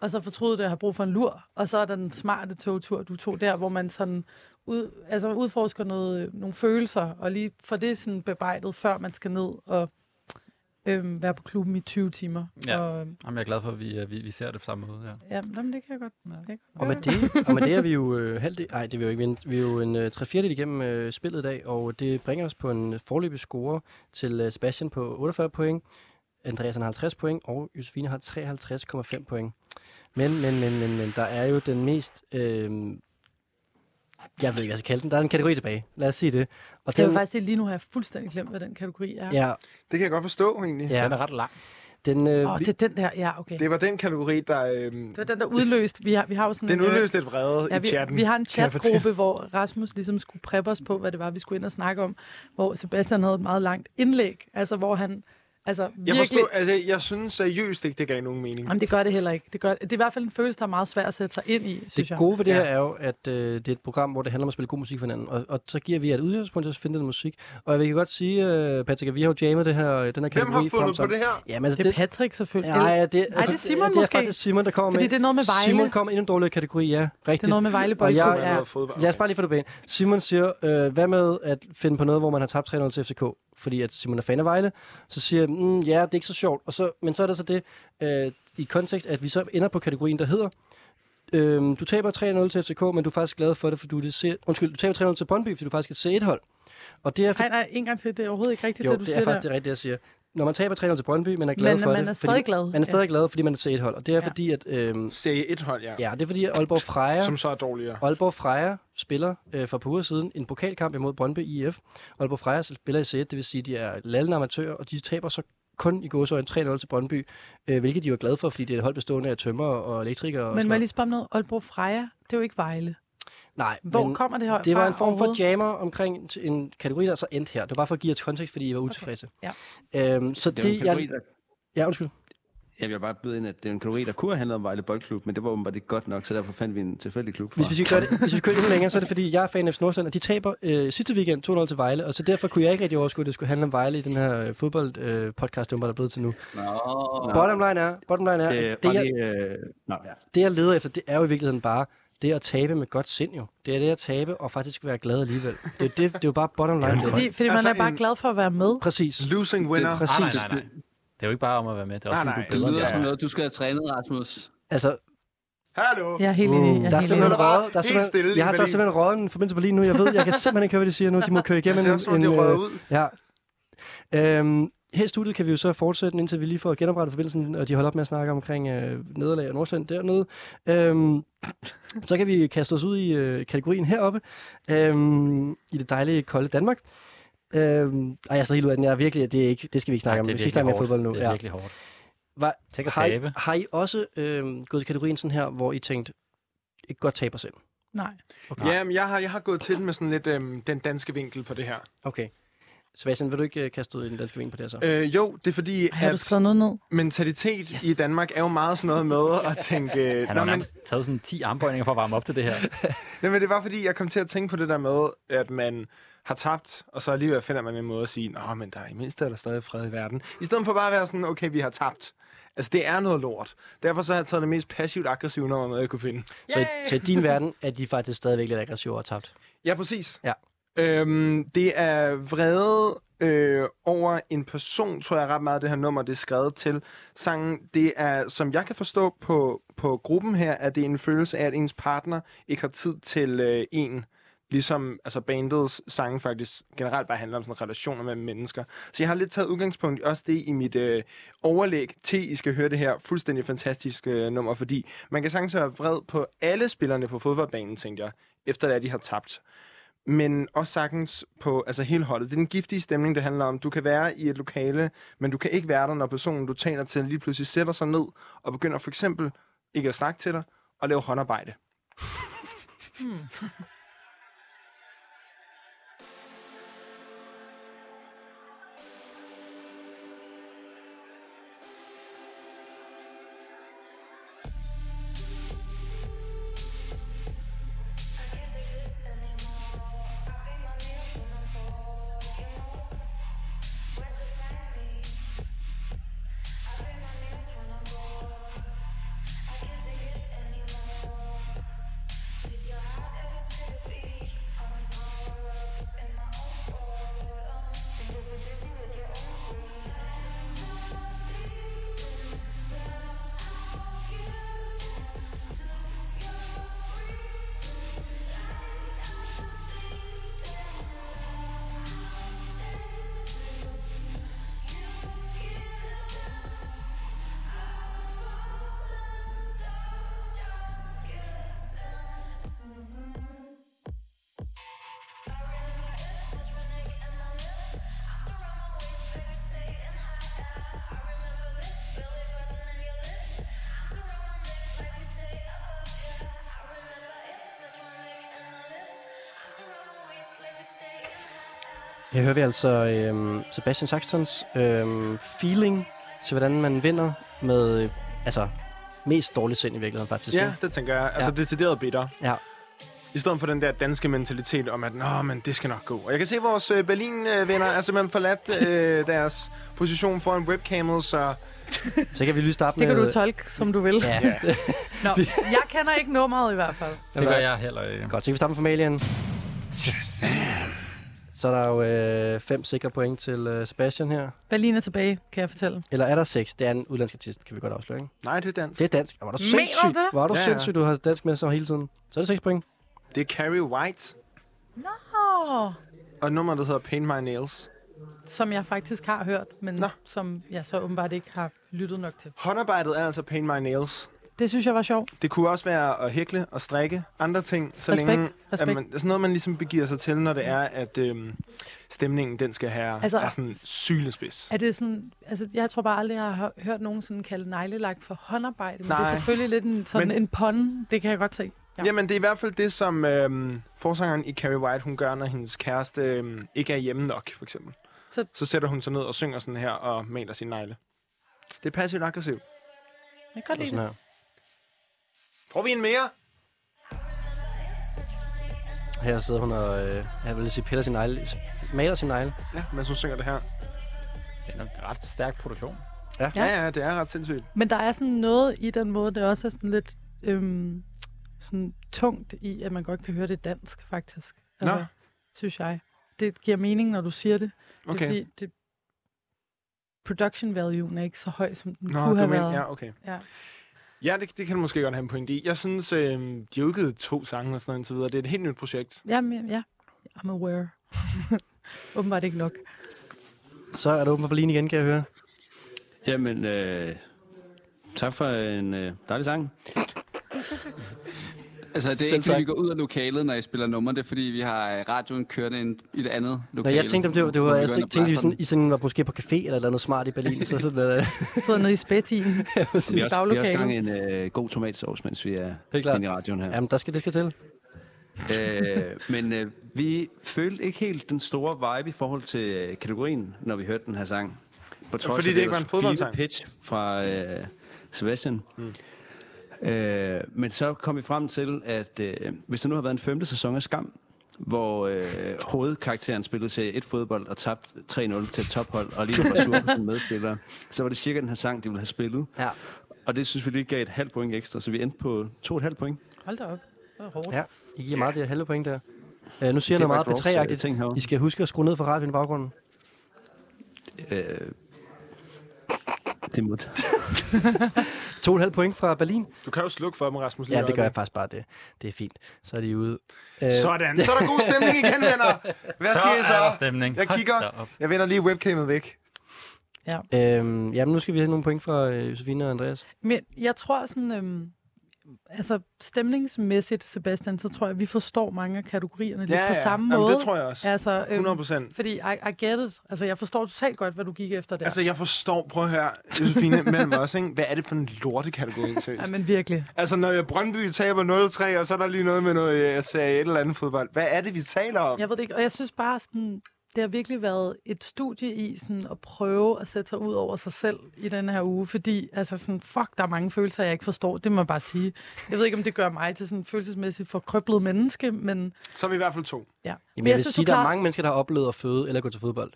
Og så fortryde det at have brug for en lur. Og så er der den smarte togtur, du tog der, hvor man sådan ud, altså udforsker noget, øh, nogle følelser, og lige få det sådan bebejdet, før man skal ned og øhm, være på klubben i 20 timer. Ja. Og, øhm, Jamen, jeg er glad for, at vi, øh, vi, vi ser det på samme måde. Ja. ja, jamen, det kan jeg godt. Det kan jeg Og med godt. det, og med det er vi jo øh, halvdel... Nej, det er vi jo ikke. Vi er en- Vi er jo en øh, tre fjerdedel igennem øh, spillet i dag, og det bringer os på en forløbig score til øh, Sebastian på 48 point, Andreas han har 50 point, og Josefine har 53,5 point. Men, men, men, men, men, der er jo den mest... Øh, jeg ved ikke, hvad jeg skal kalde den. Der er en kategori tilbage. Lad os sige det. Og Jeg vil den- faktisk sige, lige nu har jeg fuldstændig glemt, hvad den kategori er. Ja. Det kan jeg godt forstå, egentlig. Ja. Den er ret lang. Den, øh, Åh, oh, det er den der, ja, okay. Det var den kategori, der... Øhm, Det var den, der udløste. Vi har, vi har jo sådan, Den øh, udløste lidt vrede i vi, chatten, Vi har en kan jeg chatgruppe, fortælle. hvor Rasmus ligesom skulle preppe os på, hvad det var, vi skulle ind og snakke om. Hvor Sebastian havde et meget langt indlæg. Altså, hvor han... Altså, Jeg virkelig, forstår, altså, jeg synes seriøst ikke, det gav nogen mening. Jamen, det gør det heller ikke. Det, gør, det er i hvert fald en følelse, der er meget svær at sætte sig ind i, synes Det jeg. gode ved det her er jo, at øh, det er et program, hvor det handler om at spille god musik for hinanden. Og, og så giver vi jer et udgangspunkt til at finde den musik. Og jeg kan godt sige, øh, Patrick, at vi har jo jammet det her, øh, den her kategori har fundet frem på sammen. det her? Jamen, altså, Det er Patrick selvfølgelig. Nej, Eller- det, altså, Ej, det er Simon det er måske. faktisk Simon, der kommer Fordi med. det er noget med Vejle. Simon kommer i en dårligere kategori, ja. Rigtigt. noget med Vejle Og Boldklub, jeg- ja. Lad os bare lige få det på banen. Simon siger, øh, hvad med at finde på noget, hvor man har tabt 3-0 til FCK? Fordi at Simon er fan af Vejle. Så siger jeg, mm, ja, det er ikke så sjovt. Og så, men så er der så det øh, i kontekst, at vi så ender på kategorien, der hedder Øhm, du taber 3-0 til FCK, men du er faktisk glad for det, for du er det C- Undskyld, du taber 3-0 til Brøndby, fordi du er faktisk et C1-hold. Og det er for... Nej, nej, en gang til. Det er overhovedet ikke rigtigt, jo, det du det siger er faktisk der. det rigtige, jeg siger. Når man taber 3-0 til Brøndby, men er glad Men for man det. er fordi- stadig glad, Man er stadig ja. glad, fordi man er C1-hold. Og det er Ja. fordi, at... Øhm, C1-hold, ja. Ja, det er fordi, at Aalborg Freja... Som så er dårligere. Aalborg Freja spiller øh, for et par uger siden en pokalkamp imod Brøndby IF. Aalborg Freja spiller i C1, det vil sige, at de er lallende amatører, og de taber så kun i gåsøjne 3-0 til Brøndby, øh, hvilket de var glade for, fordi det er et hold bestående af tømmer og elektrikere. Men og sådan må jeg noget. lige spørge om noget? Aalborg Freja, det er jo ikke Vejle. Nej, Hvor men kommer det her Det var fra en form for overhovedet? jammer omkring t- en kategori, der så endte her. Det var bare for at give jer et kontekst, fordi I var utilfredse. Okay. Ja. Øhm, så Det det, er jo en kategori, jeg... der, Ja, undskyld. jeg vil bare byde ind, at det er en kategori, der kunne have handlet om Vejle Boldklub, men det var åbenbart ikke godt nok, så derfor fandt vi en tilfældig klub fra. Hvis vi skal gøre det, hvis vi skal køre endnu længere, så er det fordi, jeg er fan af FC Nordsjælland, og de taber øh, sidste weekend 2-0 til Vejle, og så derfor kunne jeg ikke rigtig overskue, at det skulle handle om Vejle i den her fodboldpodcast, øh, podcast, det var der er blevet til nu. Nå. Bottom line er, bottom line er Øh, øh, det, det, bare jeg, lige, øh, nej, ja. det, jeg leder efter, det er jo i virkeligheden bare det at tabe med godt sind jo. Det er det at tabe og faktisk være glad alligevel. Det er jo, det, det er jo bare bottom line. Fordi, fordi man Altså er bare en- glad for at være med. Præcis. Losing winner. Det- præcis. Nej, Ah, nej, nej, nej. Det er jo ikke bare om at være med. Det er også, Nej, fordi nej. du Det er bedre. lyder end som jeg er. noget, du skal have trænet, Rasmus. Altså, Mm. Hallo! Jeg er helt enig. Jeg der er er helt enig. simpelthen røget, der er Helt simpelthen, stille lige jeg har med der er lige. simpelthen røget en forbindelse på lige nu. Jeg ved, jeg kan simpelthen ikke høre, hvad de siger nu. De må køre igennem Det er også, som om en... de er røget øh, ud. Ja. Øhm, her i studiet kan vi jo så fortsætte, indtil vi lige får genoprettet forbindelsen, og de holder op med at snakke omkring øh, nederlag og Nordsjælland dernede. Øhm, så kan vi kaste os ud i øh, kategorien heroppe, øhm, i det dejlige, kolde Danmark. Øhm, ej, jeg er så helt ud af den. Jeg er virkelig, det, er ikke, det skal vi ikke snakke Nej, om. det Vi er skal ikke snakke mere virkelig fodbold nu. hårdt. Det er virkelig hårdt. Var, Tænk at har, I, tabe. har I også øh, gået til kategorien sådan her, hvor I tænkte, ikke godt taber selv? Nej. Okay. Jamen, jeg har, jeg har gået til den med sådan lidt øhm, den danske vinkel på det her. Okay. Sebastian, vil du ikke øh, kaste ud i den danske vinkel på det her så? Øh, jo, det er fordi, Har du at skrevet noget ned? mentalitet yes. i Danmark er jo meget sådan noget (laughs) med at tænke... øh, Han har "Nå, men, nærmest taget sådan 10 armbøjninger for at varme op til det (laughs) her. Nej, men det var fordi, jeg kom til at tænke på det der med, at man har tabt, og så alligevel finder man en måde at sige, nå, men der er i mindste er der stadig fred i verden. I stedet for bare at være sådan, okay, vi har tabt. Altså, det er noget lort. Derfor så har jeg taget det mest passivt aggressive nummer med, jeg kunne finde. Så, i- så i din verden er de faktisk stadigvæk lidt aggressive og tabt. Ja, præcis. Ja. Øhm, det er vrede øh, over en person, tror jeg ret meget, det her nummer, det er skrevet til sangen. Det er, som jeg kan forstå på, på gruppen her, at det er en følelse af, at ens partner ikke har tid til øh, en. Ligesom altså bandets sange faktisk generelt bare handler om sådan relationer mellem mennesker. Så jeg har lidt taget udgangspunkt i også det i mit øh, overlæg til, I skal høre det her fuldstændig fantastiske øh, nummer, fordi man kan sagtens være vred på alle spillerne på fodboldbanen, tænker jeg, efter at de har tabt men også sagtens på altså hele holdet. Det er den giftige stemning, det handler om. Du kan være i et lokale, men du kan ikke være der, når personen, du taler til, lige pludselig sætter sig ned og begynder for eksempel ikke at snakke til dig og lave håndarbejde. Did your heart ever skip Her hører vi altså øhm, Sebastian Saxtons øhm, feeling til, hvordan man vinder med øh, altså mest dårlig sind i virkeligheden faktisk. Ja, det tænker jeg. Altså, Ja. ja. decideret bitter. Ja. I stedet for den der danske mentalitet om, at Nå, men det skal nok gå. Og jeg kan se, at vores øh, Berlin-venner er simpelthen (laughs) forladt øh, deres position foran webcamet, så... Så kan vi lige starte Det med... kan du tolke, som du vil. Ja. (laughs) (laughs) Nå, jeg kender ikke nummeret i hvert fald. Det gør jeg heller ikke. Godt, så kan vi starte med formalien. Så er der jo øh, fem sikre point til øh, Sebastian her. Berlin er tilbage, kan jeg fortælle. Eller er der seks? Det er en udlandsk artist, kan vi godt afsløre, ikke? Nej, det er dansk. Det er dansk. Var du Mener sindssyg? du det? Var du Ja, ja. sindssyg, du har dansk med så hele tiden? Så er det seks point. Det er Carrie White, Åh, og nummeret, der hedder Paint My Nails. som jeg faktisk har hørt, men Nå. som jeg så åbenbart ikke har lyttet nok til. Håndarbejdet er altså Paint My Nails. Det synes jeg var sjovt. Det kunne også være at hækle og strikke. Andre ting, så Respekt, længe... respekt. At man, sådan noget, man ligesom begiver sig til, når det er, at øhm, stemningen, den skal have Altså- altså, er sådan sylespids. Er det sådan, altså jeg tror bare aldrig, jeg har hø- hørt nogen sådan kalde neglelak for håndarbejde, men Nej. det er Nej. selvfølgelig lidt en, sådan Men- en pun, det kan jeg godt se. Ja. Ja. Jamen, det er i hvert fald det, som øhm, forsangeren i Carrie White, hun gør, når hendes kæreste øhm, ikke er hjemme nok, for eksempel. Så- Så, så sætter hun sig ned og synger sådan her og maler sin negle. Det er passivt aggressivt. Jeg kan godt lide Sådan det. her. Prøver vi en mere? Her sidder hun og, øh, jeg vil lige sige, piller sin negle, maler sin negle. Ja, mens hun synger det her. Det er en ret stærk produktion. Ja, ja, ja det er ret sindssygt. Men der er sådan noget i den måde, det også er sådan lidt øhm, sådan tungt i, at man godt kan høre det dansk, faktisk. Altså, Nå. synes jeg. Det giver mening, når du siger det. Det er Okay. fordi, det, production value er ikke så høj, som den Nå, Nå, kunne du have mener, været. ja, okay. Ja. Ja, det, det kan du måske godt have en pointe i. Jeg synes, øh, de har udgivet to sange og sådan noget indtil videre. Det er et helt nyt projekt. Jamen, ja, ja. I'm aware. (laughs) Åbenbart ikke nok. Så er det åben for Berlin igen, kan jeg høre. (laughs) Jamen, øh, tak for en øh, dejlig sang. Altså, det er ikke, fordi vi går ud af lokalet, når I spiller nummer. Det er, fordi vi har øh, radioen kørende ind i det andet Nå, lokale. jeg tænkte, om det var, det hvor var vi jeg går ind og tænkte, I blaster sådan, I sådan var måske på café eller et eller andet smart i Berlin. så sådan, øh, Jeg (laughs) sidder nede i (laughs) spætien. Vi har også, vi har også Daglokalet. gang i en øh, god tomatsauce, mens vi er Helt klart. inde i radioen her. jamen, der skal det skal til. øh, men øh, vi følte ikke helt den store vibe i forhold til øh, kategorien, når vi hørte den her sang. På trods Fordi af, det ikke var en ellers fine fodboldsang. pitch fra øh, Sebastian. Mm. Øh, men så kom vi frem til, at øh, hvis der nu har været en femte sæson af Skam, hvor øh, hovedkarakteren spillede til et fodbold og tabte 3-0 til et tophold, og lige var sur på sine medspillere, så var det cirka den her sang, de ville have spillet. Ja. Og det synes vi lige gav et halvt point ekstra, så vi endte på to et halvt point. Hold da op. Det var hårdt. Ja, I giver meget det her halve point der. Øh, nu siger Det jeg er noget meget faktisk vores, øh, betræagtigt. ting herovre. I skal huske at skrue ned for radioen i baggrunden. Øh, det er modtaget. To og et halvt point fra Berlin. Du kan jo slukke for dem, Rasmus. lige Ja, i det gør jeg øjeblikket. faktisk bare. Det, det er fint. Så er de ude. Øh, Sådan. Så er der god stemning igen, (laughs) venner. Hvad Så siger I så? er der stemning. Jeg Hold kigger. da op. Jeg vender lige webcamet væk. Øhm, jamen, nu skal vi have nogle point fra øh, Josefine og Andreas. Men jeg tror sådan, øhm, altså stemningsmæssigt, Sebastian, så tror jeg, vi forstår mange af kategorierne lidt på samme Jamen, måde. det tror jeg også. Altså, øhm, 100 procent. Fordi I, I get it. Altså, jeg forstår totalt godt, hvad du gik efter der. Altså, jeg forstår, prøv at høre, Josefine, (laughs) mellem os, ikke? hvad er det for en lortekategori, seriøst? ja, men virkelig. Altså, når øh, Brøndby taber 0-3, og så er der lige noget med noget, øh, jeg sagde, et eller andet fodbold. Hvad er det, vi taler om? Jeg ved det ikke. Og jeg synes bare sådan, det har virkelig været et studie i sådan, at prøve at sætte sig ud over sig selv i den her uge, fordi altså sådan, fuck, der er mange følelser, jeg ikke forstår. Det må jeg bare sige. Jeg ved ikke, om det gør mig til sådan en følelsesmæssigt forkrøblet menneske, men Så er vi i hvert fald to. ja. Jamen, jeg, jeg vil sige, du der er klarer- mange mennesker, der har oplevet at føde eller gå til fodbold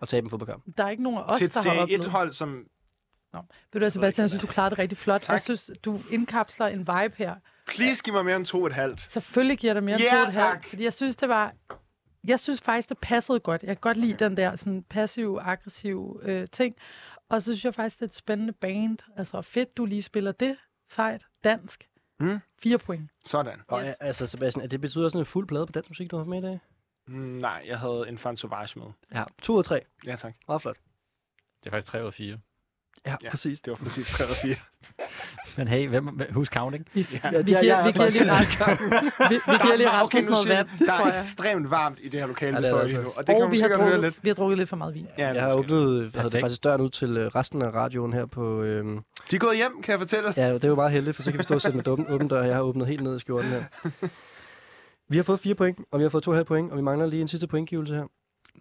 og tabe en fodboldkamp. der er ikke nogen af os, til, der har til et oplevet. hold, som... Ved du, hvad, Sebastian, jeg synes, du klarede det rigtig flot. Tak. Jeg synes, du indkapsler en vibe her. Please giv mig mere end to og et halvt. Selvfølgelig giver det mere Ja, yeah, end to tak. Fordi jeg synes, det var... Jeg synes faktisk, det passede godt. Jeg kan godt lide den der sådan passive, aggressive øh, ting. Og så synes jeg faktisk, det er et spændende band. Altså fedt, du lige spiller det. Sejt. Dansk. Mm. Fire point. Sådan. Og Yes. yes. altså, Sebastian, er det betyder sådan en fuld plade på dansk musik, du har haft med i dag? Mm, nej, jeg havde en fan sauvage med. Ja. To ud af tre. Ja, tak. Meget flot. Det er faktisk 3 ud af 4. Ja, Ja. præcis. Det var præcis 3 og 4. Men hey, hvem, hvem- husk counting. Vi, ja, vi, det giver, er- jeg er vi giver lige, ret, (laughs) vi, vi giver (laughs) lige Rasmus Ah, nu noget siger vand, jeg, Der tror er jeg. ekstremt varmt i det her lokale, Ja, ja, vi står det er det i altså. nu. Og det kan og man vi har, sikkert høre drukket, lidt. vi har drukket lidt for meget vin. Ja, Jeg har åbnet hvad hedder det, Perfekt. faktisk døren ud til øh, resten af radioen her på... Øhm, De er gået hjem, kan jeg fortælle. ja, det er jo meget heldigt, for så kan vi stå og sætte med åben, åben dør. Jeg har åbnet helt ned i skjorten her. Vi har fået fire point, og vi har fået to og et halvt point, og vi mangler lige en sidste pointgivelse her.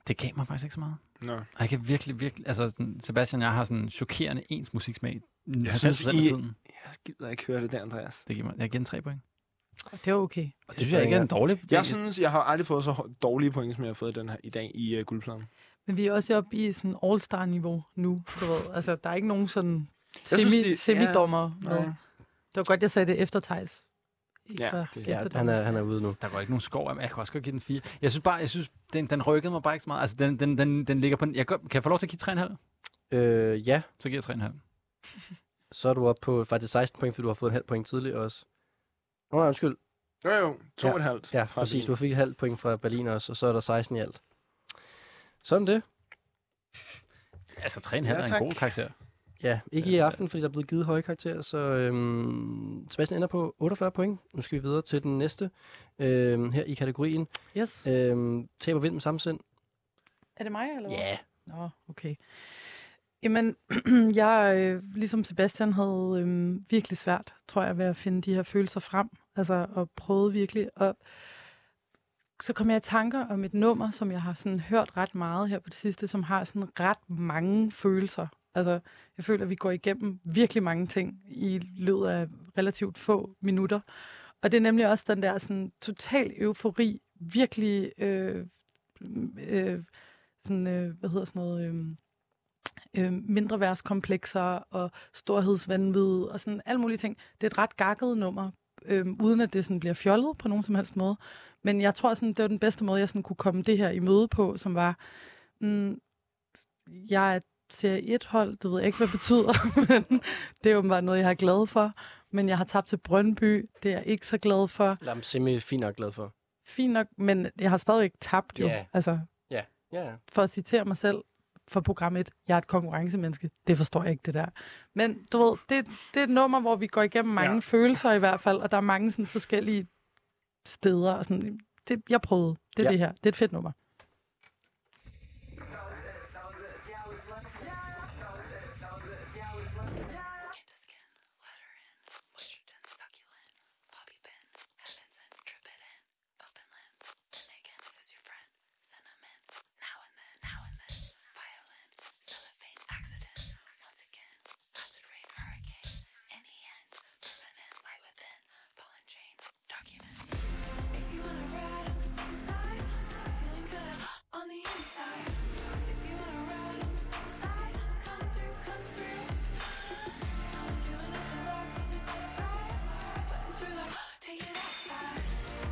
det gav mig faktisk ikke så meget. Nå. Og jeg kan virkelig, virkelig... Altså, sådan, Sebastian og jeg har sådan chokerende ens musiksmag. Jeg synes, 90% af I- tiden. Jeg gider ikke høre det der, Andreas. Det giver mig, jeg giver den tre point. Og det var okay. Og det, synes jeg ikke er en dårlig... Jeg synes, jeg har aldrig fået så hår- dårlige point, som jeg har fået den her, i dag i uh, guldpladen. Men vi er også oppe i sådan all-star-niveau nu, du ved. Altså, der er ikke nogen sådan Jeg semi, synes, synes, de- de, semidommer. ja, Ja, nej. det var godt, jeg sagde det efter Thijs. Ja, så det- Ja, gæstedommer. han er, han er ude nu. Der går ikke nogen skov af, men jeg kan også godt give den fire. Jeg synes bare, jeg synes, den, den rykkede mig bare ikke så meget. Altså, den, den, den, den ligger på... Den. Jeg, gør- kan jeg få lov til at give 3,5? Øh, ja, Så giver jeg 3,5. (laughs) så er du oppe på faktisk 16 point, fordi du har fået en halv point tidligere også. Nå, nej, undskyld. Jo, jo. To Ja. og et halvt. Ja, fra præcis. Berlin. Du fik et halvt point fra Berlin også, og så er der 16 i alt. Sådan det. Altså, 3,5 ja, er tak. en god karakter. Ja, ikke i aften, fordi der er blevet givet høje karakterer, så øhm, Sebastian ender på 48 point. Nu skal vi videre til den næste øhm, her i kategorien. Yes. Øhm, taber vind med samme sind. Er det mig, eller hvad? Ja. Nå, okay. Jamen, (clears throat) jeg, øh, ligesom Sebastian, havde øh, virkelig svært, tror jeg, ved at finde de her følelser frem. Altså, og prøvede virkelig. Og så kom jeg i tanker om et nummer, som jeg har sådan hørt ret meget her på det sidste, som har sådan ret mange følelser. Altså, jeg føler, at vi går igennem virkelig mange ting i løbet af relativt få minutter. Og det er nemlig også den der sådan total eufori, virkelig øh, øh, sådan, øh, hvad hedder sådan noget, øh, øh, mindre værtskomplekser og storhedsvandvid og sådan alle mulige ting. Det er et ret gakket nummer, øh, uden at det sådan bliver fjollet på nogen som helst måde. Men jeg tror, sådan, det var den bedste måde, jeg sådan kunne komme det her i møde på, som var, mm, jeg er serie 1-hold, det ved jeg ikke, hvad det betyder, (laughs) men det er åbenbart noget, jeg er glad for. Men jeg har tabt til Brøndby, det er jeg ikke så glad for. Lam Semi fint nok glad for. Fint nok, men jeg har stadigvæk tabt jo. Ja. Altså, Ja, ja. for at citere mig selv fra program 1, jeg er et konkurrencemenneske. Det forstår jeg ikke, det der. Men du ved, det, det er et nummer, hvor vi går igennem mange ja. følelser i hvert fald, og der er mange sådan forskellige steder. Og sådan. Det, jeg prøvede. Det er ja. Ja. det her. Det er et fedt (laughs) nummer. On the inside, if you wanna ride on the inside, come through, come through. Doing it to rocks with these little fries, sweating through the take it outside.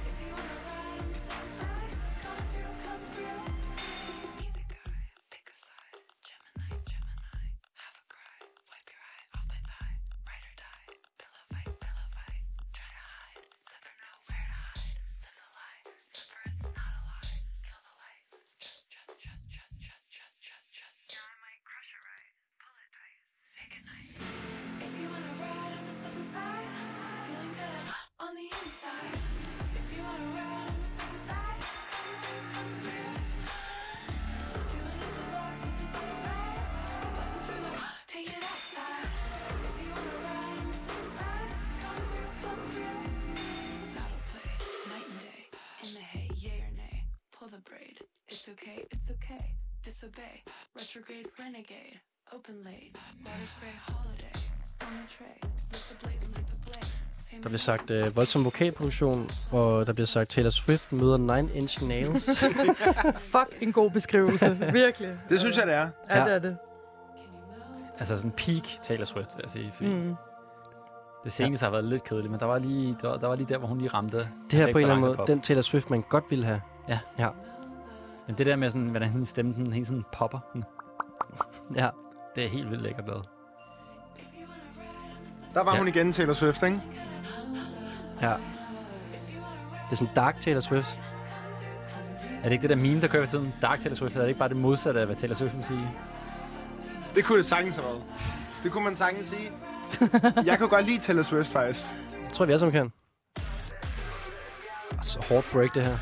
If you wanna ride on the inside, come through, come through. Either guy, pick a side. Gemini, Gemini, have a cry, wipe your eye off my thigh, ride or die. Pillow fight, pillow fight, try to hide, suffer nowhere to hide. Lives a lie, suffer it's not a lie. Kill the light, just, just, just, just, just, just, just, just. Yeah, I might crush it right, pull it tight, say goodnight. If you wanna ride on the southern side, feeling good on the inside. If you wanna ride on the southern side, come through, come through. Doing it to rocks with these little fries, sweating through the take it outside. If you wanna ride on the southern side, come through, come through. Saddle play, night and day, in the hay, yay or nay. Pull the braid, it's okay, it's okay. Disobey, retrograde, renegade, open late, water spray, holiday. On the tray, lift the blade, leave the blade. Same Der bliver sagt øh, voldsom vokalproduktion, og der bliver sagt Taylor Swift møder Nine Inch (laughs) Nails. (laughs) Fuck, en god beskrivelse. Virkelig. Det synes jeg, det er. Ja, det er det. Altså sådan peak Taylor Swift, vil jeg sige. Fordi mm. Mm. Det seneste har været lidt kedeligt, men der var lige, der var, der var lige der, hvor hun lige ramte. det her på perfekt en eller anden balance i måde, pop. den Taylor Swift, man godt ville have. Men det der med, sådan, hvordan hendes stemme den, hele sådan popper, (laughs) den, Ja. det er helt vildt lækkert lavet. Der var Ja. ja. hun igen, Taylor Swift, ikke? ja. Det er sådan dark Taylor Swift. Er det ikke det der meme, der kører i tiden? Dark Taylor Swift, er det ikke bare det modsatte af, hvad Taylor Swift vil sige? Det kunne det sagtens have været. Det kunne man sagtens sige. (laughs) jeg kunne godt lide Taylor Swift, faktisk. Jeg tror, vi alle sammen kan. Så hårdt break, det her.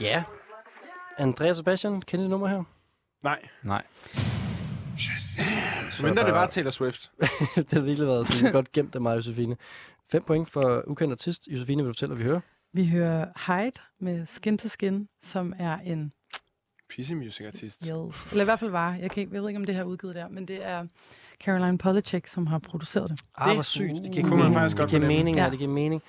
Ja. Andreas Sebastian, kender I det nummer her? Nej. Nej. Men der det bare- var Taylor Swift. (laughs) det har virkelig været sådan godt gemt af mig, Josefine. 5 point for ukendt artist. Josefine, vil du fortælle, hvad vi hører? Vi hører Hyde med Skin to Skin, som er en Pissy music artist. Yes. Eller i hvert fald var. Jeg, kan ikke, jeg ved ikke, om det her er udgivet der, men det er Caroline Polachek, som har produceret det. Ah, hvor sygt. Det giver, Uh, kunne man faktisk godt det giver fornemme. mening, ja. Ja. det giver mening.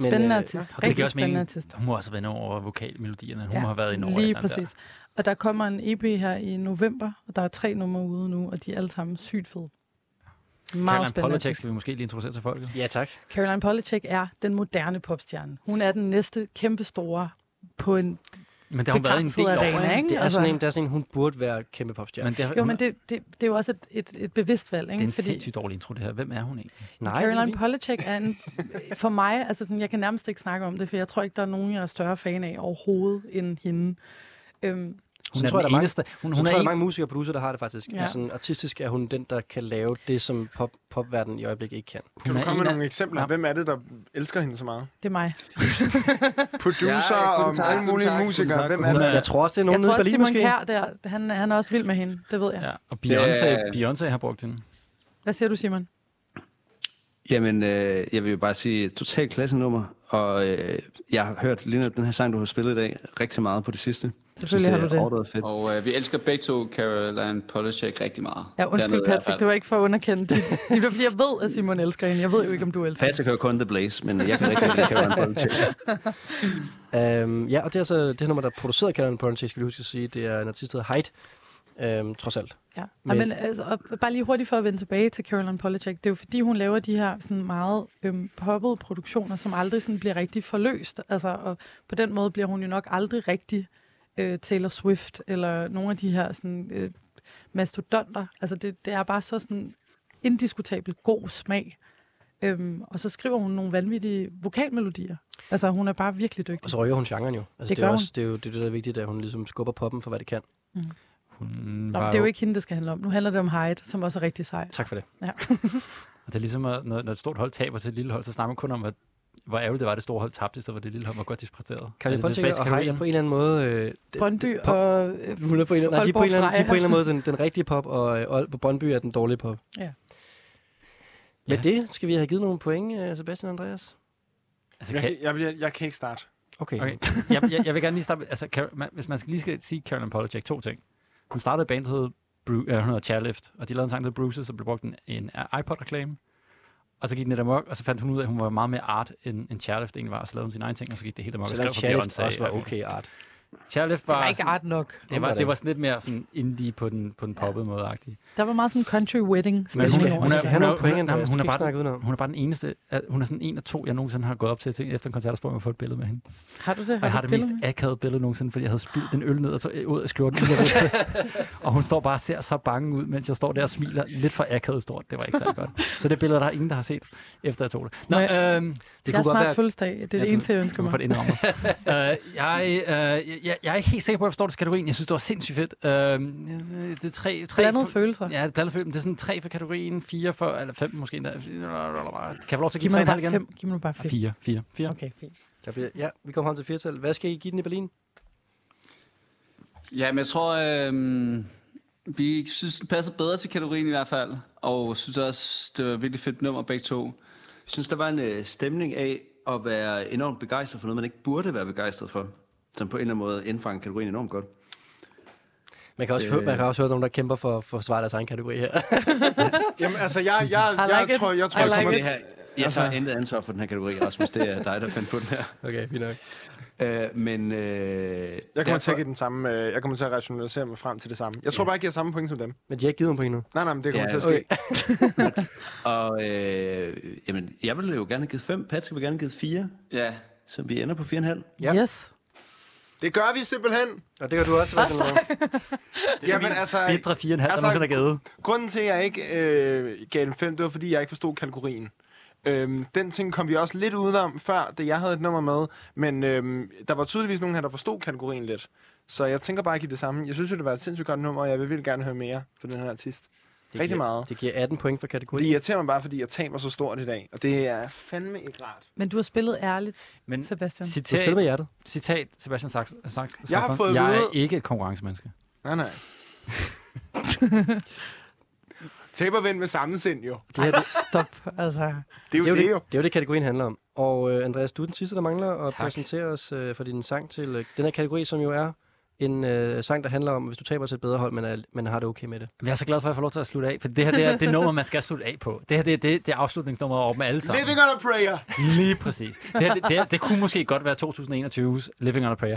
Men, Spændende øh, artist. ja. Og det Rigtig giver også mening. spændende artist. Hun må også have været over vokalmelodierne. Hun Ja, ja, må have været enorm. Lige præcis. Og der kommer en EP her i november, og der er tre numre ude nu, og de er alle sammen sygt fede. Meget Caroline spændende. Polachek artist. skal vi måske lige introducere til folket. Ja, tak. Caroline Polachek er den moderne popstjerne. Hun er den næste kæmpe store på en... Men der har hun været en Begrænset del af over, regler, ikke? ikke? Det er Altså- sådan en, der er sådan en, hun burde være kæmpe popstjerne. Men det, har- Jo, hun- men det, det, det er jo også et, et, et bevidst valg, det ikke? er en sindssygt dårlig intro, det her. Hvem er hun egentlig? Nej, Caroline det er Polachek er en, (laughs) for mig, altså sådan, jeg kan nærmest ikke snakke om det, for jeg tror ikke, der er nogen, jeg er større fan af overhovedet end hende. Øhm, Hun Så er tror jeg, der er den mange- eneste. Hun, så hun tror jeg, er der er en- mange musikere og producer, der har det faktisk. Ja. Ja. Sådan, artistisk er hun den, der kan lave det, som pop, popverdenen i øjeblikket ikke kan. Kan hun du er komme med en af- nogle eksempler? Ja. Hvem er det, der elsker hende så meget? det er mig. Producer Ja, og guten Tag, alle mulige guten Tag, musikere. guten Tag, Hvem er guten det? Ja. Jeg tror også, det er Jeg nogen tror nede i også, Berlin Simon måske. Kær der, han, han er også vild med hende, det ved jeg. Ja. Ja, og Beyoncé, Det er- Beyoncé har brugt hende. Hvad siger du, Simon? Jamen, øh, jeg vil jo bare sige, totalt klassenummer, og øh, jeg har hørt lige netop den her sang, du har spillet i dag, rigtig meget på det sidste. Jeg Selvfølgelig har du det. det. er overdrevet fedt. Og øh, vi elsker begge to Caroline Polachek rigtig meget. Ja, undskyld, Dernede i hvert Patrick, altså- fald. det var ikke for at underkende (laughs) dit. Det var, fordi jeg ved, at Simon elsker hende. Jeg ved jo ikke, om du elsker hende. Patrick hører kun The Blaze, men jeg kan rigtig godt lide Caroline Polachek. (laughs) Øhm, ja, og det er altså det her nummer, der er produceret Caroline Polachek, skal vi huske at sige. Det er en artist, der hedder Hyde, øhm, trods alt. Ja. Men- Men, men altså, og bare lige hurtigt for at vende tilbage til Caroline Polachek. Det er jo fordi, hun laver de her sådan meget øhm, poppede produktioner, som aldrig sådan bliver rigtig forløst. Altså, og på den måde bliver hun jo nok aldrig rigtig øh, Taylor Swift eller nogle af de her sådan, øh, mastodonter. Altså, det, det er bare så sådan indiskutabelt god smag. Øhm, og så skriver hun nogle vanvittige vokalmelodier. Altså, hun er bare virkelig dygtig. Og så røger hun genren jo. Det Altså, det, er gør Mm. også, det er jo det, er det, der er vigtigt, at hun ligesom skubber poppen for, hvad det kan. Hun Nå, var det er jo ikke hende, det skal handle om. Nu handler det om Hyde, som også er rigtig sej. Tak for det. (laughs) Og det er ligesom, at når, når et stort hold taber til et lille hold, så snakker man kun om, at hvor ærgerligt det var, at det store hold tabte, i stedet for at det lille hold var godt Altså, dispræsteret. Caroline Polachek og Hyde er på en eller anden måde... Øh, det- Brøndby pop- og... Øh, Hun er på en, eller- nej, de, er på en, eller anden, de er på Aalborg en eller anden måde den, den rigtige pop, og, øh, og på Brøndby er den dårlige pop. Ja. Med Ja. det skal vi have givet nogle point, øh, Sebastian og Andreas. Altså, Jeg, kan, kan- jeg, jeg, jeg kan ikke starte. Okay. okay. (laughs) jeg, jeg, jeg, vil gerne lige starte... Altså, Car- man, hvis man skal lige skal sige Caroline Polachek to ting. Hun startede et band, der hed, Bru- øh, hun hedder Chairlift, og de lavede en sang, der hed Bruises, og blev brugt en, en iPod-reklame. Og så gik den lidt amok, og så fandt hun ud af, at hun var meget mere art, end, end Chairlift egentlig var, og så lavede hun sin egen ting, og så gik det helt amok. og Selvom skrev for Chalift Beyoncé, også var og- okay art. Chairlift Det var... var ikke art nok. Det var, Hun var det var det. sådan lidt mere sådan indie på den, på den poppede måde -agtig. Der var meget sådan country wedding Men hun, stemning er- over hun, det. er, skal have hun, nogle er, point, hun, er, Andreas. Du hun, hun, kan er ikke bare, snakke udenom. hun er bare den eneste, at hun er sådan en af to, jeg nogensinde har gået op til, og tænkt, efter en koncert og spurgt, om jeg får et billede med hende. Har du det? Og jeg har du det mest billede med? akavede billede nogensinde, fordi jeg havde spildt den øl ned og tog, ud af skjorten. uden jeg vidste det. (laughs) og hun står bare og ser så bange ud, mens jeg står der og smiler lidt for akavet stort. Det var ikke særlig godt. Så det billede, der er ingen, der har set, efter jeg tog det. Nå, Må øh, jeg- Det jeg kunne er godt snart være- fødselsdag. Det er jeg det eneste, jeg ønsker skal man få mig. det indrammet. (laughs) øh, jeg, øh, jeg, jeg, er ikke helt sikker på, at jeg forstår det kategorien. Jeg synes, det var sindssygt fedt. Øh, det er tre, tre, Blandede følelser. Ja, et blandet film. Det er sådan tre for kategorien, fire for, eller fem måske endda. Kan jeg få lov til at Giv give mig tre nu bare en halv igen? fem. Giv mig nu bare Ah, fem. Fire, fire, fire. Okay. Okay, fint. Der bliver, ja, vi kommer frem til firtal. Hvad skal I give den i Berlin? Ja, men jeg tror, øh, vi synes, den passer bedre til kategorien i hvert fald. Og synes også, det var et virkelig (laughs) fedt nummer begge to. Jeg synes, der var en øh, stemning af at være enormt begejstret for noget, man ikke burde være begejstret for, som på en eller anden måde indfanger kategorien enormt godt. Man kan også, øh... høre, man kan også høre nogen, der kæmper for, for at svare deres egen kategori her. (laughs) Jamen, altså, jeg, jeg, I jeg, like it. tror, jeg tror, I jeg like kommer- it. her, jeg Altså- tager intet ansvar for den her kategori, Rasmus. Det er dig, der fandt på den (laughs) her. okay, fint nok. Øh, men øh, jeg kommer til at give den samme. øh, Jeg kommer til at rationalisere mig frem til det samme. Jeg tror bare, jeg giver samme point som dem. Men de har ikke givet nogen point nu. Nej, nej, men det kommer Ja, til at ske. (laughs) Og øh, jamen, jeg ville jo gerne have givet fem. Patrick vil gerne have givet fire. Ja, Så vi ender på fire og en halv. Ja. Yes. Det gør vi simpelthen. Og det gør du også, Sebastian. Lund. (laughs) Jamen, altså, Bitre fire og en halv, Altså- der nogensinde er givet. grunden til, at jeg ikke øh, gav den 5, det var, fordi jeg ikke forstod kategorien. Øhm, den ting kom vi også lidt udenom før, da jeg havde et nummer med, men øhm, der var tydeligvis nogen her, der forstod kategorien lidt. Så jeg tænker bare at give det samme. Jeg synes jo, det var et sindssygt godt nummer, og jeg vil virkelig gerne høre mere på den her artist. Det Rigtig giver, meget. Det giver 18 point for kategorien. Det irriterer mig bare, fordi jeg taber så stort i dag, og det er fandme ikke rart. Men du har spillet ærligt, Men Sebastian. Du spiller med hjertet. citat Sebastian Sachs. Sachs Jeg har Sachs- fået at jeg er vide- ikke et konkurrencemenneske. Nej, nej. Taber ven med samme sind, jo. Det, her, det, Stop, altså. Det er jo det, er jo det, jo. det er jo det, kategorien handler om. Og øh, Andreas, du er den sidste, der mangler at Tak. præsentere os øh, for din sang til øh, den her kategori, som jo er en øh, sang, der handler om, hvis du taber til et bedre hold, men, er, men har det okay med det. Men jeg er så glad for, at jeg får lov til at slutte af, for det her det er det nummer, man skal slutte af på. Det her det er det, det er afslutningsnummer over dem alle sammen. Living on a prayer. Lige præcis. Det, her, det, det, her, det kunne måske godt være 2021's Living on a Prayer.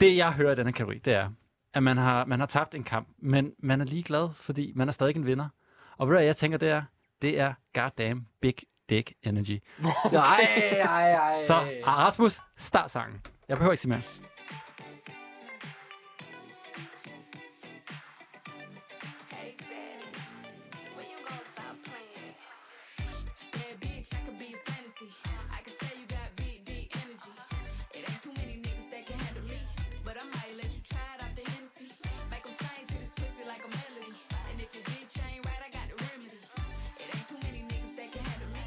Det, jeg hører i den her kategori, det er, at man har, man har tabt en kamp, men man er ligeglad, fordi man er stadig en vinder. Og ved du, hvad jeg tænker, det er? Det er goddamn big dick (laughs) energy. Okay. Ej, ej, ej. Så Rasmus, start sangen. Jeg behøver ikke sige mere. Hey, Daddy, when you gonna stop playing? Bad bitch, I could be a fantasy. I could tell you got big, big energy. It ain't too many niggas that can handle me. But I might let you try it off the Hennessy. Make 'em sing to this pussy like a melody. And if your bitch ain't right, I got the remedy. It ain't too many niggas that can handle me.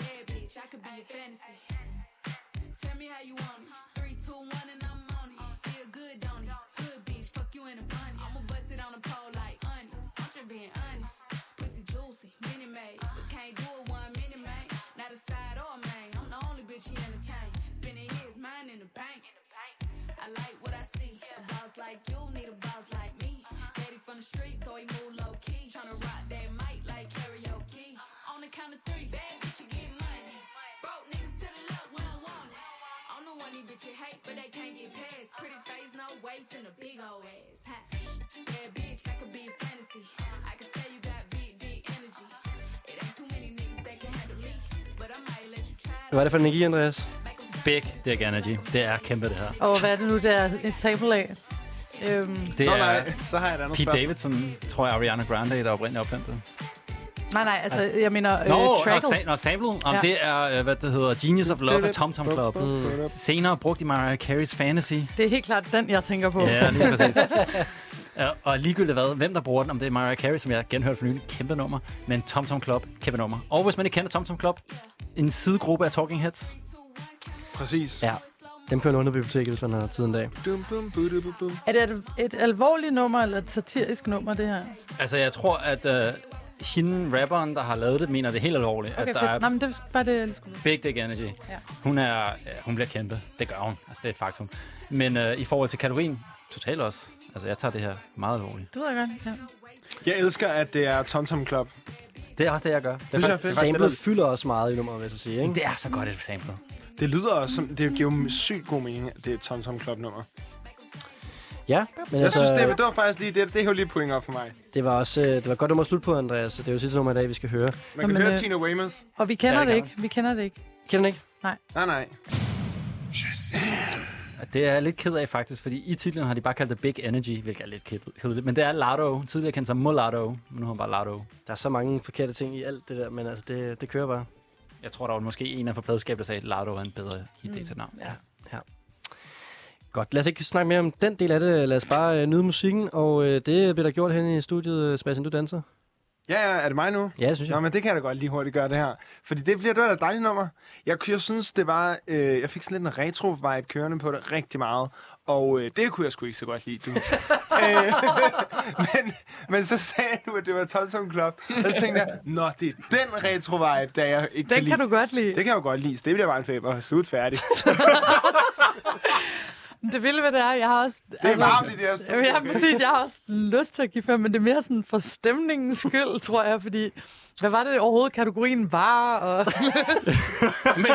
Bad bitch, I could be a fantasy. Tell me how you want it. Three, two, one, and I'm on it. Feel good, don't it? Hood bitch, fuck you in a bunny. I'ma bust it on the pole like honest. I'm just being honest. Pussy juicy, mini made. But can't do it one mini man. Not a side or a main. I'm the only bitch he entertain. Spending his mind in the bank. I like what I see. A boss like you need a boss like me. Daddy from the street, so he move low key. Tryna rock that mic like karaoke. On the count of three, bad bitch, you get money. Broke niggas to the left, we don't want it. I'm the one these bitches hate, but they can't get past. Pretty face, no waist, and a big old ass. Huh. Bad bitch, I could be a fantasy. I could tell you got big, big energy. It ain't too many niggas that can handle me, but I might let you try Hvad er det for en energi, Andreas? Big dick energy. Det er kæmpe, det her. Og hvad er det nu, der er et tabel af? Øhm, Det Nå, er nej, så har jeg et andet Pete spørgsmål. Davidson, tror jeg, Ariana Grande, der oprindeligt opfandt det. nej, nej, altså, jeg mener øh, Nå, og, tracket. sa- og sample, om Ja. ja. det er, øh, hvad det hedder, Genius of Love af Tom Tom Club. Mm. Senere brugt i Mariah Carey's Fantasy. Det er helt klart den, jeg tænker på. Ja, lige (laughs) præcis. Ja, Øh, og ligegyldigt hvad, hvem der bruger den, om det er Mariah Carey, som jeg genhørte for nylig, kæmpe nummer, men Tom Tom Club, kæmpe nummer. Og hvis man ikke kender Tom Tom Club, en sidegruppe af Talking Heads. Præcis. Ja. Dem kører under biblioteket, hvis man har tid en dag. Dum, bum, budu, bu, bum. Er det et, et alvorligt nummer, eller et satirisk nummer, det her? Altså, jeg tror, at øh, hende, rapperen, der har lavet det, mener det helt alvorligt. Okay, at der fedt. Nå, er men det var det, jeg lige skulle Big Dick Energy. Ja. Hun, er, ja, hun bliver kæmpe. Det gør hun. Altså, det er et faktum. Men øh, i forhold til kategorien, totalt også. Altså, jeg tager det her meget alvorligt. Det ved jeg godt, ja. Jeg elsker, at det er Tom Tom Club. Det er også det, jeg gør. Det er, Synes faktisk, jeg er fedt. Samlet fylder også meget i nummeret, vil jeg så sige. Ikke? det er så godt et sample. Det lyder også som, det giver jo sygt god mening, at det er et Tom Tom Club nummer. Ja, men Jeg altså, synes, det, det var faktisk lige det, det hævde lige point op for mig. det var også øh, det var et godt nummer at slutte på, Andreas. Det er jo sidste nummer i dag, vi skal høre. Man kan men, høre øh, Tina Weymouth. Og vi kender Ja, ja, det, det det kan ikke. Vi kender det ikke. Kender den ikke? Nej, nej. Og Det er jeg lidt ked af faktisk, fordi i titlen har de bare kaldt det Big Energy, hvilket er lidt ked- kedeligt. Men det er Lardo. Tidligere kendte sig Mulatto, men nu har han bare Lardo. Der er så mange forkerte ting i alt det der, men altså, det, det kører bare. Jeg tror, der var måske en af forpladskabet, der sagde, at Lardo er en bedre idé til navn. Ja. Godt, lad os ikke snakke mere om den del af det. Lad os bare øh, nyde musikken, og øh, det bliver der gjort hen i studiet. Øh, Sebastian, du danser? Ja, ja, er det mig nu? Ja, det synes jeg. Nå, men det kan jeg da godt lige hurtigt gøre det her. Fordi det bliver det var da et dejligt nummer. Jeg, jeg synes, det var... Øh, jeg fik sådan lidt en retro-vibe kørende på det rigtig meget. Og øh, det kunne jeg sgu ikke så godt (laughs) lide, du. øh, (laughs) men, men så sagde du, at det var Thompson Club. Og så tænkte jeg, nå, det er den retro-vibe, der jeg ikke Den lide. kan du godt lide. Det kan jeg jo godt lide, så det bliver bare en femmer. Slut (laughs) færdig. Det vilde ved det er, jeg har også... Det er varmt i det her studie. Jamen, ja, præcis. Jeg har også lyst til at give fem, men det er mere sådan for stemningens skyld, tror jeg, fordi... Hvad var det overhovedet, kategorien var, (laughs) og Men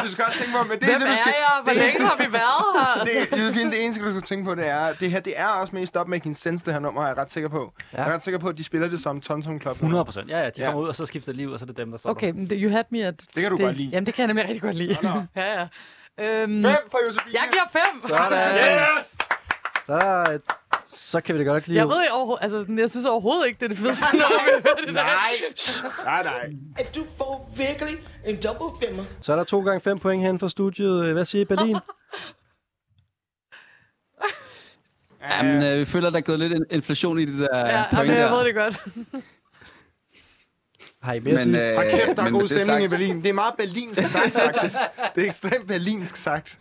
du skal også tænke på, men det, hvem som du er skal, jeg, hvor det, længe har vi været her? (laughs) det, det, det, det, det eneste, du skal tænke på, det er, det her det er også mest op making sense, det her nummer, er jeg ret sikker på. Ja. Jeg er ret sikker på, at de spiller det som Thompson Club. 100 procent. Ja, ja, de Ja. kommer ud, og så skifter liv, og så er det dem, der står Okay, men det- you had me at... Det kan du godt lide. Jamen, det kan jeg nemlig rigtig godt lide. Nå, nå. (laughs) ja, ja. Øhm, Fem for Josefine. jeg giver fem! (laughs) Sådan. Yes! Så, øh, så kan vi det godt lide. Jeg ved ikke overhovedet, altså, sådan, jeg synes overhovedet ikke, det er det (laughs) fedeste, når vi hører det der. (laughs) Nej, nej. At du får virkelig en dobbelt femmer. Så er der to gange fem point hen fra studiet. Øh, Hvad siger I, Berlin? Jamen, øh, vi føler, der er gået lidt in- inflation i det der Ja, ja, point jamen, jeg der. ved det godt. Har I mere at sige? Hold kæft, der er Øh, men god med det stemning i sagt- Berlin. Det er meget (laughs) berlinsk sagt, faktisk. Det er ekstremt berlinsk sagt.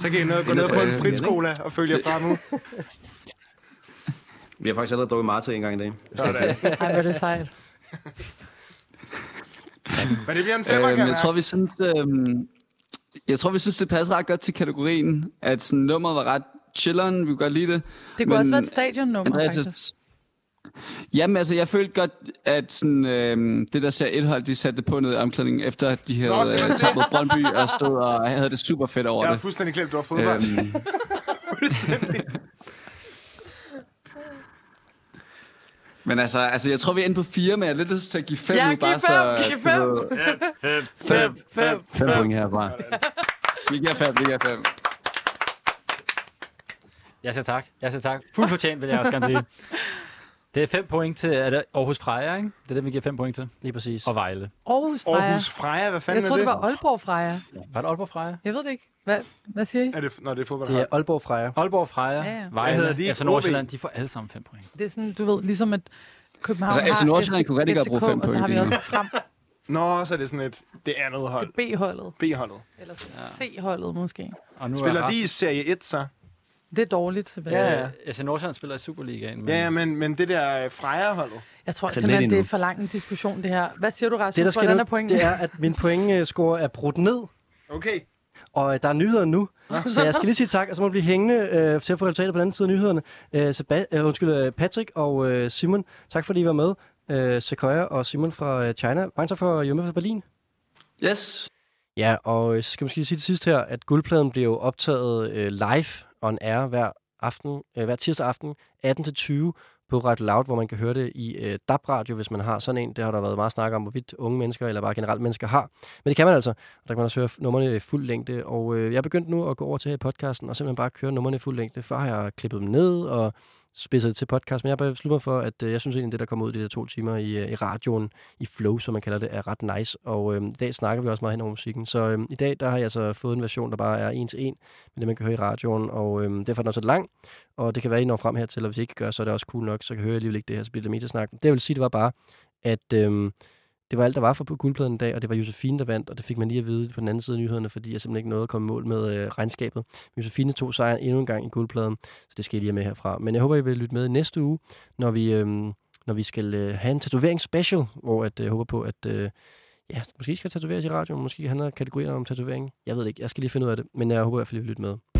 Så kan I nå- gå ned på en Øh, Øh, fritskola og følge jer frem nu. Vi har faktisk allerede drukket Marta en gang i dag. (laughs) Ej, hvor er det sejt. Men det bliver en femmer, Øh, men kan jeg jeg tror, mærke. vi synes, øh, jeg tror, vi synes, det passer ret godt til kategorien, at sådan, nummeret var ret chilleren, vi kunne godt lide det. Det kunne men også være et stadionnummer, Andreas' faktisk. Jamen altså, jeg følte godt, at sådan, øh, det der ser et hold, de satte det på ned i omklædningen, efter de Nå, havde det var øh, det. tabt mod Brøndby og stod og havde det super fedt over Jeg har det. fuldstændig glemt, du har fodbold. Øhm, men altså, altså, jeg tror, vi er inde på fire, men jeg har lidt lyst til at give fem Ja, nu, giv bare fem, så... giv fem. du ved, Fem, fem, Fem point herfra. Vi giver fem, vi giver fem. Jeg siger tak. Jeg siger tak. Fuldt fortjent, vil jeg også gerne (laughs) sige. Det er fem point til er det Aarhus Freja, ikke? Det er det, vi giver fem point til. Lige præcis. Og Vejle. Aarhus Freja. Aarhus Freja, hvad fanden Jeg er tror, det? det var Aalborg Freja. Var det Aalborg Freja? Jeg ved det ikke. Hvad, hvad siger I? Er det, når det er fodbold. Det er Aalborg Freja. Aalborg Freja, Ja, ja. Vejle, Hvad hedder de? FC Nordsjælland, de får alle sammen fem point. Det er sådan, du ved, ligesom at København Altså, FC har Nordsjælland kunne rigtig godt bruge FCK, fem Og så har point vi lige også frem Nå, så er det sådan et, det andet hold. det B-holdet. B-holdet. Eller C-holdet måske. Og nu Spiller er de i Serie 1, så? Det er dårligt, Sebastian. Ja, Ja, ja. ja. de... FC Nordsjælland spiller i Superligaen. Men... Ja, men, men det der øh, Freja-holdet. Jeg tror Tag simpelthen, lidt det er endnu. for lang en diskussion, det her. Hvad siger du, Rasmus? Det, der Hvordan sker er nu, pointen? det er, at min pointscore er brudt ned, Okay. og øh, der er nyheder nu. Så jeg skal lige sige tak, og så må du blive hængende øh, til at få resultater på den anden side af nyhederne. Øh, Seba- øh, undskyld, øh, Patrick og øh, Simon, tak fordi I var med. Øh, Sequoia og Simon fra øh, China. Mange tak for at hjemme fra Berlin. Yes, Ja, og øh, så skal jeg måske lige sige til sidst her, at guldpladen bliver jo optaget øh, live on air hver, aften, øh, hver tirsdag aften 18-20 på Ret Loud, hvor man kan høre det i øh, DAB Radio, hvis man har sådan en. Det har der været meget snak om, hvorvidt unge mennesker eller bare generelt mennesker har. Men det kan man altså, og der kan man også høre nummerne i fuld længde. Og øh, jeg er begyndt nu at gå over til her i podcasten og simpelthen bare køre nummerne i fuld længde. Før har jeg klippet dem ned og spidset det til podcast, men jeg har bare besluttet mig for, at øh, jeg synes egentlig, det der kommer ud i de der to timer i, øh, i radioen, i flow, som man kalder det, er ret nice. Og øhm, i dag snakker vi også meget hen over musikken. Så øhm, i dag der har jeg altså fået en version, der bare er en til en med det, man kan høre i radioen. Og øhm, derfor er den også lidt lang. Og det kan være, I når frem hertil, og hvis I ikke gør, så er det også cool nok. Så kan I høre alligevel ikke det her, så bliver det mediesnak. Det jeg vil sige, det var bare, at øhm, det var alt, der var for på guldpladen i dag, og det var Josefine, der vandt, og det fik man lige at vide på den anden side af nyhederne, fordi jeg simpelthen ikke nåede at komme i mål med øh, regnskabet. Men Josefine tog sejren endnu en gang i guldpladen, så det skal I lige have med herfra. Men jeg håber, I vil lytte med i næste uge, når vi... Øhm, når vi skal øh, have en tatoveringsspecial, hvor at, øh, jeg håber på, at øh, ja, måske skal jeg tatoveres i radioen, måske handler kategorierne om tatovering. Jeg ved det ikke, jeg skal lige finde ud af det, men jeg håber i hvert fald, at I vil lytte med.